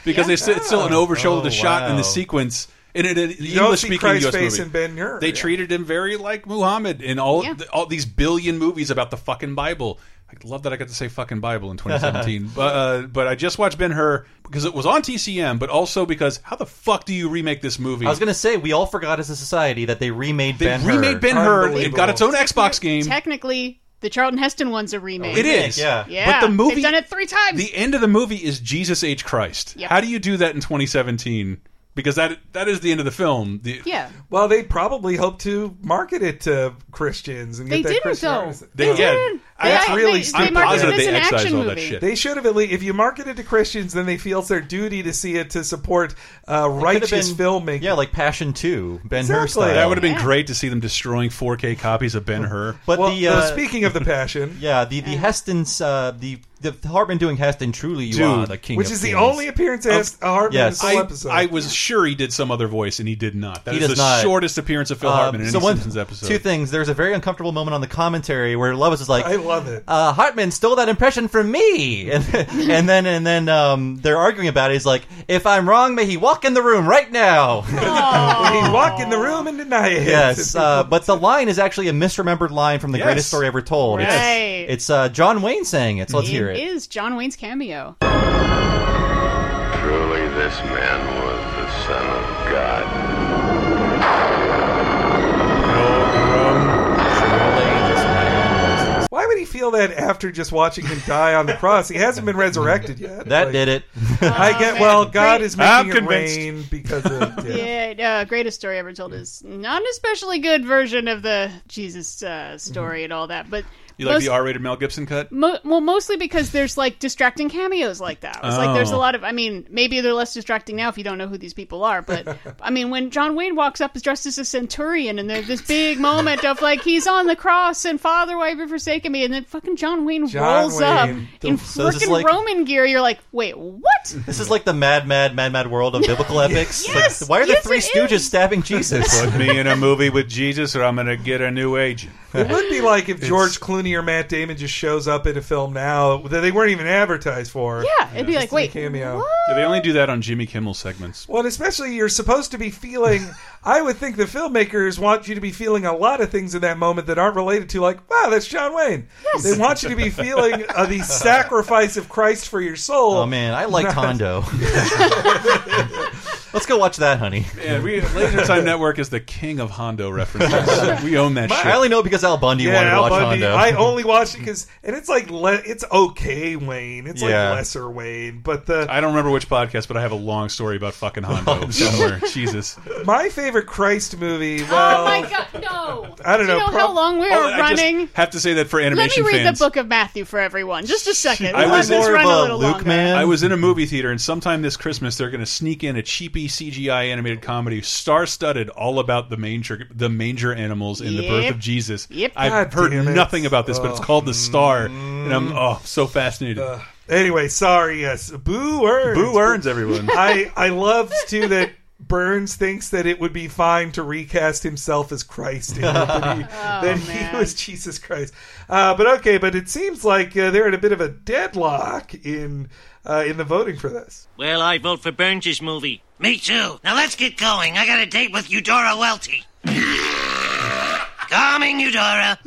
Speaker 4: because
Speaker 3: Yeah.
Speaker 4: it's, it's still an over shoulder
Speaker 3: Oh,
Speaker 4: shot in
Speaker 3: wow.
Speaker 4: the sequence. In an
Speaker 3: You don't
Speaker 4: English
Speaker 3: see
Speaker 4: speaking
Speaker 3: Christ's
Speaker 4: US
Speaker 3: face
Speaker 4: movie.
Speaker 3: in Ben-Hur,
Speaker 4: they
Speaker 3: yeah.
Speaker 4: treated him very like Muhammad in all
Speaker 3: Yeah.
Speaker 4: th- all these billion movies about the fucking Bible. I love that I got to say fucking Bible in 2017. but uh, but I just watched Ben Hur because it was on TCM, but also because how the fuck do you remake this movie?
Speaker 1: I was gonna say we all forgot as a society that they remade
Speaker 4: They
Speaker 1: Ben.
Speaker 4: remade Ben-Hur. It got its own Xbox game.
Speaker 5: Technically, the Charlton Heston one's a remake.
Speaker 4: Oh, It is,
Speaker 5: Yeah.
Speaker 4: But the movie,
Speaker 5: They've done it three times.
Speaker 4: the end of the movie is Jesus H Christ.
Speaker 5: Yep.
Speaker 4: How do you do that in 2017? Because that that is the end of the film. The,
Speaker 5: yeah.
Speaker 3: Well, they probably hope to market it to Christians and get
Speaker 5: They
Speaker 3: that
Speaker 5: didn't,
Speaker 3: Christian
Speaker 5: though.
Speaker 3: artist-
Speaker 5: They They didn't. didn't. They-
Speaker 3: That's
Speaker 5: I-
Speaker 3: really
Speaker 5: they-
Speaker 3: stupid.
Speaker 5: they marketed I'm it as positive an they action excised all that movie. shit.
Speaker 3: They should have at least. If you market it to Christians, then they feel it's their duty to see it to support uh, righteous filmmaking.
Speaker 1: Yeah, like Passion Two, Ben Hur
Speaker 3: Exactly.
Speaker 1: style.
Speaker 4: That would have been great to see them destroying 4K copies of Ben Hur.
Speaker 1: But
Speaker 3: Well,
Speaker 1: the
Speaker 3: though,
Speaker 1: uh,
Speaker 3: speaking of the passion,
Speaker 1: yeah, the the Heston's uh, the the Hartman doing Heston truly you
Speaker 4: Dude,
Speaker 1: are the king,
Speaker 3: which
Speaker 1: of
Speaker 3: is the
Speaker 1: kings.
Speaker 3: only appearance of Hest- Hartman in this whole
Speaker 4: I,
Speaker 3: episode.
Speaker 4: I was sure he did some other voice, and he did not. That
Speaker 1: He
Speaker 4: is
Speaker 1: does
Speaker 4: the
Speaker 1: not.
Speaker 4: shortest appearance of Phil Hartman
Speaker 1: Um,
Speaker 4: in
Speaker 1: so
Speaker 4: any
Speaker 1: one-
Speaker 4: Simpsons episode.
Speaker 1: Two things. There's a very uncomfortable moment on the commentary where Lovis is like,
Speaker 3: I love it.
Speaker 1: Uh, Hartman stole that impression from me, and, and then and then um, they're arguing about it. He's like, "If I'm wrong, may he walk in the room right now."
Speaker 3: He'd walk in the room and deny it.
Speaker 1: yes, uh, but the line is actually a misremembered line from the
Speaker 3: Yes.
Speaker 1: greatest story ever told. It's-
Speaker 5: Right.
Speaker 1: It's, uh, John Wayne saying it. So let's hear
Speaker 5: It
Speaker 1: it.
Speaker 5: is John Wayne's cameo.
Speaker 9: Truly, this man was the Son of God.
Speaker 3: Why would he feel that after just watching him die on the cross? He hasn't been resurrected yet.
Speaker 1: That did it.
Speaker 3: I get well. God is making
Speaker 1: I'm
Speaker 3: it
Speaker 1: convinced.
Speaker 3: rain because of yeah.
Speaker 5: Yeah, uh, greatest story ever told is not an especially good version of the Jesus uh, story and all that, but
Speaker 4: Mm-hmm. you like
Speaker 5: most-
Speaker 4: the R-rated Mel Gibson cut?
Speaker 5: Mo- well, mostly because there's like distracting cameos like that. It's like there's a
Speaker 4: Oh.
Speaker 5: lot of. I mean, maybe they're less distracting now if you don't know who these people are. But I mean, when John Wayne walks up, is dressed as a centurion, and there's this big moment of like he's on the cross and Father, why have you forsaken me? And then fucking John Wayne
Speaker 1: John
Speaker 5: rolls up
Speaker 1: Wayne.
Speaker 5: in
Speaker 1: So this is
Speaker 5: freaking
Speaker 1: like-
Speaker 5: Roman gear. You're like, wait, what?
Speaker 1: This is like the mad, mad, mad, mad world of biblical epics.
Speaker 5: Yes.
Speaker 1: Like, why are the
Speaker 5: Yes,
Speaker 1: three
Speaker 5: it
Speaker 1: Stooges stabbing Jesus?
Speaker 4: Put me in a movie with Jesus, or I'm going to get a new agent.
Speaker 3: It would be like if George Clooney or Matt Damon just shows up in a film now Oh, that they weren't even advertised for.
Speaker 5: Yeah, it'd be like,
Speaker 3: Just in a
Speaker 5: wait,
Speaker 3: cameo.
Speaker 4: Yeah, they only do that on Jimmy Kimmel segments.
Speaker 3: Well, and especially you're supposed to be feeling. I would think the filmmakers want you to be feeling a lot of things in that moment that aren't related to, like, wow, that's John Wayne.
Speaker 1: Yes.
Speaker 3: They want you to be feeling uh, the sacrifice of Christ for your soul.
Speaker 1: Oh man, I liked Hondo. Let's go watch that, honey.
Speaker 4: Man, we, Laser Time Network is the king of Hondo references. we own that shit.
Speaker 1: I only know because Al Bundy wanted to
Speaker 3: Al
Speaker 1: watch
Speaker 3: Bundy.
Speaker 1: Hondo.
Speaker 3: I only watched it because, and it's like le- it's okay, Wayne. It's
Speaker 4: Yeah.
Speaker 3: like lesser Wayne, but the
Speaker 4: I don't remember which podcast, but I have a long story about fucking Hondo somewhere. Oh, Jesus.
Speaker 3: my favorite Christ movie. Well,
Speaker 5: oh my god, no!
Speaker 3: I don't
Speaker 5: Do you know,
Speaker 3: know,
Speaker 5: how long we
Speaker 4: Oh,
Speaker 5: were
Speaker 4: I just
Speaker 5: running?
Speaker 4: have to say that for
Speaker 5: Let me
Speaker 4: animation
Speaker 5: read
Speaker 4: fans.
Speaker 5: the book of Matthew for everyone. Just a second.
Speaker 4: I
Speaker 5: Let
Speaker 4: was
Speaker 5: this
Speaker 4: more
Speaker 5: run
Speaker 4: of
Speaker 3: uh,
Speaker 5: a
Speaker 4: a
Speaker 5: little
Speaker 4: Luke
Speaker 5: longer.
Speaker 1: man.
Speaker 4: I was in a movie theater, and sometime this Christmas they're going to sneak in a cheapy CGI animated comedy, star-studded, all about the manger, the manger animals and the birth
Speaker 1: Yep.
Speaker 4: of Jesus.
Speaker 1: Yep.
Speaker 4: I've
Speaker 1: God
Speaker 4: heard
Speaker 1: damn it.
Speaker 4: nothing about this, but it's
Speaker 1: Ugh.
Speaker 4: called The Star, and
Speaker 3: Mm.
Speaker 4: I'm oh so fascinated.
Speaker 3: Anyway, sorry. Yes, Boo earns.
Speaker 4: Boo earns everyone.
Speaker 3: I I loved too that Burns thinks that it would be fine to recast himself as Christ in Whippany,
Speaker 5: Oh,
Speaker 3: that he was Jesus Christ. Uh, but okay, but it seems like uh, they're in a bit of a deadlock in uh, in the voting for this.
Speaker 18: Well, I vote for Burns' movie.
Speaker 2: Me too. Now let's get going. I got a date with Eudora Welty. Coming, Eudora.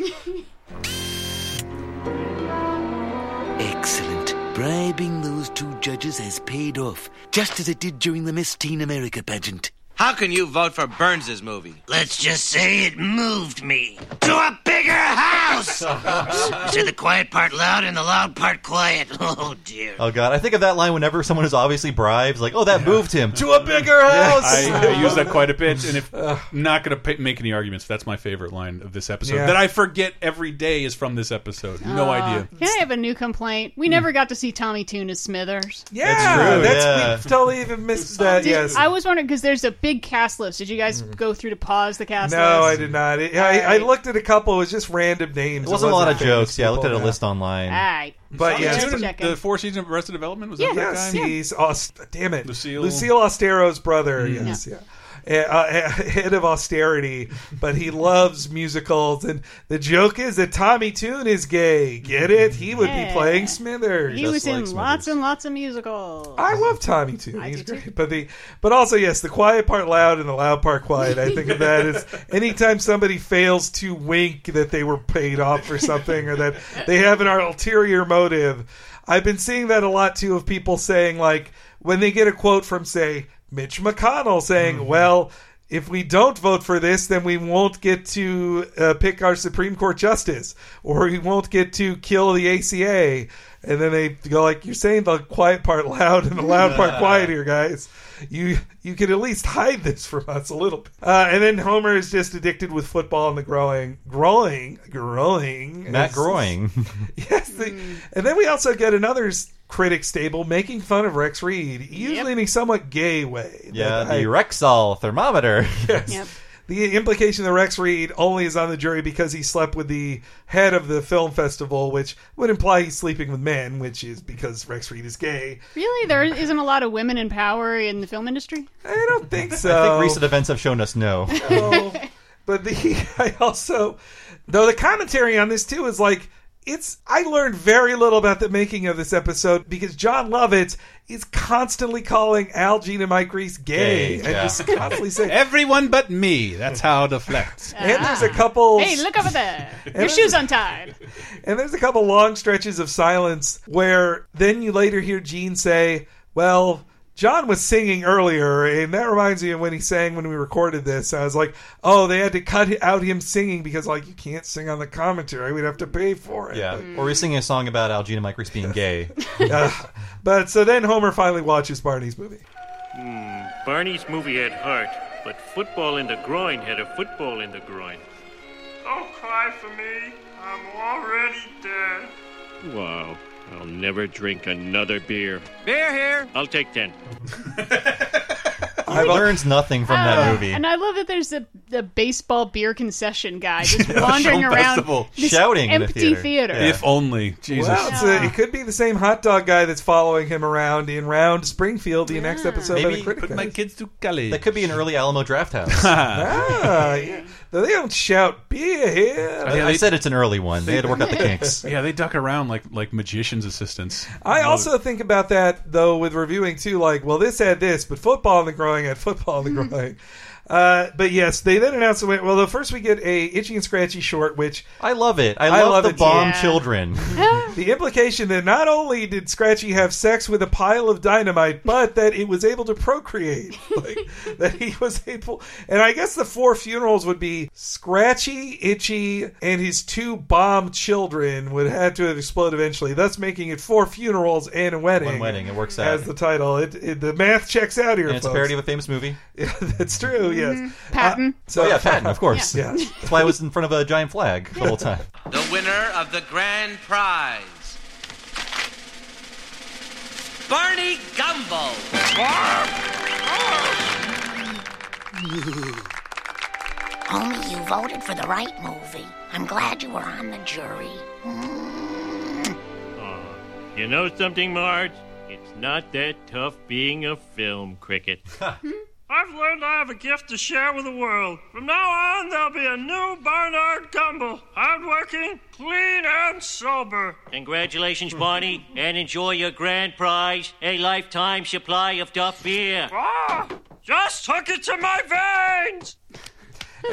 Speaker 2: Excellent. Bribing those two judges has paid off, just as it did during the Miss Teen America pageant.
Speaker 19: How can you vote for Burns' movie?
Speaker 2: Let's just say it moved me to a bigger house. Say the quiet part loud and the loud part quiet. Oh dear.
Speaker 1: Oh god, I think of that line whenever someone is obviously bribed. Like, oh, that moved him to a bigger house.
Speaker 4: I, I use that quite a bit, and if not going to make any arguments, that's my favorite line of this episode
Speaker 3: Yeah.
Speaker 4: that I forget every day is from this episode. No
Speaker 5: Aw.
Speaker 4: idea.
Speaker 5: Uh, Can I have a new complaint?
Speaker 1: Hmm.
Speaker 5: We never got to see Tommy Toon as Smithers.
Speaker 3: Yeah,
Speaker 4: true,
Speaker 3: That's,
Speaker 4: yeah.
Speaker 3: We totally even missed
Speaker 1: Uh,
Speaker 3: that.
Speaker 5: Did-
Speaker 3: yes,
Speaker 5: I was wondering because there's a big cast list. Did you guys go through to pause the cast list?
Speaker 3: Hmm. no, I did not. It- I, I looked at a couple. It was just random names.
Speaker 1: It wasn't a lot of
Speaker 3: famous
Speaker 1: jokes. Yeah, I looked at
Speaker 3: people,
Speaker 1: a
Speaker 3: no.
Speaker 1: list online.
Speaker 5: All right.
Speaker 3: But yeah,
Speaker 5: Just checking.
Speaker 4: The four seasons of Arrested Development was that
Speaker 5: Yeah.
Speaker 4: that
Speaker 3: yes,
Speaker 4: guy?
Speaker 3: he's Aus- damn it,
Speaker 4: Lucille.
Speaker 3: Lucille Austero's brother.
Speaker 1: Mm-hmm.
Speaker 4: Mm.
Speaker 3: Yes, yeah. Uh, uh, head of austerity, but he loves musicals, and the joke is that Tommy Toon is gay. Get it? He would
Speaker 5: Yeah.
Speaker 3: be playing Smithers.
Speaker 5: He was in lots and lots of musicals.
Speaker 3: I love Tommy Toon. He's great, but the but also yes, the quiet part loud and the loud part quiet. I think of that as anytime somebody fails to wink that they were paid off for something or that they have an ulterior motive. I've been seeing that a lot too of people saying like when they get a quote from say Mitch McConnell saying, "Well." If we don't vote for this, then we won't get to uh, pick our Supreme Court justice, or we won't get to kill the ACA. And then they go like, "You're saying the quiet part loud and the loud part quiet here, guys. You you could at least hide this from us a little bit." Uh, and then Homer is just addicted with football and the growing, growing, growing,
Speaker 1: Matt
Speaker 3: is-
Speaker 1: Groening.
Speaker 3: Yes, the- and then we also get another s- critic stable making fun of Rex Reed, usually in a somewhat gay way.
Speaker 1: yeah,
Speaker 3: That I-
Speaker 1: the Rexall thermometer.
Speaker 3: Yes. The implication that Rex Reed only is on the jury because he slept with the head of the film festival, which would imply he's sleeping with men, which is because Rex Reed is gay.
Speaker 5: Really, there isn't a lot of women in power in the film industry.
Speaker 3: I don't think
Speaker 1: I
Speaker 3: so.
Speaker 1: think recent events have shown us no.
Speaker 3: But the I also though the commentary on this too is like it's I learned very little about the making of this episode because John Lovitz is constantly calling Al Jean and Mike Reese gay,
Speaker 4: Gay,
Speaker 3: and
Speaker 4: yeah.
Speaker 3: just constantly saying
Speaker 4: Everyone but me. That's how it deflects.
Speaker 3: And there's a couple
Speaker 5: Ah. Hey, look over there. Your
Speaker 3: And-
Speaker 5: shoes untied.
Speaker 3: And there's a couple long stretches of silence where then you later hear Gene say, Well, John was singing earlier, and that reminds me of when he sang when we recorded this. I was like, Oh, they had to cut out him singing because, like, you can't sing on the commentary. We'd have to pay for it.
Speaker 1: yeah, or we're singing a song about Algina Mike Reese being gay.
Speaker 3: Uh, but so then Homer finally watches Barney's movie.
Speaker 24: Hmm. Barney's movie had heart, but football in the groin had a football in the groin.
Speaker 23: Don't cry for me. I'm already dead.
Speaker 24: Wow. I'll never drink another beer.
Speaker 23: Beer here.
Speaker 24: I'll take 10.
Speaker 1: He learns nothing from
Speaker 5: Uh,
Speaker 1: that movie.
Speaker 5: And I love that there's the the baseball beer concession guy just wandering
Speaker 1: Film
Speaker 5: around
Speaker 1: festival,
Speaker 5: this
Speaker 1: shouting in the
Speaker 5: empty
Speaker 1: theater. Yeah.
Speaker 4: If only. Jesus.
Speaker 3: Well, it's a, it could be the same hot dog guy that's following him around in Round Springfield the next episode. of
Speaker 1: Maybe
Speaker 3: the critic
Speaker 1: put
Speaker 3: Guy.
Speaker 1: my
Speaker 4: kids through college.
Speaker 1: That could be an early Alamo draft house.
Speaker 3: ah, yeah. Though they don't shout beer here.
Speaker 1: I, I said it's an early one. They had to work out the kinks.
Speaker 4: Yeah, they duck around like like magician's assistants.
Speaker 3: I also think about that though with reviewing too. Like, well, this had this, but football in the growing had football in the growing. Uh, but yes, they then announced. the win- Well, the first we get a itchy and scratchy short, which
Speaker 1: I love it. I love, the
Speaker 3: it, too.
Speaker 1: bomb children.
Speaker 3: the implication that not only did Scratchy have sex with a pile of dynamite, but that it was able to procreate. Like, that he was able. And I guess the four funerals would be Scratchy, Itchy, and his two bomb children would have to have exploded eventually, thus making it four funerals and a wedding.
Speaker 1: One wedding. It works out.
Speaker 3: As the title, it, it the math checks out here.
Speaker 1: And it's a
Speaker 3: folks.
Speaker 1: parody of a famous movie.
Speaker 3: That's true. Yes,
Speaker 5: Patton.
Speaker 1: So Oh, yeah, Patton, of course.
Speaker 3: Yeah. Yeah.
Speaker 1: That's why I was in front of a giant flag the whole time.
Speaker 19: The winner of the grand prize Barney Gumble.
Speaker 11: Only you voted for the right movie. I'm glad you were on the jury.
Speaker 18: Uh,
Speaker 24: You know something, Marge? It's not that tough being a film cricket. I've learned I have a gift to share with the world. From now on, there'll be a new Barnard Gumble. Hardworking, clean, and sober.
Speaker 6: Congratulations, Barney, and enjoy your grand prize a lifetime supply of Duff beer.
Speaker 24: Ah! Just hook it to my veins!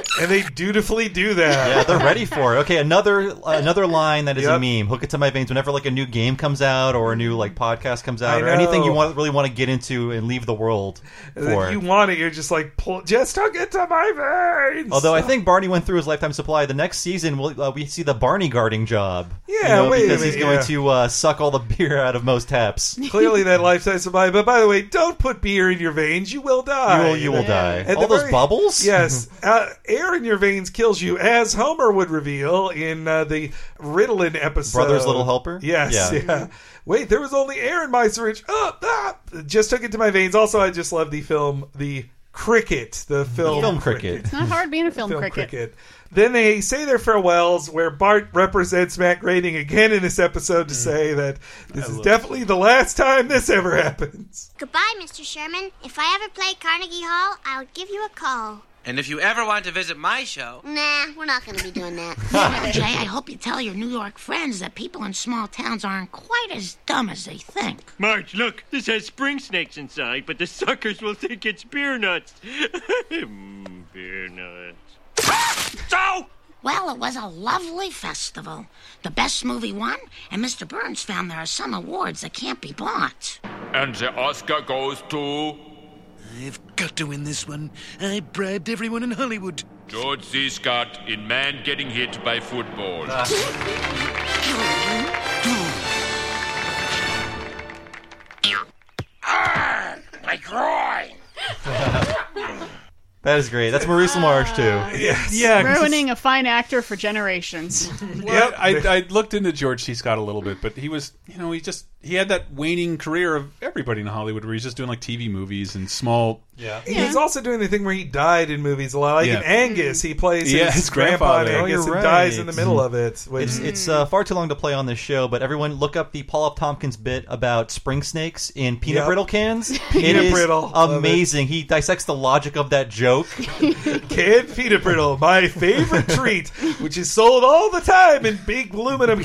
Speaker 3: and they dutifully do that.
Speaker 1: Yeah, they're ready for it. Okay, another another line that is a meme. Hook it to my veins. Whenever like a new game comes out or a new like podcast comes out
Speaker 3: I
Speaker 1: or anything
Speaker 3: know.
Speaker 1: you want really want to get into and leave the world
Speaker 3: And then
Speaker 1: for.
Speaker 3: you want it, you're just like, pull, just hook it to my veins.
Speaker 1: Although I think Barney went through his lifetime supply. The next season, we'll, uh, we see the Barney guarding job.
Speaker 3: Yeah,
Speaker 1: you know,
Speaker 3: wait a
Speaker 1: because he's
Speaker 3: minute,
Speaker 1: going
Speaker 3: yeah.
Speaker 1: to uh, suck all the beer out of most taps.
Speaker 3: Clearly, that life's supply. But by the way, don't put beer in your veins; you will die.
Speaker 1: You will- you will die.
Speaker 3: At the
Speaker 1: All those bubbles?
Speaker 3: Yes, uh, air in your veins kills you, as Homer would reveal in uh, the Ritalin episode,
Speaker 1: Brother's Little Helper?
Speaker 3: Yes,
Speaker 1: Yeah.
Speaker 3: yeah. Wait, there was only air in my syringe. Oh, ah, just took it to my veins. Also, I just love the film, the cricket, the film,
Speaker 1: Film Cricket.
Speaker 5: It's not hard being a film, cricket.
Speaker 3: Then they say their farewells, where Bart represents Matt Grading again in this episode
Speaker 1: Mm.
Speaker 3: to say that this is
Speaker 12: love
Speaker 3: definitely the last time this ever happens.
Speaker 12: Goodbye, Mr. Sherman. If I ever play Carnegie Hall, I'll give you a call.
Speaker 19: And if you ever want to visit my show,
Speaker 12: Nah, we're not going to be doing that.
Speaker 11: Jay, I hope you tell your New York friends that people in small towns aren't quite as dumb as they think.
Speaker 18: Marge, look, this has spring snakes inside, but the suckers will think it's beer nuts. Mm, beer nuts.
Speaker 11: So? Well, it was a lovely festival. The best movie won, and Mr. Burns found there are some awards that can't be bought.
Speaker 10: And the Oscar goes to
Speaker 17: I've got to win this one. I bribed everyone in Hollywood.
Speaker 10: George Z. Scott in Man Getting Hit by Football.
Speaker 13: Ah,
Speaker 2: My groin!
Speaker 1: That is great. That's Maurice LaMarche too.
Speaker 3: Yeah,
Speaker 1: 'cause
Speaker 5: Ruining a fine actor for generations.
Speaker 4: Well, I, I looked into George C. Scott a little bit, but he was, you know, he just he had that waning career of everybody in Hollywood, where he's just doing like TV movies and small.
Speaker 3: Yeah. He's also doing the thing where he died in movies a lot. Like in
Speaker 4: Yeah.
Speaker 3: Angus, he plays
Speaker 4: Yeah,
Speaker 3: his,
Speaker 4: his
Speaker 3: grandpa in
Speaker 4: grandfather.
Speaker 1: Oh,
Speaker 3: Angus
Speaker 1: you're
Speaker 3: and dies in the
Speaker 1: right.
Speaker 3: middle of it. Which
Speaker 1: It's, it's uh, far too long to play on this show, but everyone look up the Paul F. Tompkins bit about spring snakes in peanut
Speaker 3: Yep.
Speaker 1: brittle cans.
Speaker 3: Peanut
Speaker 1: it is
Speaker 3: brittle. Love it.
Speaker 1: amazing. He dissects the logic of that joke.
Speaker 3: canned peanut brittle, my favorite treat, which is sold all the time in big aluminum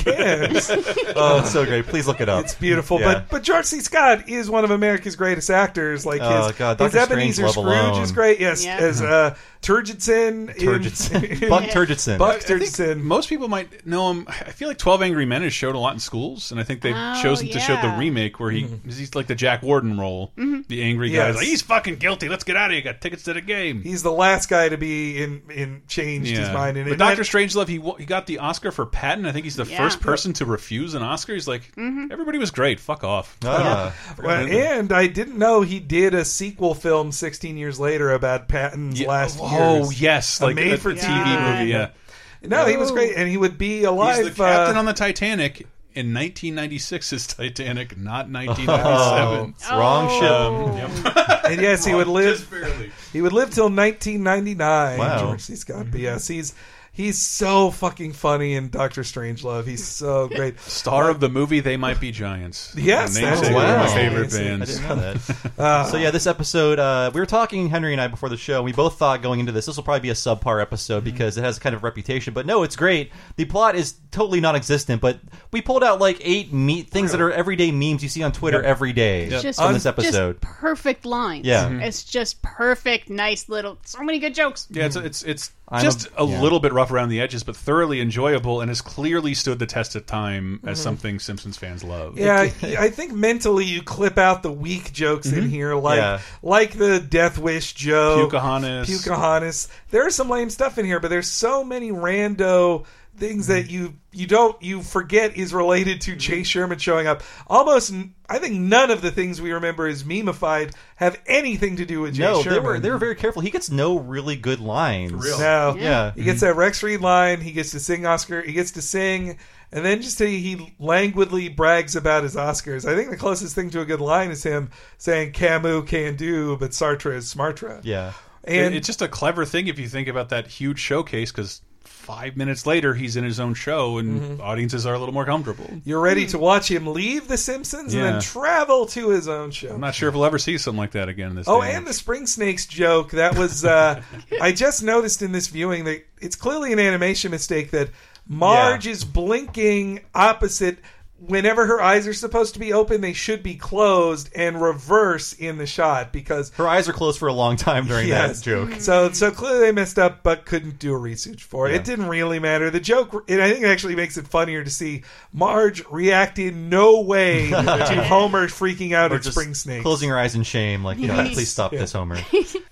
Speaker 3: cans.
Speaker 1: oh, it's so great. Please look it up. It's
Speaker 3: beautiful, But but George C. Scott is one of America's greatest actors. Like his,
Speaker 1: Oh, God,
Speaker 3: his
Speaker 1: Dr.
Speaker 3: Ebenezer
Speaker 1: Strangelove
Speaker 3: Scrooge
Speaker 1: alone.
Speaker 3: is great. Yes,
Speaker 1: Yeah.
Speaker 3: as
Speaker 4: Mm-hmm.
Speaker 3: uh, Turgidson. in-
Speaker 1: Turgidson.
Speaker 3: in-
Speaker 1: Buck Turgidson.
Speaker 3: Buck
Speaker 4: I think most people might know him. I feel like Twelve Angry Men is showed a lot in schools, and I think they've
Speaker 3: Oh,
Speaker 4: chosen to show the
Speaker 3: yeah.
Speaker 4: remake where he
Speaker 1: Mm-hmm.
Speaker 4: he's like the Jack Warden role,
Speaker 3: Mhm.
Speaker 4: the angry guy.
Speaker 3: Yes.
Speaker 4: Like, he's fucking guilty. Let's get out of here. Got tickets to the game.
Speaker 3: He's the last guy to be in in changed his mind. And
Speaker 4: but
Speaker 3: and that-
Speaker 4: Doctor Strangelove, he wa- he got the Oscar for Patton. I think he's the
Speaker 3: Yeah. Mm-hmm.
Speaker 4: first person to refuse an Oscar. He's like, everybody was great. Fuck off.
Speaker 3: Ah. Well, and I didn't know he did a sequel film 16 years later about Patton's last years.
Speaker 4: oh, yes,
Speaker 3: a
Speaker 4: like a-
Speaker 3: made for TV
Speaker 4: yeah. movie, yeah.
Speaker 3: No, he was great, and he would be alive.
Speaker 4: He's the captain
Speaker 3: uh,
Speaker 4: on the Titanic in 1996 is Titanic, not Um, 1997.
Speaker 3: Oh, wrong ship. and yes, he would live. He would live till 1999.
Speaker 4: Wow.
Speaker 3: George C. Scott. But yes, he's he's so fucking funny in Doctor Strangelove. He's so great.
Speaker 4: Star of the movie They Might Be Giants.
Speaker 3: Yes,
Speaker 4: The
Speaker 3: that's
Speaker 4: namesake of one of
Speaker 3: wow. Uh,
Speaker 4: my favorite
Speaker 3: I didn't
Speaker 4: bands.
Speaker 3: know that.
Speaker 1: so yeah, this episode uh, we were talking Henry and I before the show. We both thought going into this, this will probably be a subpar
Speaker 4: Mm-hmm.
Speaker 1: episode because it has kind of a reputation. But no, it's great. The plot is totally non-existent, but we pulled out like eight meat things that are everyday memes you see on Twitter
Speaker 4: Yep.
Speaker 1: every day
Speaker 5: It's just,
Speaker 1: on this
Speaker 5: just
Speaker 1: episode.
Speaker 5: perfect lines.
Speaker 1: Yeah. Mhm.
Speaker 5: It's just perfect, nice little. So many good jokes.
Speaker 4: Yeah, it's it's it's
Speaker 1: I'm
Speaker 4: just
Speaker 1: a-
Speaker 4: a,
Speaker 1: yeah.
Speaker 4: little bit rough around the edges, but thoroughly enjoyable, and has clearly stood the test of time as
Speaker 3: Mhm.
Speaker 4: something Simpsons fans love.
Speaker 3: Yeah, I think mentally you clip out the weak jokes in
Speaker 1: Mm-hmm.
Speaker 4: Mhm.
Speaker 3: here, like
Speaker 4: Yeah.
Speaker 3: like the Death Wish joke,
Speaker 4: Pocahontas.
Speaker 3: Pocahontas. There are some lame stuff in here, but there's so many rando things
Speaker 1: Mm-hmm.
Speaker 3: that you you don't you forget is related to Jay Sherman showing up. Almost, n- I think none of the things we remember as memeified have anything to do with Jay
Speaker 1: No,
Speaker 3: Sherman.
Speaker 1: they were they were very careful. He gets no really good lines.
Speaker 3: No,
Speaker 1: yeah,
Speaker 4: Mm-hmm.
Speaker 3: He gets that Rex Reed line. He gets to sing Oscar. He gets to sing, and then just he, he languidly brags about his Oscars. I think the closest thing to a good line is him saying Camus can do, but Sartre is smartre.
Speaker 4: Yeah.
Speaker 3: And-
Speaker 4: it's just a clever thing if you think about that huge showcase because five minutes later, he's in his own show, and
Speaker 3: Mm-hmm.
Speaker 4: audiences are a little more comfortable.
Speaker 3: You're ready to watch him leave The Simpsons and
Speaker 4: Yeah.
Speaker 3: then travel to his own show.
Speaker 4: I'm not sure if we'll ever see something like that again. in This
Speaker 3: Oh,
Speaker 4: day
Speaker 3: and the spring snakes joke. That was uh, I just noticed in this viewing that it's clearly an animation mistake that Marge is blinking opposite whenever her eyes are supposed to be open, they should be closed and reverse in the shot because
Speaker 1: her eyes are closed for a long time during that joke.
Speaker 3: So so clearly they messed up, but couldn't do a research for it. It didn't really matter. The joke, and I think it actually makes it funnier to see Marge react in no way to Homer freaking out
Speaker 1: Or
Speaker 3: at
Speaker 1: just
Speaker 3: spring snakes.
Speaker 1: Closing her eyes in shame, like, you know,
Speaker 3: Yes.
Speaker 1: please stop this, Homer.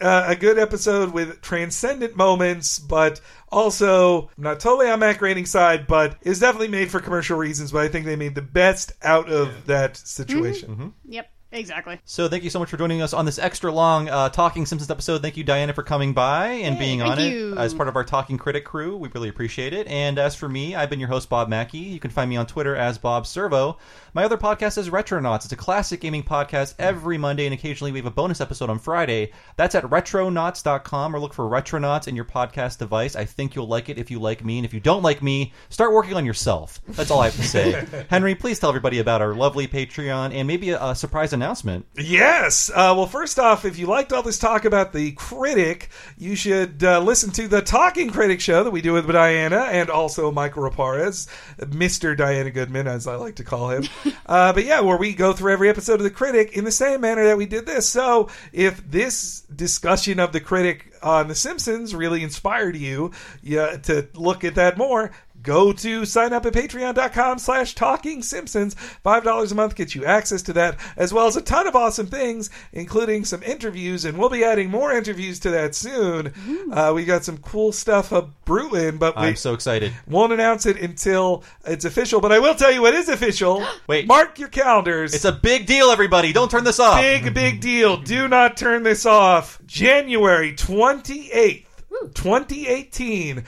Speaker 3: uh, a good episode with transcendent moments, but also I'm not totally on Matt Groening's side, but it's definitely made for commercial reasons. But I think they made the best out of that situation.
Speaker 5: Yep, exactly.
Speaker 1: So thank you so much for joining us on this extra long uh, Talking Simpsons episode. Thank you, Diana, for coming by and being
Speaker 5: thank
Speaker 1: on
Speaker 5: you.
Speaker 1: it as part of our Talking Critic crew. We really appreciate it. And as for me, I've been your host, Bob Mackey. You can find me on Twitter as Bob Servo. My other podcast is Retronauts. It's a classic gaming podcast every Monday, and occasionally we have a bonus episode on Friday. That's at retronauts.com or look for Retronauts in your podcast device. I think you'll like it if you like me. And if you don't like me, start working on yourself. That's all I have to say. Henry, please tell everybody about our lovely Patreon and maybe a, a surprise announcement.
Speaker 3: Yes. Uh, well, first off, if you liked all this talk about the critic, you should uh, listen to the Talking Critic show that we do with Diana and also Michael Raparez, Mr. Diana Goodman, as I like to call him. uh, but yeah, where we go through every episode of The Critic in the same manner that we did this. So if this discussion of The Critic on The Simpsons really inspired you yeah, to look at that more, go to sign up at patreon.com slash talking simpsons five dollars a month gets you access to that as well as a ton of awesome things including some interviews and we'll be adding more interviews to that soon uh, we got some cool stuff up brewing but we
Speaker 1: I'm so excited.
Speaker 3: won't announce it until it's official but i will tell you what is official
Speaker 1: wait
Speaker 3: mark your calendars
Speaker 1: It's a big deal, everybody. Don't turn this off.
Speaker 3: Big, big deal. Do not turn this off. January 28th, 2018.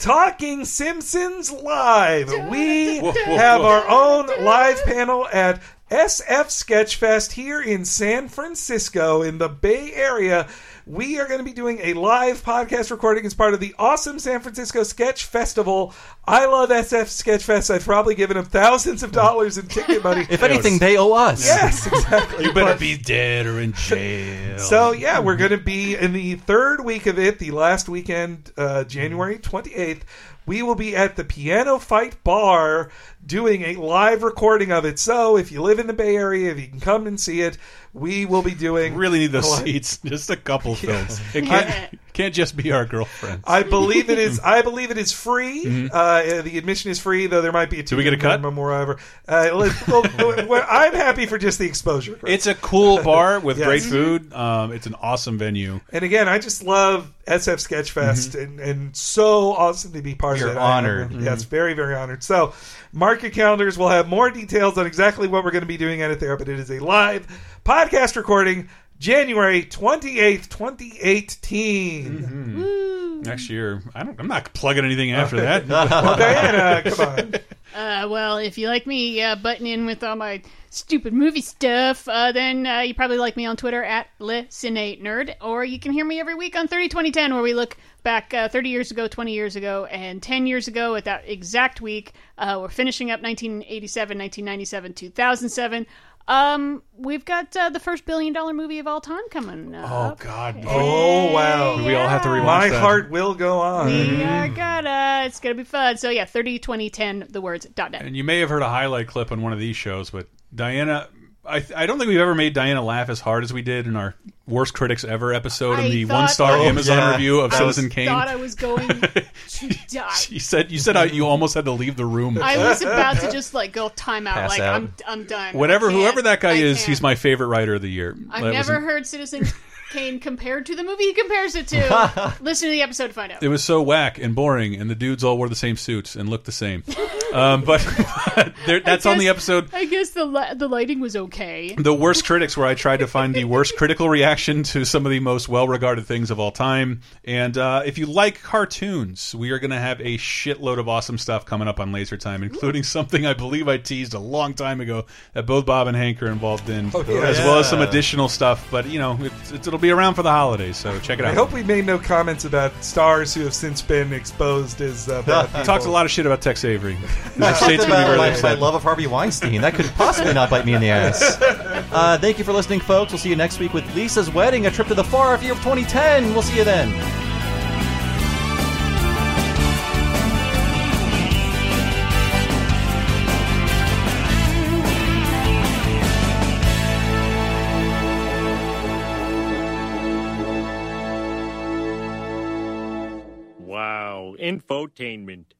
Speaker 3: Talking Simpsons Live. We have our own live panel at SF Sketchfest here in San Francisco in the Bay Area. We are going to be doing a live podcast recording as part of the awesome San Francisco Sketch Festival. I love SF Sketch Fest. I've probably given them thousands of dollars in ticket money.
Speaker 1: If anything, they owe us.
Speaker 3: Yes, exactly.
Speaker 4: You better
Speaker 3: But-
Speaker 4: be dead or in jail.
Speaker 3: so yeah, we're going to be in the third week of it, the last weekend, uh, January twenty eighth. We will be at the Piano Fight Bar doing a live recording of it. So if you live in the Bay Area, if you can come and see it, we will be doing.
Speaker 4: really need those
Speaker 3: a li-
Speaker 4: seats. Just a couple films. It can't, can't just be our girlfriends.
Speaker 3: I believe it is. I believe it is free.
Speaker 4: Mhm.
Speaker 3: Uh, the admission is free, though there might be a
Speaker 4: Do we get a
Speaker 3: $2
Speaker 4: cut?
Speaker 3: minimum or whatever. Uh, let- well, well, I'm happy for just the exposure.
Speaker 4: It's a cool bar with
Speaker 3: Yes.
Speaker 4: great food. Um, it's an awesome venue.
Speaker 3: And again, I just love SF Sketchfest and, and so awesome to be part
Speaker 4: We
Speaker 3: of
Speaker 4: are
Speaker 3: it.
Speaker 4: Mm-hmm. honored. Mm-hmm.
Speaker 3: I, I- yes, very, very honored. So mark your calendars. We'll have more details on exactly what we're going to be doing at it there, but it is a live podcast recording January 28th, 2018.
Speaker 4: Mm-hmm. Next year, I don't. I'm not plugging anything after that.
Speaker 3: Well, Diana, come on.
Speaker 5: Uh, well, if you like me uh, butting in with all my stupid movie stuff, uh, then uh, you probably like me on Twitter at LicinAteNerd, or you can hear me every week on 30 2010, where we look back uh, 30 years ago, 20 years ago, and 10 years ago at that exact week. Uh, we're finishing up 1987, 1997, 2007. Um, we've got uh, the first billion dollar movie of all time coming up.
Speaker 4: Oh God!
Speaker 3: Oh, wow.
Speaker 4: We all have to rewatch.
Speaker 3: My
Speaker 4: that. Mm-hmm.
Speaker 3: heart will go on.
Speaker 5: We are gonna. It's gonna be fun. So yeah, 30 2010, the words dot net.
Speaker 4: And you may have heard a highlight clip on one of these shows, but Diana, I, I don't think we've ever made Diana laugh as hard as we did in our worst critics ever episode in
Speaker 5: I
Speaker 4: the
Speaker 5: thought
Speaker 4: one star
Speaker 5: I-
Speaker 4: Amazon
Speaker 5: Yeah.
Speaker 4: review of
Speaker 5: I
Speaker 4: Citizen Kane.
Speaker 5: thought I was going to die.
Speaker 4: You said you said how you almost had to leave the room.
Speaker 5: I was about to just like go time out.
Speaker 4: Pass
Speaker 5: like
Speaker 4: out.
Speaker 5: I'm, I'm done.
Speaker 4: Whatever,
Speaker 5: I can't.
Speaker 4: whoever that guy
Speaker 5: I
Speaker 4: is,
Speaker 5: can't.
Speaker 4: he's my favorite writer of the year.
Speaker 5: I've
Speaker 4: That was
Speaker 5: never heard Citizen Kane compared to the movie he compares it to. Listen to the episode to find out.
Speaker 4: It was so whack and boring, and the dudes all wore the same suits and looked the same. um, but there, that's on the episode.
Speaker 5: I guess the li- the lighting was okay.
Speaker 4: The worst critics, where I tried to find the worst critical reaction to some of the most well-regarded things of all time. And uh, if you like cartoons, we are going to have a shitload of awesome stuff coming up on Laser Time, including something I believe I teased a long time ago that both Bob and Hank are involved in,
Speaker 3: yeah.
Speaker 4: as well as
Speaker 3: Oh, Yeah.
Speaker 4: some additional stuff. But you know, it's, it's, it'll be around for the holidays, so check it
Speaker 3: I
Speaker 4: out.
Speaker 3: hope we made no comments about stars who have since been exposed as uh, bad people.
Speaker 4: Talks a lot of shit about Tex Avery. The
Speaker 1: That's
Speaker 4: state's gonna be
Speaker 1: about
Speaker 4: really
Speaker 1: my, my
Speaker 4: upset.
Speaker 1: love of Harvey Weinstein. That could possibly not bite me in the ass. Uh, thank you for listening, folks. We'll see you next week with Lisa's Wedding, a trip to the far year of 2010. We'll see you then.
Speaker 18: Wow, infotainment.